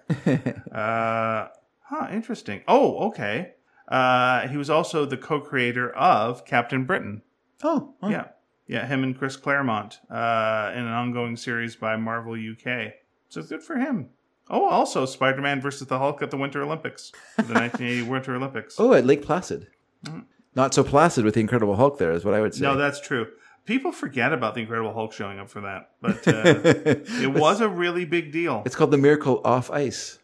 Speaker 1: uh, huh, interesting. Oh, okay. Uh, he was also the co creator of Captain Britain.
Speaker 2: Oh, wow.
Speaker 1: Yeah. Yeah, him and Chris Claremont uh, in an ongoing series by Marvel UK. So good for him. Oh, also Spider Man versus the Hulk at the Winter Olympics, the 1980 Winter Olympics.
Speaker 2: Oh, at Lake Placid. Not so placid with the Incredible Hulk. There is what I would say.
Speaker 1: Mm. no, that's true. People forget about the Incredible Hulk showing up for that, but uh, it was a really big deal.
Speaker 2: It's called the Miracle off Ice.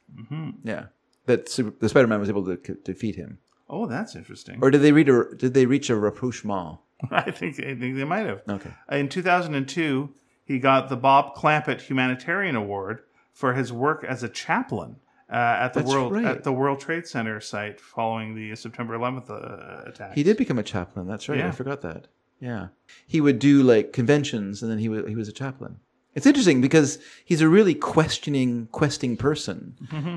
Speaker 2: Yeah, that super, the Spider Man was able to c- defeat him.
Speaker 1: Oh, that's interesting.
Speaker 2: Or did they read a did they reach a rapprochement?
Speaker 1: I think I think they might have.
Speaker 2: Okay.
Speaker 1: In 2002, he got the Bob Clampett Humanitarian Award for his work as a chaplain uh, at the
Speaker 2: That's
Speaker 1: world
Speaker 2: right.
Speaker 1: at the World Trade Center site following the September 11th uh, attack.
Speaker 2: He did become a chaplain. That's right.
Speaker 1: Yeah.
Speaker 2: I forgot that. Yeah, he would do like conventions, and then he was he was a chaplain. It's interesting because he's a really questioning, questing person.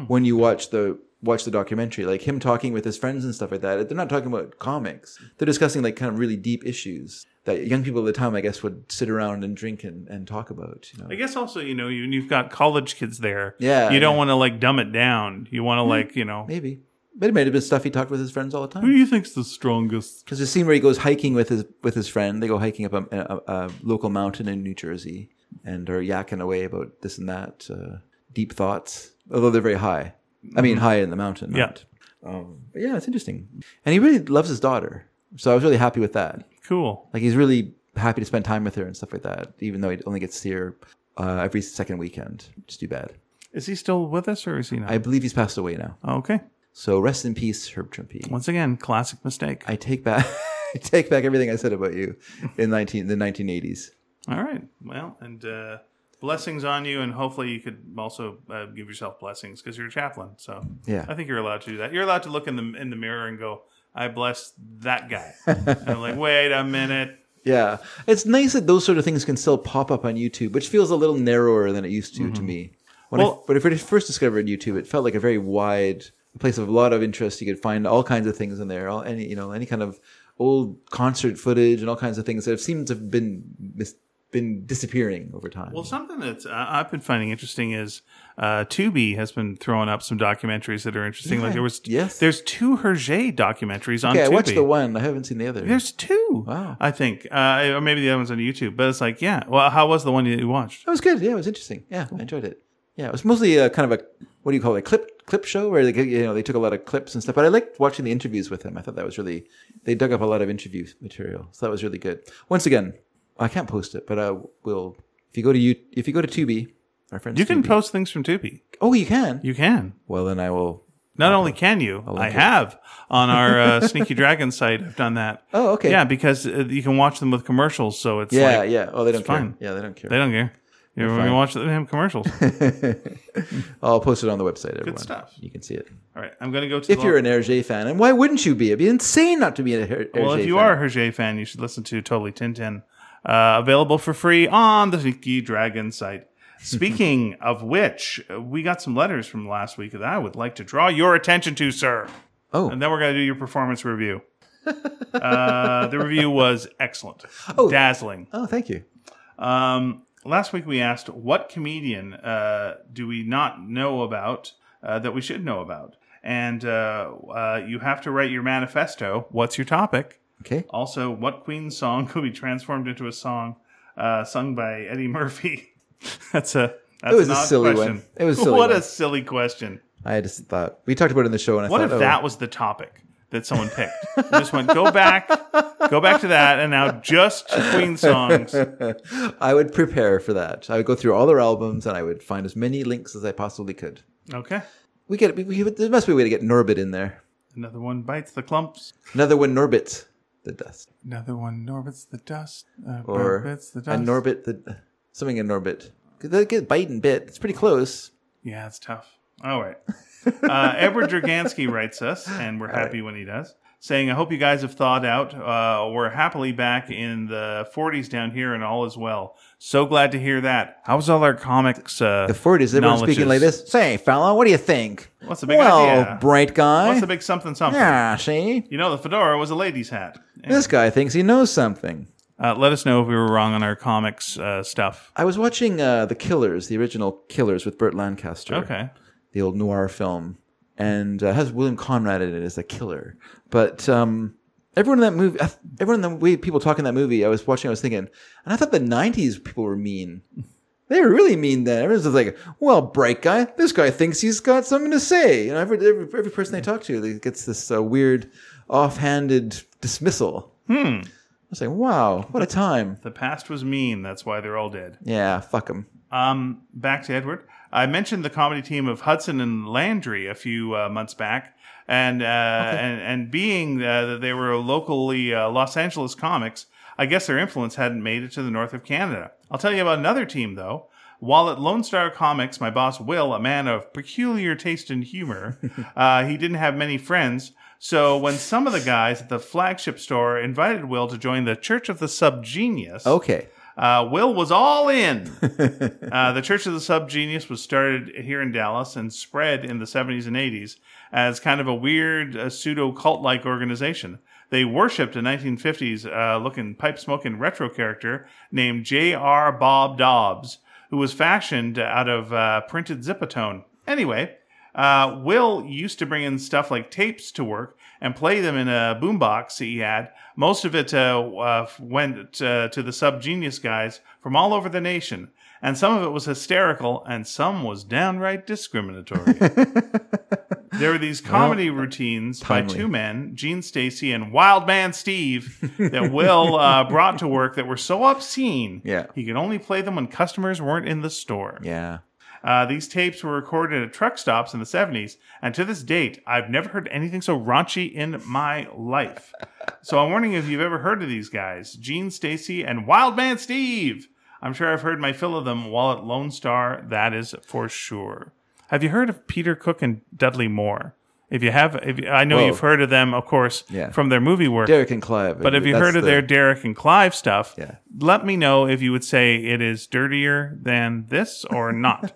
Speaker 2: When you watch the watch the documentary, like him talking with his friends and stuff like that, they're not talking about comics. They're discussing like kind of really deep issues that young people of the time, I guess, would sit around and drink and, and talk about. You know?
Speaker 1: I guess also you know you, you've got college kids there.
Speaker 2: Yeah,
Speaker 1: you don't
Speaker 2: yeah.
Speaker 1: want to like dumb it down. You want to like you know
Speaker 2: Maybe, but it might have been stuff he talked with his friends all the time.
Speaker 1: who do you think's the strongest?
Speaker 2: There's a scene where he goes hiking with his with his friend. They go hiking up a, a, a local mountain in New Jersey and are yakking away about this and that, uh, deep thoughts. Although they're very high. I mean, high in the mountain.
Speaker 1: Yeah.
Speaker 2: not- Um, but yeah, it's interesting. And he really loves his daughter, so I was really happy with that.
Speaker 1: Cool.
Speaker 2: Like he's really happy to spend time with her and stuff like that, even though he only gets to see her uh, every second weekend. It's too bad.
Speaker 1: Is he still with us or is he not?
Speaker 2: I believe he's passed away now.
Speaker 1: okay.
Speaker 2: So rest in peace, Herb Trimpe.
Speaker 1: Once again, classic mistake.
Speaker 2: I take back I take back everything I said about you in nineteen the nineteen eighties.
Speaker 1: All right. Well, and uh, blessings on you, and hopefully you could also uh, give yourself blessings because you're a chaplain. So
Speaker 2: Yeah.
Speaker 1: I think you're allowed to do that. You're allowed to look in the in the mirror and go, "I bless that guy." and I'm like, wait a minute.
Speaker 2: Yeah, it's nice that those sort of things can still pop up on YouTube, which feels a little narrower than it used to to me. When
Speaker 1: Mm-hmm. Well-
Speaker 2: I, but if I first discovered YouTube, it felt like a very wide place of a lot of interest. You could find all kinds of things in there, all any you know any kind of old concert footage and all kinds of things that have seemed to have been mis- been disappearing over time.
Speaker 1: Well, something that uh, I've been finding interesting is uh, Tubi has been throwing up some documentaries that are interesting. Like there was,
Speaker 2: yes.
Speaker 1: there's two Hergé documentaries on
Speaker 2: okay,
Speaker 1: Tubi.
Speaker 2: I watched the one. I haven't seen the other.
Speaker 1: There's two.
Speaker 2: Wow.
Speaker 1: I think, uh, or maybe the other one's on YouTube. But it's like, yeah. Well, how was the one you watched?
Speaker 2: It was good. Yeah, it was interesting. Yeah, I enjoyed it. Yeah, it was mostly a kind of a what do you call it? A clip clip show where they, you know they took a lot of clips and stuff. But I liked watching the interviews with him. I thought that was really they dug up a lot of interview material, so that was really good. Once again, I can't post it, but I will. If you go to you, if you go to Tubi, our friends,
Speaker 1: You can
Speaker 2: Tubi-
Speaker 1: post things from Tubi.
Speaker 2: Oh, you can.
Speaker 1: You can.
Speaker 2: Well, then I will.
Speaker 1: Not only can you, I
Speaker 2: it.
Speaker 1: have on our uh, Sneaky Dragon site. I've done that.
Speaker 2: Oh, okay.
Speaker 1: Yeah, because uh, you can watch them with commercials, so it's
Speaker 2: Yeah,
Speaker 1: like
Speaker 2: yeah. Oh, they don't care.
Speaker 1: fine.
Speaker 2: Yeah, they don't care.
Speaker 1: they don't care. You know, we can watch them have commercials. All
Speaker 2: I'll post it on the website. Everyone,
Speaker 1: stuff.
Speaker 2: You can see it.
Speaker 1: right, I'm going to go to
Speaker 2: If
Speaker 1: the
Speaker 2: you're an Hergé fan, and why wouldn't you be? It'd be insane not to be an Hergé.
Speaker 1: well, if you
Speaker 2: fan.
Speaker 1: are a Hergé fan, you should listen to Totally Tintin, uh, available for free on the Sneaky Dragon site. Speaking of which, uh, we got some letters from last week that I would like to draw your attention to, sir.
Speaker 2: oh,
Speaker 1: And then we're going to do your performance review. uh, the review was excellent,
Speaker 2: Oh.
Speaker 1: dazzling.
Speaker 2: oh, thank you.
Speaker 1: Um, last week we asked what comedian uh, do we not know about uh, that we should know about, and uh, uh, you have to write your manifesto. What's your topic?
Speaker 2: Okay.
Speaker 1: Also, what Queen song could be transformed into a song uh, sung by Eddie Murphy? that's a that's
Speaker 2: was
Speaker 1: an
Speaker 2: a
Speaker 1: odd
Speaker 2: silly
Speaker 1: question.
Speaker 2: one. It was a silly
Speaker 1: what a
Speaker 2: one.
Speaker 1: silly question.
Speaker 2: I just thought we talked about it in the show, and I
Speaker 1: What
Speaker 2: thought, oh,
Speaker 1: if that was the topic that someone picked? You just went go back, go back to that, and now just Queen songs.
Speaker 2: oh, I would prepare for that. I would go through all their albums, and I would find as many links as I possibly could.
Speaker 1: Okay,
Speaker 2: We get we, we, there must be a way to get Norbit in there.
Speaker 1: another one bites the clumps.
Speaker 2: Another one, Norbit the dust,
Speaker 1: Another one Norbit's the dust. Uh,
Speaker 2: or
Speaker 1: Norbit's the
Speaker 2: a
Speaker 1: dust.
Speaker 2: Norbit the something in Norbit. Could That get bite and bit. It's pretty close.
Speaker 1: yeah, it's tough. All right. Uh, Edward Dragansky writes us, and we're happy when he does, saying, I hope you guys have thawed out. Uh, we're happily back in the 40s down here, and all is well. So glad to hear that. How's all our comics? Uh,
Speaker 2: The forties, everyone
Speaker 1: knowledges?
Speaker 2: speaking like this. Say, fella, what do you think?
Speaker 1: What's the big
Speaker 2: well,
Speaker 1: idea?
Speaker 2: bright guy.
Speaker 1: What's the big something something?
Speaker 2: yeah, see,
Speaker 1: You know, the fedora was a lady's hat.
Speaker 2: this guy thinks he knows something.
Speaker 1: Uh, let us know if we were wrong on our comics uh, stuff.
Speaker 2: I was watching uh, The Killers, the original Killers with Burt Lancaster.
Speaker 1: Okay.
Speaker 2: the old noir film, and uh, has William Conrad in it as a killer. But um, everyone in that movie, I- everyone in the way people talk in that movie, I was watching, I was thinking, and I thought the '90s people were mean. They were really mean then. Everyone's just like, "Well, bright guy, this guy thinks he's got something to say." You know, every every, every person they talk to, they gets this uh, weird, offhanded dismissal. Hmm. I was like, "Wow, what a time!"
Speaker 1: The past was mean. That's why they're all dead.
Speaker 2: Yeah, fuck him.
Speaker 1: Um, back to Edward. I mentioned the comedy team of Hudson and Landry a few uh, months back, and uh, and and being uh, that they were locally uh, Los Angeles comics, I guess their influence hadn't made it to the north of Canada. I'll tell you about another team though. While at Lone Star Comics, my boss Will, a man of peculiar taste and humor, uh, he didn't have many friends. So when some of the guys at the flagship store invited Will to join the Church of the Subgenius,
Speaker 2: Okay,
Speaker 1: uh, Will was all in. uh, the Church of the Subgenius was started here in Dallas and spread in the 70s and 80s as kind of a weird uh, pseudo cult like organization. They worshipped a 1950s uh, looking pipe smoking retro character named J.R. Bob Dobbs, who was fashioned out of uh, printed Zipatone. Anyway, uh, Will used to bring in stuff like tapes to work and play them in a boombox that he had. Most of it uh, uh, went uh, to the subgenius guys from all over the nation, and some of it was hysterical, and some was downright discriminatory. there were these comedy routines by
Speaker 2: timely.
Speaker 1: two men, Gene Stacy and Wild Man Steve, that Will uh, brought to work that were so obscene
Speaker 2: Yeah.
Speaker 1: he could only play them when customers weren't in the store.
Speaker 2: yeah.
Speaker 1: Uh, these tapes were recorded at truck stops in the 70s, and to this date, I've never heard anything so raunchy in my life. so I'm wondering if you've ever heard of these guys Gene Stacy and Wildman Steve. I'm sure I've heard my fill of them while at Lone Star, that is for sure. Have you heard of Peter Cook and Dudley Moore? If you have, if, I know
Speaker 2: Whoa.
Speaker 1: you've heard of them, of course,
Speaker 2: Yeah.
Speaker 1: from their movie work.
Speaker 2: Derek and Clive.
Speaker 1: But have you
Speaker 2: that's
Speaker 1: heard of
Speaker 2: the-
Speaker 1: their Derek and Clive stuff?
Speaker 2: Yeah.
Speaker 1: Let me know if you would say it is dirtier than this or not.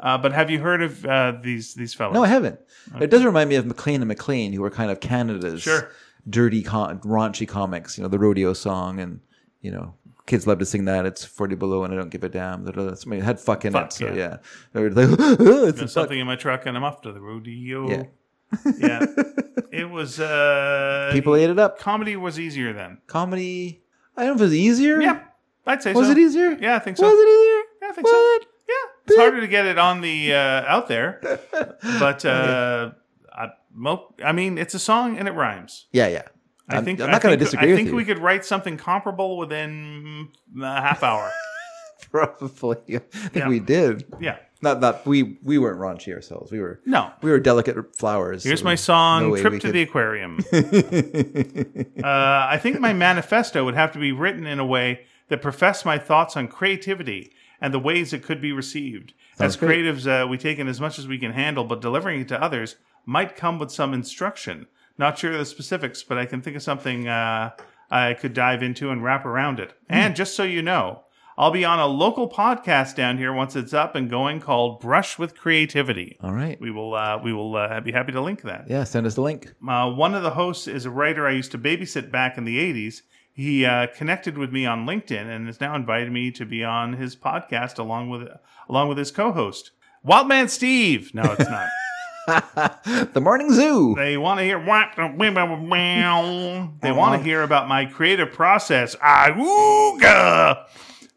Speaker 1: uh, but have you heard of uh, these these fellas?
Speaker 2: No, I haven't. It does remind me of McLean and McLean, who were kind of Canada's
Speaker 1: Sure.
Speaker 2: dirty, con- raunchy comics. You know, the rodeo song and you know kids love to sing that. It's forty below, and I don't give a damn. That's- I mean, it had fuck in
Speaker 1: Fuck,
Speaker 2: it, so
Speaker 1: yeah.
Speaker 2: yeah. They were like, it's
Speaker 1: There's
Speaker 2: fuck.
Speaker 1: something in my truck and I'm off to the rodeo.
Speaker 2: Yeah.
Speaker 1: yeah. It was uh
Speaker 2: People ate it up.
Speaker 1: comedy was easier then.
Speaker 2: Comedy. I don't know if it was easier.
Speaker 1: Yeah. I'd say
Speaker 2: Was
Speaker 1: so.
Speaker 2: it easier?
Speaker 1: Yeah, I think so.
Speaker 2: Was it easier?
Speaker 1: Yeah, I think so.
Speaker 2: Was it?
Speaker 1: Yeah, it's harder to get it on the uh, out there, but uh, I, mo- I mean, it's a song and it rhymes.
Speaker 2: Yeah, yeah.
Speaker 1: I
Speaker 2: I'm-
Speaker 1: think
Speaker 2: I'm not gonna
Speaker 1: I think-
Speaker 2: disagree
Speaker 1: I
Speaker 2: with
Speaker 1: think
Speaker 2: you.
Speaker 1: we could write something comparable within a half hour.
Speaker 2: Probably. I think
Speaker 1: Yeah.
Speaker 2: we did.
Speaker 1: yeah,
Speaker 2: Not that we we weren't raunchy ourselves. We were
Speaker 1: no.
Speaker 2: we were delicate flowers.
Speaker 1: Here's
Speaker 2: so
Speaker 1: my
Speaker 2: there's
Speaker 1: song,
Speaker 2: no way
Speaker 1: "Trip
Speaker 2: we
Speaker 1: to
Speaker 2: could-
Speaker 1: the Aquarium." uh, I think my manifesto would have to be written in a way that professed my thoughts on creativity and the ways it could be received.
Speaker 2: Sounds
Speaker 1: as
Speaker 2: great.
Speaker 1: creatives, uh, we take in as much as we can handle, but delivering it to others might come with some instruction. Not sure of the specifics, but I can think of something uh, I could dive into and wrap around it.
Speaker 2: Hmm.
Speaker 1: And just so you know, I'll be on a local podcast down here once it's up and going called Brush with Creativity.
Speaker 2: All right.
Speaker 1: We will uh, we will uh, be happy to link that.
Speaker 2: Yeah, send us the link.
Speaker 1: Uh, one of the hosts is a writer I used to babysit back in the 80s. He uh, connected with me on LinkedIn and has now invited me to be on his podcast along with along with his co-host, Wildman Steve. No, it's not.
Speaker 2: the morning zoo.
Speaker 1: they want to hear they want to hear about my creative process. Awooga!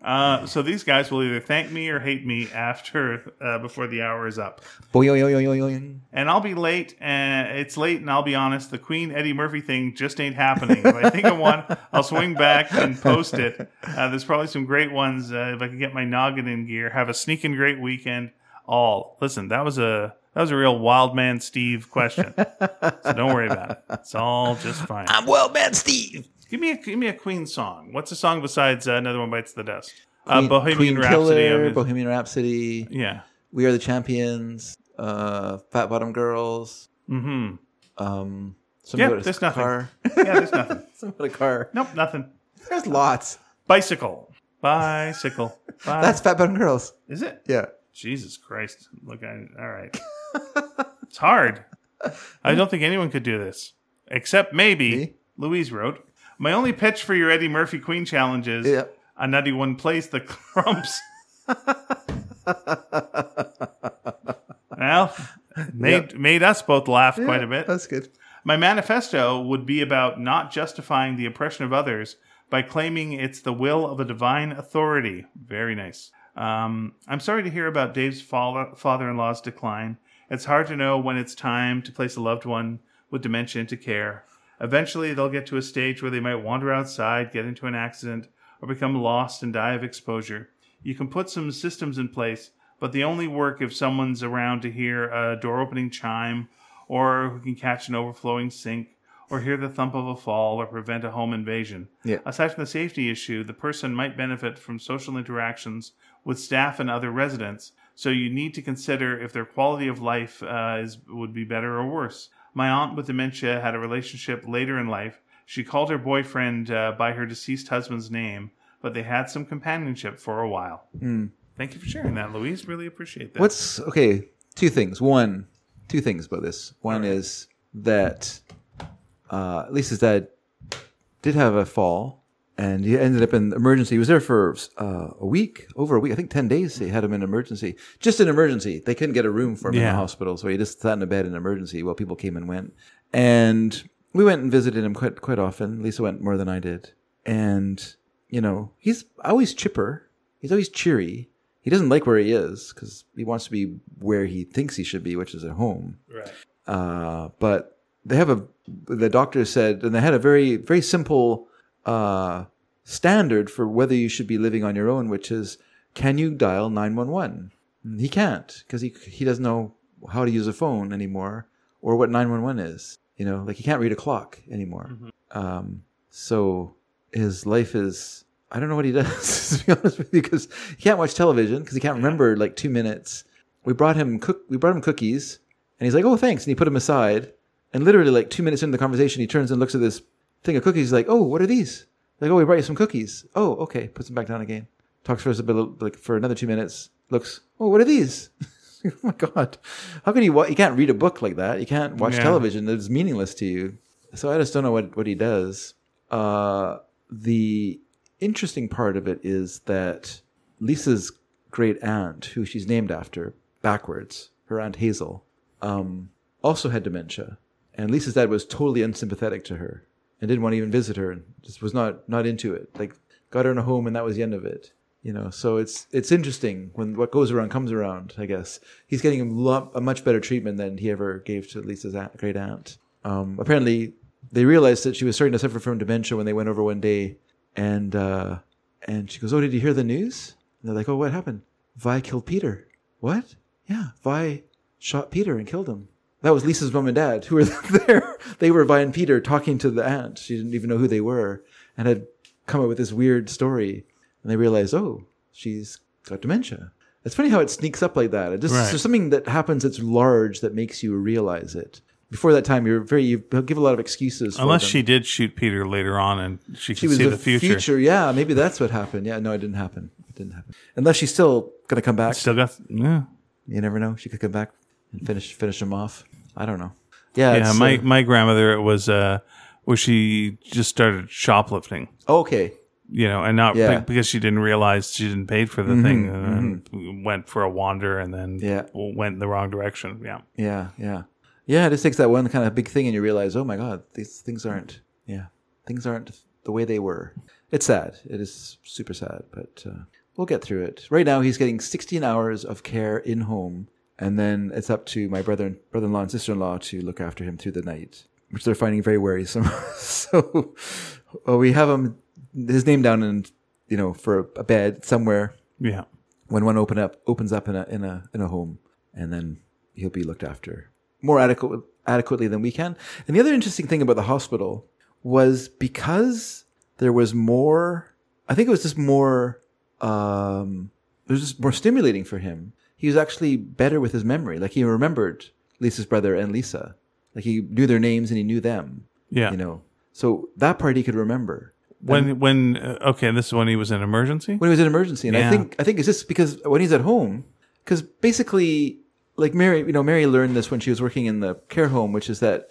Speaker 1: Uh, so these guys will either thank me or hate me after uh, before the hour is up.
Speaker 2: Boing.
Speaker 1: and I'll be late. And it's late, and I'll be honest. The Queen Eddie Murphy thing just ain't happening. If I think of one, I'll swing back and post it. Uh, there's probably some great ones uh, if I can get my noggin in gear. Have a sneaking great weekend. All listen. That was a that was a real wild man Steve question. so don't worry about it. It's all just fine.
Speaker 2: I'm well man Steve.
Speaker 1: Give me a give me a Queen song. What's a song besides uh, another one bites the dust? uh,
Speaker 2: Queen-
Speaker 1: Bohemian
Speaker 2: Queen
Speaker 1: Rhapsody.
Speaker 2: Killer,
Speaker 1: obviously.
Speaker 2: Bohemian Rhapsody.
Speaker 1: yeah.
Speaker 2: We are the champions. Uh, Fat Bottom Girls.
Speaker 1: Mm-hmm.
Speaker 2: Um,
Speaker 1: Yeah,
Speaker 2: somebody got a
Speaker 1: there's nothing.
Speaker 2: Car.
Speaker 1: Yeah. There's nothing.
Speaker 2: somebody got a car.
Speaker 1: nope. Nothing.
Speaker 2: There's lots.
Speaker 1: Bicycle. Bicycle. Bi-
Speaker 2: That's Fat Bottom Girls.
Speaker 1: is it?
Speaker 2: Yeah.
Speaker 1: Jesus Christ. Look I all right. it's hard. I don't think anyone could do this. Except maybe
Speaker 2: Me?
Speaker 1: Louise wrote. My only pitch for your Eddie Murphy Queen challenge is
Speaker 2: Yeah.
Speaker 1: a nutty one place the crumps. well, made made us both laugh quite a bit.
Speaker 2: That's good.
Speaker 1: My manifesto would be about not justifying the oppression of others by claiming it's the will of a divine authority. Very nice. Um, I'm sorry to hear about Dave's father in law's decline. It's hard to know when it's time to place a loved one with dementia into care. Eventually, they'll get to a stage where they might wander outside, get into an accident, or become lost and die of exposure. You can put some systems in place, but they only work if someone's around to hear a door opening chime or who can catch an overflowing sink, or hear the thump of a fall, or prevent a home invasion.
Speaker 2: Yeah.
Speaker 1: Aside from the safety issue, the person might benefit from social interactions with staff and other residents, so you need to consider if their quality of life uh, is, would be better or worse. My aunt with dementia had a relationship later in life. She called her boyfriend uh, by her deceased husband's name, but they had some companionship for a while. Thank you for sharing that, Louise. Really appreciate that.
Speaker 2: Hmm. What's okay? Two things. One, two things about this. One is that uh, Lisa's dad did have a fall, and he ended up in emergency. He was there for uh, a week, over a week. I think ten days. They had him in emergency, just an emergency. They couldn't get a room for him in
Speaker 1: Yeah.
Speaker 2: the hospital, so he just sat in a bed in emergency while people came and went. And we went and visited him quite quite often. Lisa went more than I did, and you know he's always chipper. He's always cheery. He doesn't like where he is because he wants to be where he thinks he should be, which is at home.
Speaker 1: right.
Speaker 2: Uh, but they have a the doctor said, and they had a very very simple uh, standard for whether you should be living on your own, which is can you dial nine one one? He can't because he he doesn't know how to use a phone anymore or what nine one one is. You know, like he can't read a clock anymore. Um, so his life is I don't know what he does to be honest with you because he can't watch television because he can't remember like two minutes. We brought him cook we brought him cookies and he's like oh thanks and he put him aside and literally like two minutes into the conversation he turns and looks at this thing of cookies he's like oh what are these like oh we brought you some cookies oh okay puts them back down again talks for us a bit like for another two minutes looks oh what are these oh my god how can you wa- you can't read a book like that you can't watch
Speaker 1: Yeah.
Speaker 2: television it's meaningless to you so I just don't know what what he does uh the interesting part of it is that Lisa's great aunt, who she's named after backwards, her aunt Hazel, um, also had dementia, and Lisa's dad was totally unsympathetic to her and didn't want to even visit her, and just was not not into it. Like got her in a home, and that was the end of it. You know, so it's it's interesting when what goes around comes around. I guess he's getting a, lot, a much better treatment than he ever gave to Lisa's aunt, great aunt. Um, apparently, they realized that she was starting to suffer from dementia when they went over one day, and uh, and she goes, "Oh, did you hear the news?" And they're like, "Oh, what happened? Vi killed Peter. What? Yeah, Vi shot Peter and killed him. That was Lisa's mom and dad who were there. They were Vi and Peter talking to the aunt. She didn't even know who they were and had come up with this weird story. And they realized, oh, she's got dementia. It's funny how it sneaks up like that. It just
Speaker 1: Right.
Speaker 2: there's something that happens that's large that makes you realize it. Before that time, you're very you give a lot of excuses. for
Speaker 1: Unless
Speaker 2: them.
Speaker 1: she did shoot Peter later on and she could
Speaker 2: She was
Speaker 1: see
Speaker 2: a
Speaker 1: the future.
Speaker 2: Yeah, maybe that's what happened. Yeah, no, it didn't happen. It didn't happen. Unless she's still gonna come back.
Speaker 1: Still got yeah.
Speaker 2: You never know. She could come back and finish finish him off. I don't know. Yeah.
Speaker 1: Yeah,
Speaker 2: it's,
Speaker 1: my,
Speaker 2: uh,
Speaker 1: my grandmother it was uh was she just started shoplifting,
Speaker 2: oh, okay.
Speaker 1: you know, and not
Speaker 2: Yeah. Mm-hmm,
Speaker 1: be- because she didn't realize she didn't pay for the thing and then went for a wander and then
Speaker 2: Yeah.
Speaker 1: w- went in the wrong direction. Yeah.
Speaker 2: Yeah, yeah, yeah. It just takes that one kind of big thing, and you realize, oh my god, these things aren't. Yeah, things aren't the way they were. It's sad. It is super sad, but uh, we'll get through it. Right now, he's getting 16 hours of care in home, and then it's up to my brother, brother-in-law, and sister-in-law to look after him through the night, which they're finding very wearisome. so, well, we have him his name down and you know for a bed somewhere
Speaker 1: Yeah.
Speaker 2: when one open up opens up in a in a in a home, and then he'll be looked after more adequate, adequately than we can. And the other interesting thing about the hospital was because there was more. I think it was just more. Um, it was just more stimulating for him. He was actually better with his memory. Like he remembered Lisa's brother and Lisa. Like he knew their names and he knew them.
Speaker 1: Yeah.
Speaker 2: You know, so that part he could remember.
Speaker 1: when when uh, okay, this is when he was in emergency.
Speaker 2: when it was an emergency. And I
Speaker 1: Yeah.
Speaker 2: think I think it's just because when he's at home, because basically, like Mary, you know, Mary learned this when she was working in the care home, which is that,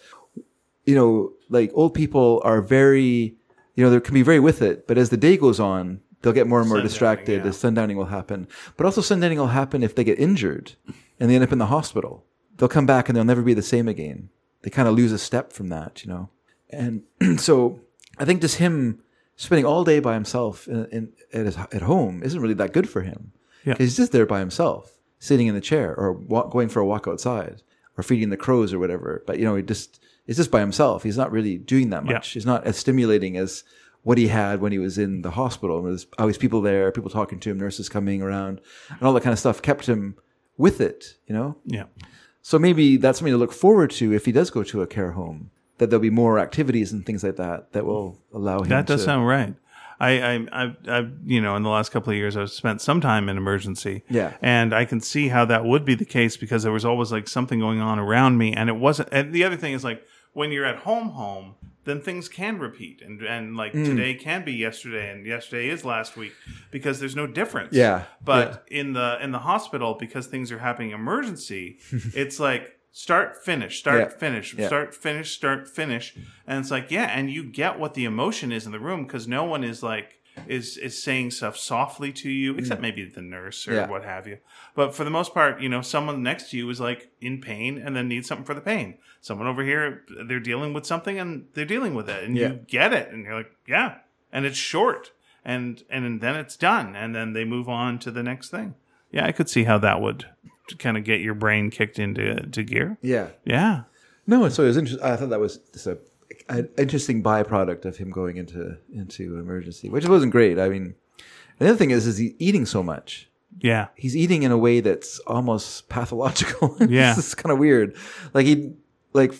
Speaker 2: you know, like old people are very, you know, they can be very with it, but as the day goes on, they'll get more and more
Speaker 1: Sundowning,
Speaker 2: distracted
Speaker 1: yeah.
Speaker 2: as sundowning will happen. But also sundowning will happen if they get injured and they end up in the hospital. They'll come back and they'll never be the same again. They kind of lose a step from that, you know. And so I think just him spending all day by himself in, in, at, his, at home isn't really that good for him.
Speaker 1: Yeah.
Speaker 2: 'Cause He's just there by himself, sitting in the chair or wa- going for a walk outside or feeding the crows or whatever. But, you know, he just is just by himself. He's not really doing that much. He's not as stimulating as what he had when he was in the hospital. There's always people there, people talking to him, nurses coming around, and all that kind of stuff kept him with it, you know?
Speaker 1: Yeah.
Speaker 2: So maybe that's something to look forward to if he does go to a care home. That there'll be more activities and things like that that will allow him.
Speaker 1: That does
Speaker 2: to,
Speaker 1: sound right. I, I, I've, I've, you know, in the last couple of years, I've spent some time in emergency.
Speaker 2: Yeah.
Speaker 1: And I can see how that would be the case because there was always like something going on around me. And it wasn't, and the other thing is like when you're at home, home, then things can repeat. And, and
Speaker 2: Mm.
Speaker 1: like today can be yesterday and yesterday is last week because there's no difference.
Speaker 2: Yeah.
Speaker 1: But in the, in the hospital, because things are happening emergency, it's like, Start finish, start
Speaker 2: Yeah.
Speaker 1: finish,
Speaker 2: Yeah.
Speaker 1: start finish, start finish, and it's like yeah, and you get what the emotion is in the room because no one is like is is saying stuff softly to you except maybe the nurse or
Speaker 2: Mm. Yeah.
Speaker 1: what have you. But for the most part, you know, someone next to you is like in pain and then needs something for the pain. Someone over here, they're dealing with something and they're dealing with it, and
Speaker 2: Yeah.
Speaker 1: you get it, and you're like yeah, and it's short, and and then it's done, and then they move on to the next thing. Yeah, I could see how that would kind of get your brain kicked into to gear.
Speaker 2: Yeah.
Speaker 1: Yeah.
Speaker 2: No, so it was interesting. I thought that was just a, an interesting byproduct of him going into into emergency, which wasn't great. I mean, the other thing is, is he's eating so much.
Speaker 1: Yeah.
Speaker 2: He's eating in a way that's almost pathological.
Speaker 1: Yeah.
Speaker 2: it's kind of weird. Like he, like,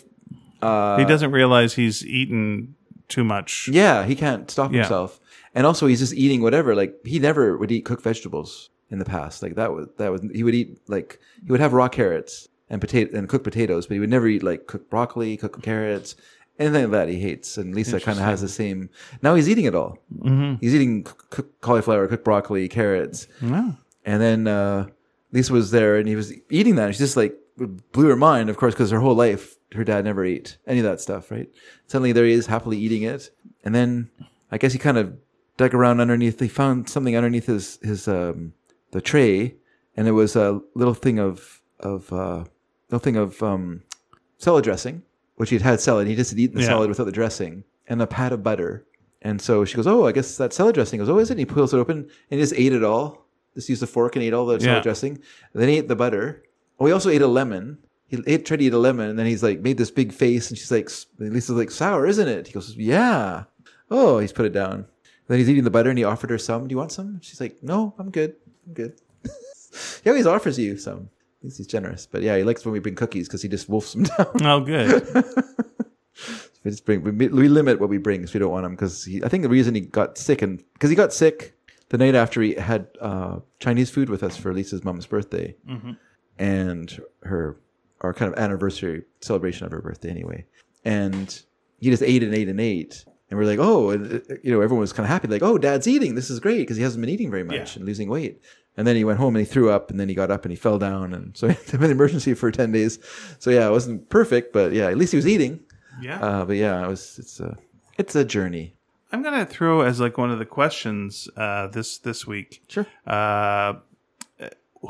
Speaker 2: uh,
Speaker 1: He doesn't realize he's eaten too much.
Speaker 2: yeah, he can't stop
Speaker 1: Yeah.
Speaker 2: himself, and also he's just eating whatever. Like he never would eat cooked vegetables in the past. Like that was that was he would eat like he would have raw carrots and potato and cooked potatoes, but he would never eat like cooked broccoli, cooked carrots, anything like that. He hates, and Lisa kind of has the same. Now he's eating it all.
Speaker 1: Mm-hmm.
Speaker 2: He's eating c- cooked cauliflower, cooked broccoli, carrots,
Speaker 1: Yeah.
Speaker 2: and then uh, Lisa was there and he was eating that. And she just like blew her mind, of course, because her whole life her dad never ate any of that stuff, right? Suddenly there he is happily eating it. And then I guess he kind of dug around underneath. They found something underneath his his um, the tray, and it was a little thing of of uh, little thing of um, salad dressing, which he'd had salad. He just had eaten the
Speaker 1: Yeah.
Speaker 2: salad without the dressing, and a pat of butter. And so she goes, "Oh, I guess that salad dressing." He goes, "Oh, is it?" And he pulls it open and he just ate it all. Just used a fork and ate all the salad
Speaker 1: Yeah.
Speaker 2: dressing. And then he ate the butter. Oh, he also ate a lemon. He ate, tried to eat a lemon, and then he's like made this big face, and she's like, s- and "Lisa's like sour, isn't it?" He goes, "Yeah." Oh, he's put it down. Then he's eating the butter, and he offered her some. Do you want some? She's like, "No, I'm good. I'm good." he always offers you some. He's he's generous, but yeah, he likes when we bring cookies because he just wolfs them down.
Speaker 1: Oh, good.
Speaker 2: We just bring we, we limit what we bring because we don't want him. Because I think the reason he got sick and because he got sick the night after he had uh, Chinese food with us for Lisa's mom's birthday and her our kind of anniversary celebration of her birthday anyway. And he just ate and ate and ate. And we're like, oh, and, uh, you know, everyone was kind of happy, like, oh, dad's eating. This is great because he hasn't been eating very much
Speaker 1: Yeah.
Speaker 2: and losing weight. And then he went home and he threw up, and then he got up and he fell down, and so he had an emergency for ten days. So yeah, it wasn't perfect, but yeah, at least he was eating.
Speaker 1: Yeah.
Speaker 2: Uh, but yeah, it was it's a it's a journey.
Speaker 1: I'm gonna throw as like one of the questions uh, this this week.
Speaker 2: Sure.
Speaker 1: Uh,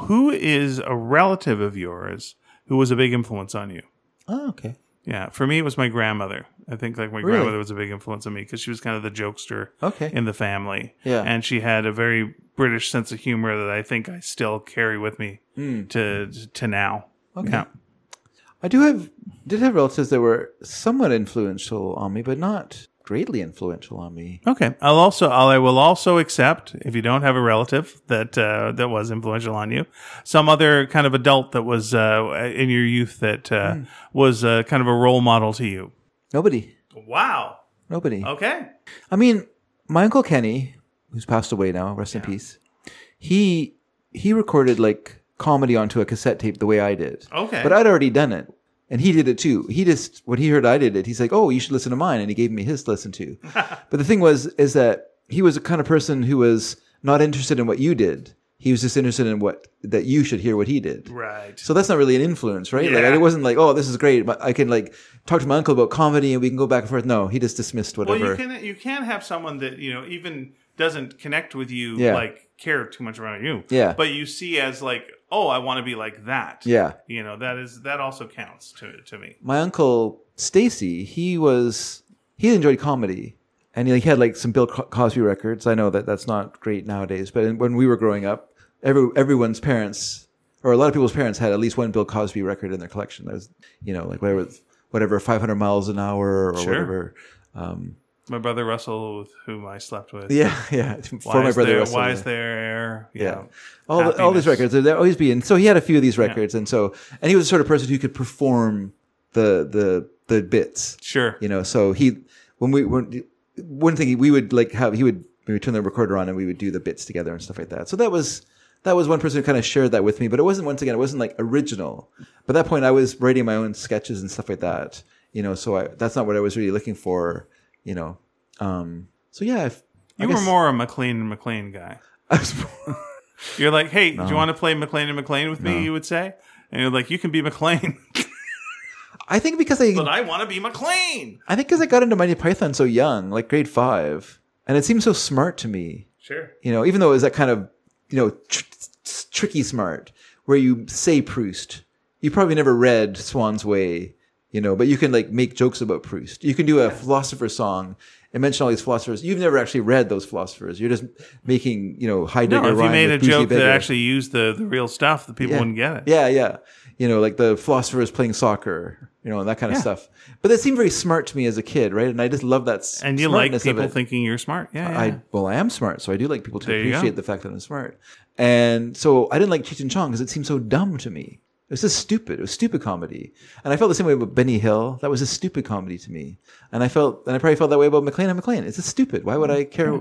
Speaker 1: who is a relative of yours who was a big influence on you?
Speaker 2: Oh, okay.
Speaker 1: Yeah, for me it was my grandmother. I think like my
Speaker 2: Really?
Speaker 1: grandmother was a big influence on me because she was kind of the jokester
Speaker 2: Okay.
Speaker 1: in the family.
Speaker 2: Yeah.
Speaker 1: and she had a very British sense of humor that I think I still carry with me to to now.
Speaker 2: Hmm. Okay.
Speaker 1: Yeah.
Speaker 2: I do have did have relatives that were somewhat influential on me, but not greatly influential on me.
Speaker 1: Okay. I'll also I'll, I will also accept if you don't have a relative that uh, that was influential on you, some other kind of adult that was uh, in your youth that uh,
Speaker 2: Hmm.
Speaker 1: was uh, kind of a role model to you.
Speaker 2: Nobody.
Speaker 1: Wow.
Speaker 2: Nobody.
Speaker 1: Okay.
Speaker 2: I mean, my uncle Kenny, who's passed away now, rest in peace. He he recorded like comedy onto a cassette tape the way I did.
Speaker 1: Okay.
Speaker 2: But I'd already done it. And he did it too. He just when he heard I did it, he's like, "Oh, you should listen to mine." And he gave me his to listen to. but the thing was is that he was the kind of person who was not interested in what you did. He was just interested in what that you should hear what he did.
Speaker 1: Right.
Speaker 2: So that's not really an influence, right? Like
Speaker 1: Yeah.
Speaker 2: it wasn't like, "Oh, this is great. I can like talk to my uncle about comedy and we can go back and forth." No, he just dismissed
Speaker 1: Well,
Speaker 2: whatever.
Speaker 1: you can you can have someone that you know even doesn't connect with you
Speaker 2: Yeah.
Speaker 1: like care too much about you.
Speaker 2: Yeah.
Speaker 1: But you see as like oh I want to be like that.
Speaker 2: Yeah.
Speaker 1: You know that is that also counts to to me.
Speaker 2: my uncle Stacy, he was he enjoyed comedy, and he had like some Bill Co- Cosby records. I know that that's not great nowadays, but when we were growing up, every everyone's parents or a lot of people's parents had at least one Bill Cosby record in their collection. That was you know like whatever whatever 500 miles an hour or
Speaker 1: Sure.
Speaker 2: whatever.
Speaker 1: My brother Russell, with whom I slept with.
Speaker 2: Yeah, yeah.
Speaker 1: Why
Speaker 2: For my
Speaker 1: is
Speaker 2: brother,
Speaker 1: there,
Speaker 2: Russell,
Speaker 1: why
Speaker 2: yeah.
Speaker 1: is there air? You
Speaker 2: Yeah.
Speaker 1: know,
Speaker 2: All, the, all these
Speaker 1: happiness.
Speaker 2: records, there always be. And so he had a few of these records. And so, and he was the sort of person who could perform the, the, the bits.
Speaker 1: Sure.
Speaker 2: you know so he when we when one thing we would like have he would we would turn the recorder on and we would do the bits together and stuff like that so that was that was one person who kind of shared that with me but it wasn't once again it wasn't like original but at that point i was writing my own sketches and stuff like that you know so I, that's not what i was really looking for you know um so yeah if, I
Speaker 1: You were
Speaker 2: guess
Speaker 1: more a McLean and McLean guy.
Speaker 2: I was,
Speaker 1: You're like, hey, do you want to play McLean and McLean with me? You would say, and you're like, you can be McLean,
Speaker 2: i think because i
Speaker 1: but I want to be McLean.
Speaker 2: i think because i got into mighty python so young like grade five and it seemed so smart to me
Speaker 1: Sure.
Speaker 2: you know, even though it was that kind of, you know, tr- tr- tricky smart where you say Proust, you probably never read Swan's Way, you know, but you can like make jokes about Proust. You can do a philosopher song and mention all these philosophers. You've never actually read those philosophers. You're just making, you know, Heidegger.
Speaker 1: No, if you
Speaker 2: rhyme
Speaker 1: made a
Speaker 2: with Boozy
Speaker 1: joke that
Speaker 2: Beggar.
Speaker 1: actually used the, the real stuff, the people
Speaker 2: Yeah.
Speaker 1: wouldn't get it.
Speaker 2: Yeah, yeah. You know, like the philosophers playing soccer, you know, and that kind of stuff. But that seemed very smart to me as a kid, right? And I just love that. s-
Speaker 1: And you like
Speaker 2: smartness of
Speaker 1: people
Speaker 2: it.
Speaker 1: thinking you're smart. Yeah. yeah, yeah.
Speaker 2: I well, I am smart, so I do like people to
Speaker 1: There you
Speaker 2: appreciate
Speaker 1: go.
Speaker 2: the fact that I'm smart. And so I didn't like Cheech and Chong because it seemed so dumb to me. It was just stupid. It was stupid comedy, and I felt the same way about Benny Hill. That was a stupid comedy to me, and I felt, and I probably felt that way about McLean and McLean. It's just stupid. Why would I
Speaker 1: Mm-hmm.
Speaker 2: care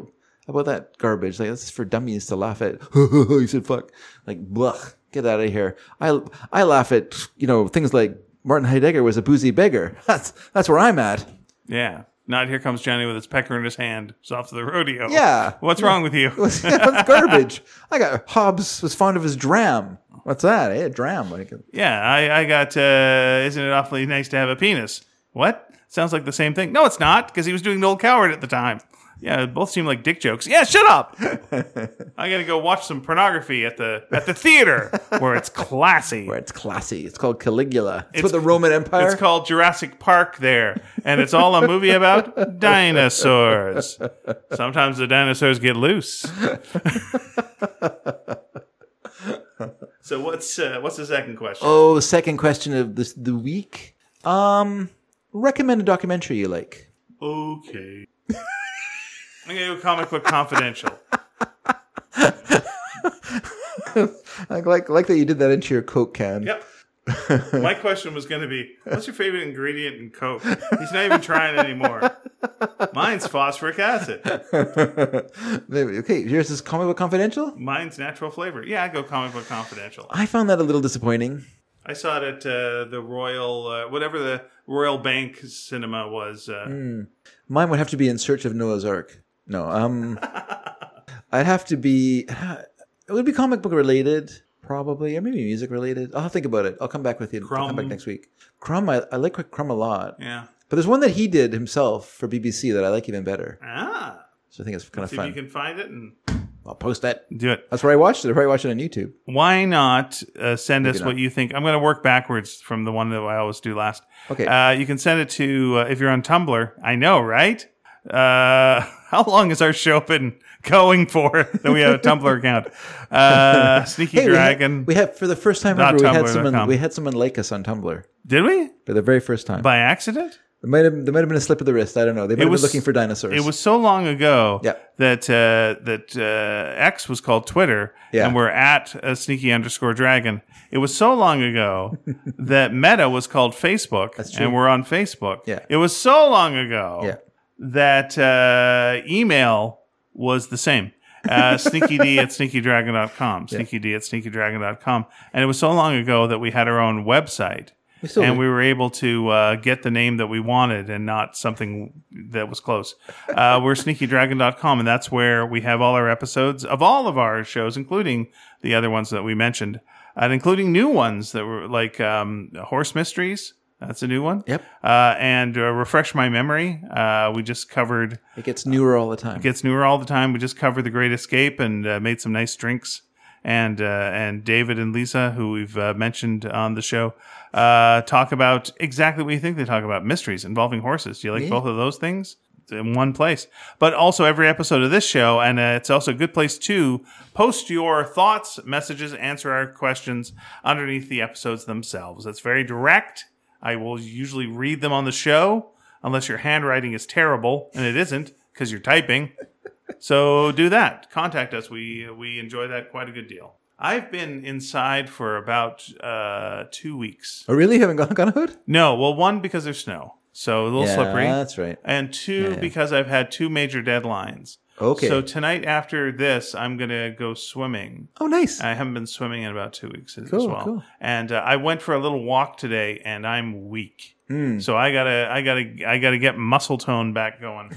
Speaker 2: about that garbage? Like this is for dummies to laugh at. you said fuck, like blech, get out of here. I I laugh at you know things like Martin Heidegger was a boozy beggar. That's that's where I'm at.
Speaker 1: yeah. Not here comes Johnny with his pecker in his hand. He's off to the rodeo.
Speaker 2: Yeah.
Speaker 1: What's wrong with you?
Speaker 2: was, that's garbage. I got Hobbes was fond of his dram. What's that? Eh, dram. Like,
Speaker 1: Yeah, I, I got. Uh, isn't it awfully nice to have a penis? What? Sounds like the same thing. No, it's not, because he was doing the old coward at the time. Yeah, it both seem like dick jokes. Yeah, shut up. I gotta go watch some pornography at the at the theater where it's classy.
Speaker 2: Where it's classy. It's called Caligula. It's,
Speaker 1: It's-
Speaker 2: what the Roman Empire.
Speaker 1: It's called Jurassic Park there, and it's all a movie about dinosaurs. Sometimes the dinosaurs get loose. so what's uh, what's the second question?
Speaker 2: oh, second question of this the week. Um, recommend a documentary you like.
Speaker 1: Okay, I'm gonna do comic book confidential.
Speaker 2: I like like that you did that into your Coke can.
Speaker 1: Yep. My question was going to be, what's your favorite ingredient in Coke? He's not even trying anymore. Mine's phosphoric acid.
Speaker 2: Maybe- okay, yours is comic book confidential.
Speaker 1: Mine's natural flavor. Yeah, I go comic book confidential.
Speaker 2: I found that a little disappointing.
Speaker 1: I saw it at uh, the Royal, uh, whatever the Royal Bank Cinema was. Uh,
Speaker 2: Mine would have to be in search of Noah's Ark. No, um, I'd have to be. It would be comic book related, probably, or maybe music related. I'll think about it. I'll come back with you. I'll come back
Speaker 1: Crumb.
Speaker 2: next week. Crumb, I, I like Crumb a lot,
Speaker 1: Yeah.
Speaker 2: but there's one that he did himself for BBC that I like even better.
Speaker 1: Ah.
Speaker 2: So I think it's kind of
Speaker 1: See if
Speaker 2: fun.
Speaker 1: you can find it and
Speaker 2: I'll post that.
Speaker 1: do it.
Speaker 2: That's where I watched it. I probably watched it on YouTube.
Speaker 1: Why not uh, send us
Speaker 2: not.
Speaker 1: what you think? I'm going to work backwards from the one that I always do last.
Speaker 2: Okay.
Speaker 1: Uh, you can send it to uh, if you're on Tumblr. I know, right? Uh, how long has our show been going for that we have a Tumblr account? Uh, Sneaky
Speaker 2: Hey, we had-
Speaker 1: Dragon.
Speaker 2: We had for the first time
Speaker 1: Not
Speaker 2: ever. We had
Speaker 1: Tumblr.com.
Speaker 2: someone. We had someone like us on Tumblr
Speaker 1: Did we
Speaker 2: for the very first time.
Speaker 1: by accident?
Speaker 2: There might have there might have been a slip of the wrist. I don't know. They might have
Speaker 1: was-
Speaker 2: been looking for dinosaurs.
Speaker 1: It was so long ago
Speaker 2: Yeah.
Speaker 1: that uh, that uh, X was called Twitter,
Speaker 2: Yeah.
Speaker 1: and we're at uh, sneaky underscore dragon. It was so long ago that Meta was called Facebook,
Speaker 2: true.
Speaker 1: and we're on Facebook.
Speaker 2: Yeah.
Speaker 1: It was so long ago
Speaker 2: Yeah.
Speaker 1: that uh, email was the same. Uh, sneakyd at sneakydragon.com, sneakyd at sneakydragon.com. And it was so long ago that we had our own website
Speaker 2: We still
Speaker 1: and
Speaker 2: do.
Speaker 1: we were able to uh, get the name that we wanted and not something that was close. Uh, we're sneakydragon.com, and that's where we have all our episodes of all of our shows, including the other ones that we mentioned, and including new ones that were like um, Horse Mysteries. That's a new one.
Speaker 2: Yep.
Speaker 1: Uh, and uh, Refresh My Memory. Uh, we just covered,
Speaker 2: It gets newer all the time.
Speaker 1: gets newer all the time. We just covered The Great Escape and uh, made some nice drinks. And uh, and David and Lisa, who we've uh, mentioned on the show, uh, talk about exactly what you think they talk about mysteries involving horses. Do you like both of those things? In one place, but also every episode of this show, and uh, it's also a good place to post your thoughts, messages, answer our questions underneath the episodes themselves. That's very direct. I will usually read them on the show, unless your handwriting is terrible, and it isn't because you're typing. So do that. Contact us. We we enjoy that quite a good deal. I've been inside for about uh, two weeks.
Speaker 2: oh, really? You haven't gone, gone hood?
Speaker 1: No, well, one because there's snow, so a little slippery,
Speaker 2: That's right.
Speaker 1: and two because I've had two major deadlines.
Speaker 2: Okay.
Speaker 1: So tonight after this, I'm gonna go swimming.
Speaker 2: oh, nice.
Speaker 1: I haven't been swimming in about two weeks as
Speaker 2: Cool,
Speaker 1: well.
Speaker 2: cool.
Speaker 1: And uh, I went for a little walk today, and I'm weak.
Speaker 2: Hmm.
Speaker 1: So I gotta, I gotta, I gotta get muscle tone back going.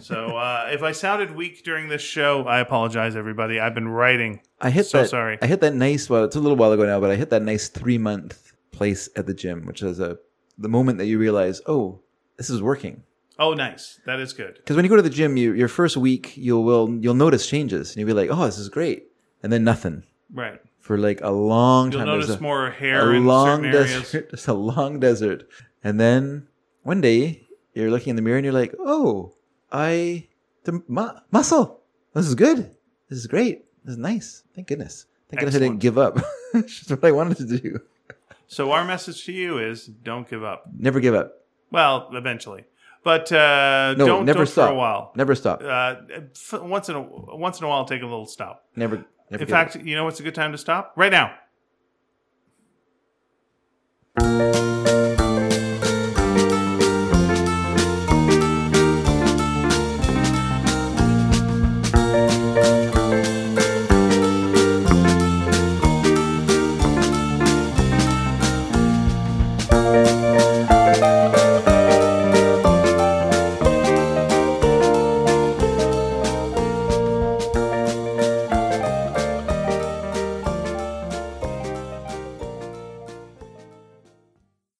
Speaker 1: so uh, if I sounded weak during this show, I apologize, everybody. I've been writing.
Speaker 2: I hit
Speaker 1: so
Speaker 2: that.
Speaker 1: sorry.
Speaker 2: I hit that nice. Well, it's a little while ago now, but I hit that nice three month place at the gym, which is a the moment that you realize, oh, this is working.
Speaker 1: Oh, nice. That is good.
Speaker 2: Because when you go to the gym, you, your first week, you'll will you'll notice changes, and you'll be like, oh, this is great, and then nothing
Speaker 1: Right.
Speaker 2: for like a long
Speaker 1: You'll
Speaker 2: time. There's
Speaker 1: notice
Speaker 2: a-
Speaker 1: more
Speaker 2: a
Speaker 1: hair in
Speaker 2: long
Speaker 1: certain areas.
Speaker 2: desert, just a long desert. And then one day you're looking in the mirror and you're like, "Oh, I the mu- muscle. This is good. This is great. This is nice. Thank goodness. Thank goodness I didn't
Speaker 1: Excellent.
Speaker 2: give up. That's what I wanted to do.
Speaker 1: So our message to you is: don't give up.
Speaker 2: Never give up.
Speaker 1: Well, eventually, but uh,
Speaker 2: No,
Speaker 1: don't
Speaker 2: never
Speaker 1: don't
Speaker 2: stop.
Speaker 1: for a while.
Speaker 2: Never stop.
Speaker 1: Uh, f- once in a once in a while, take a little stop.
Speaker 2: Never. Never.
Speaker 1: In
Speaker 2: give up.
Speaker 1: fact, you know what's a good time to stop? Right now.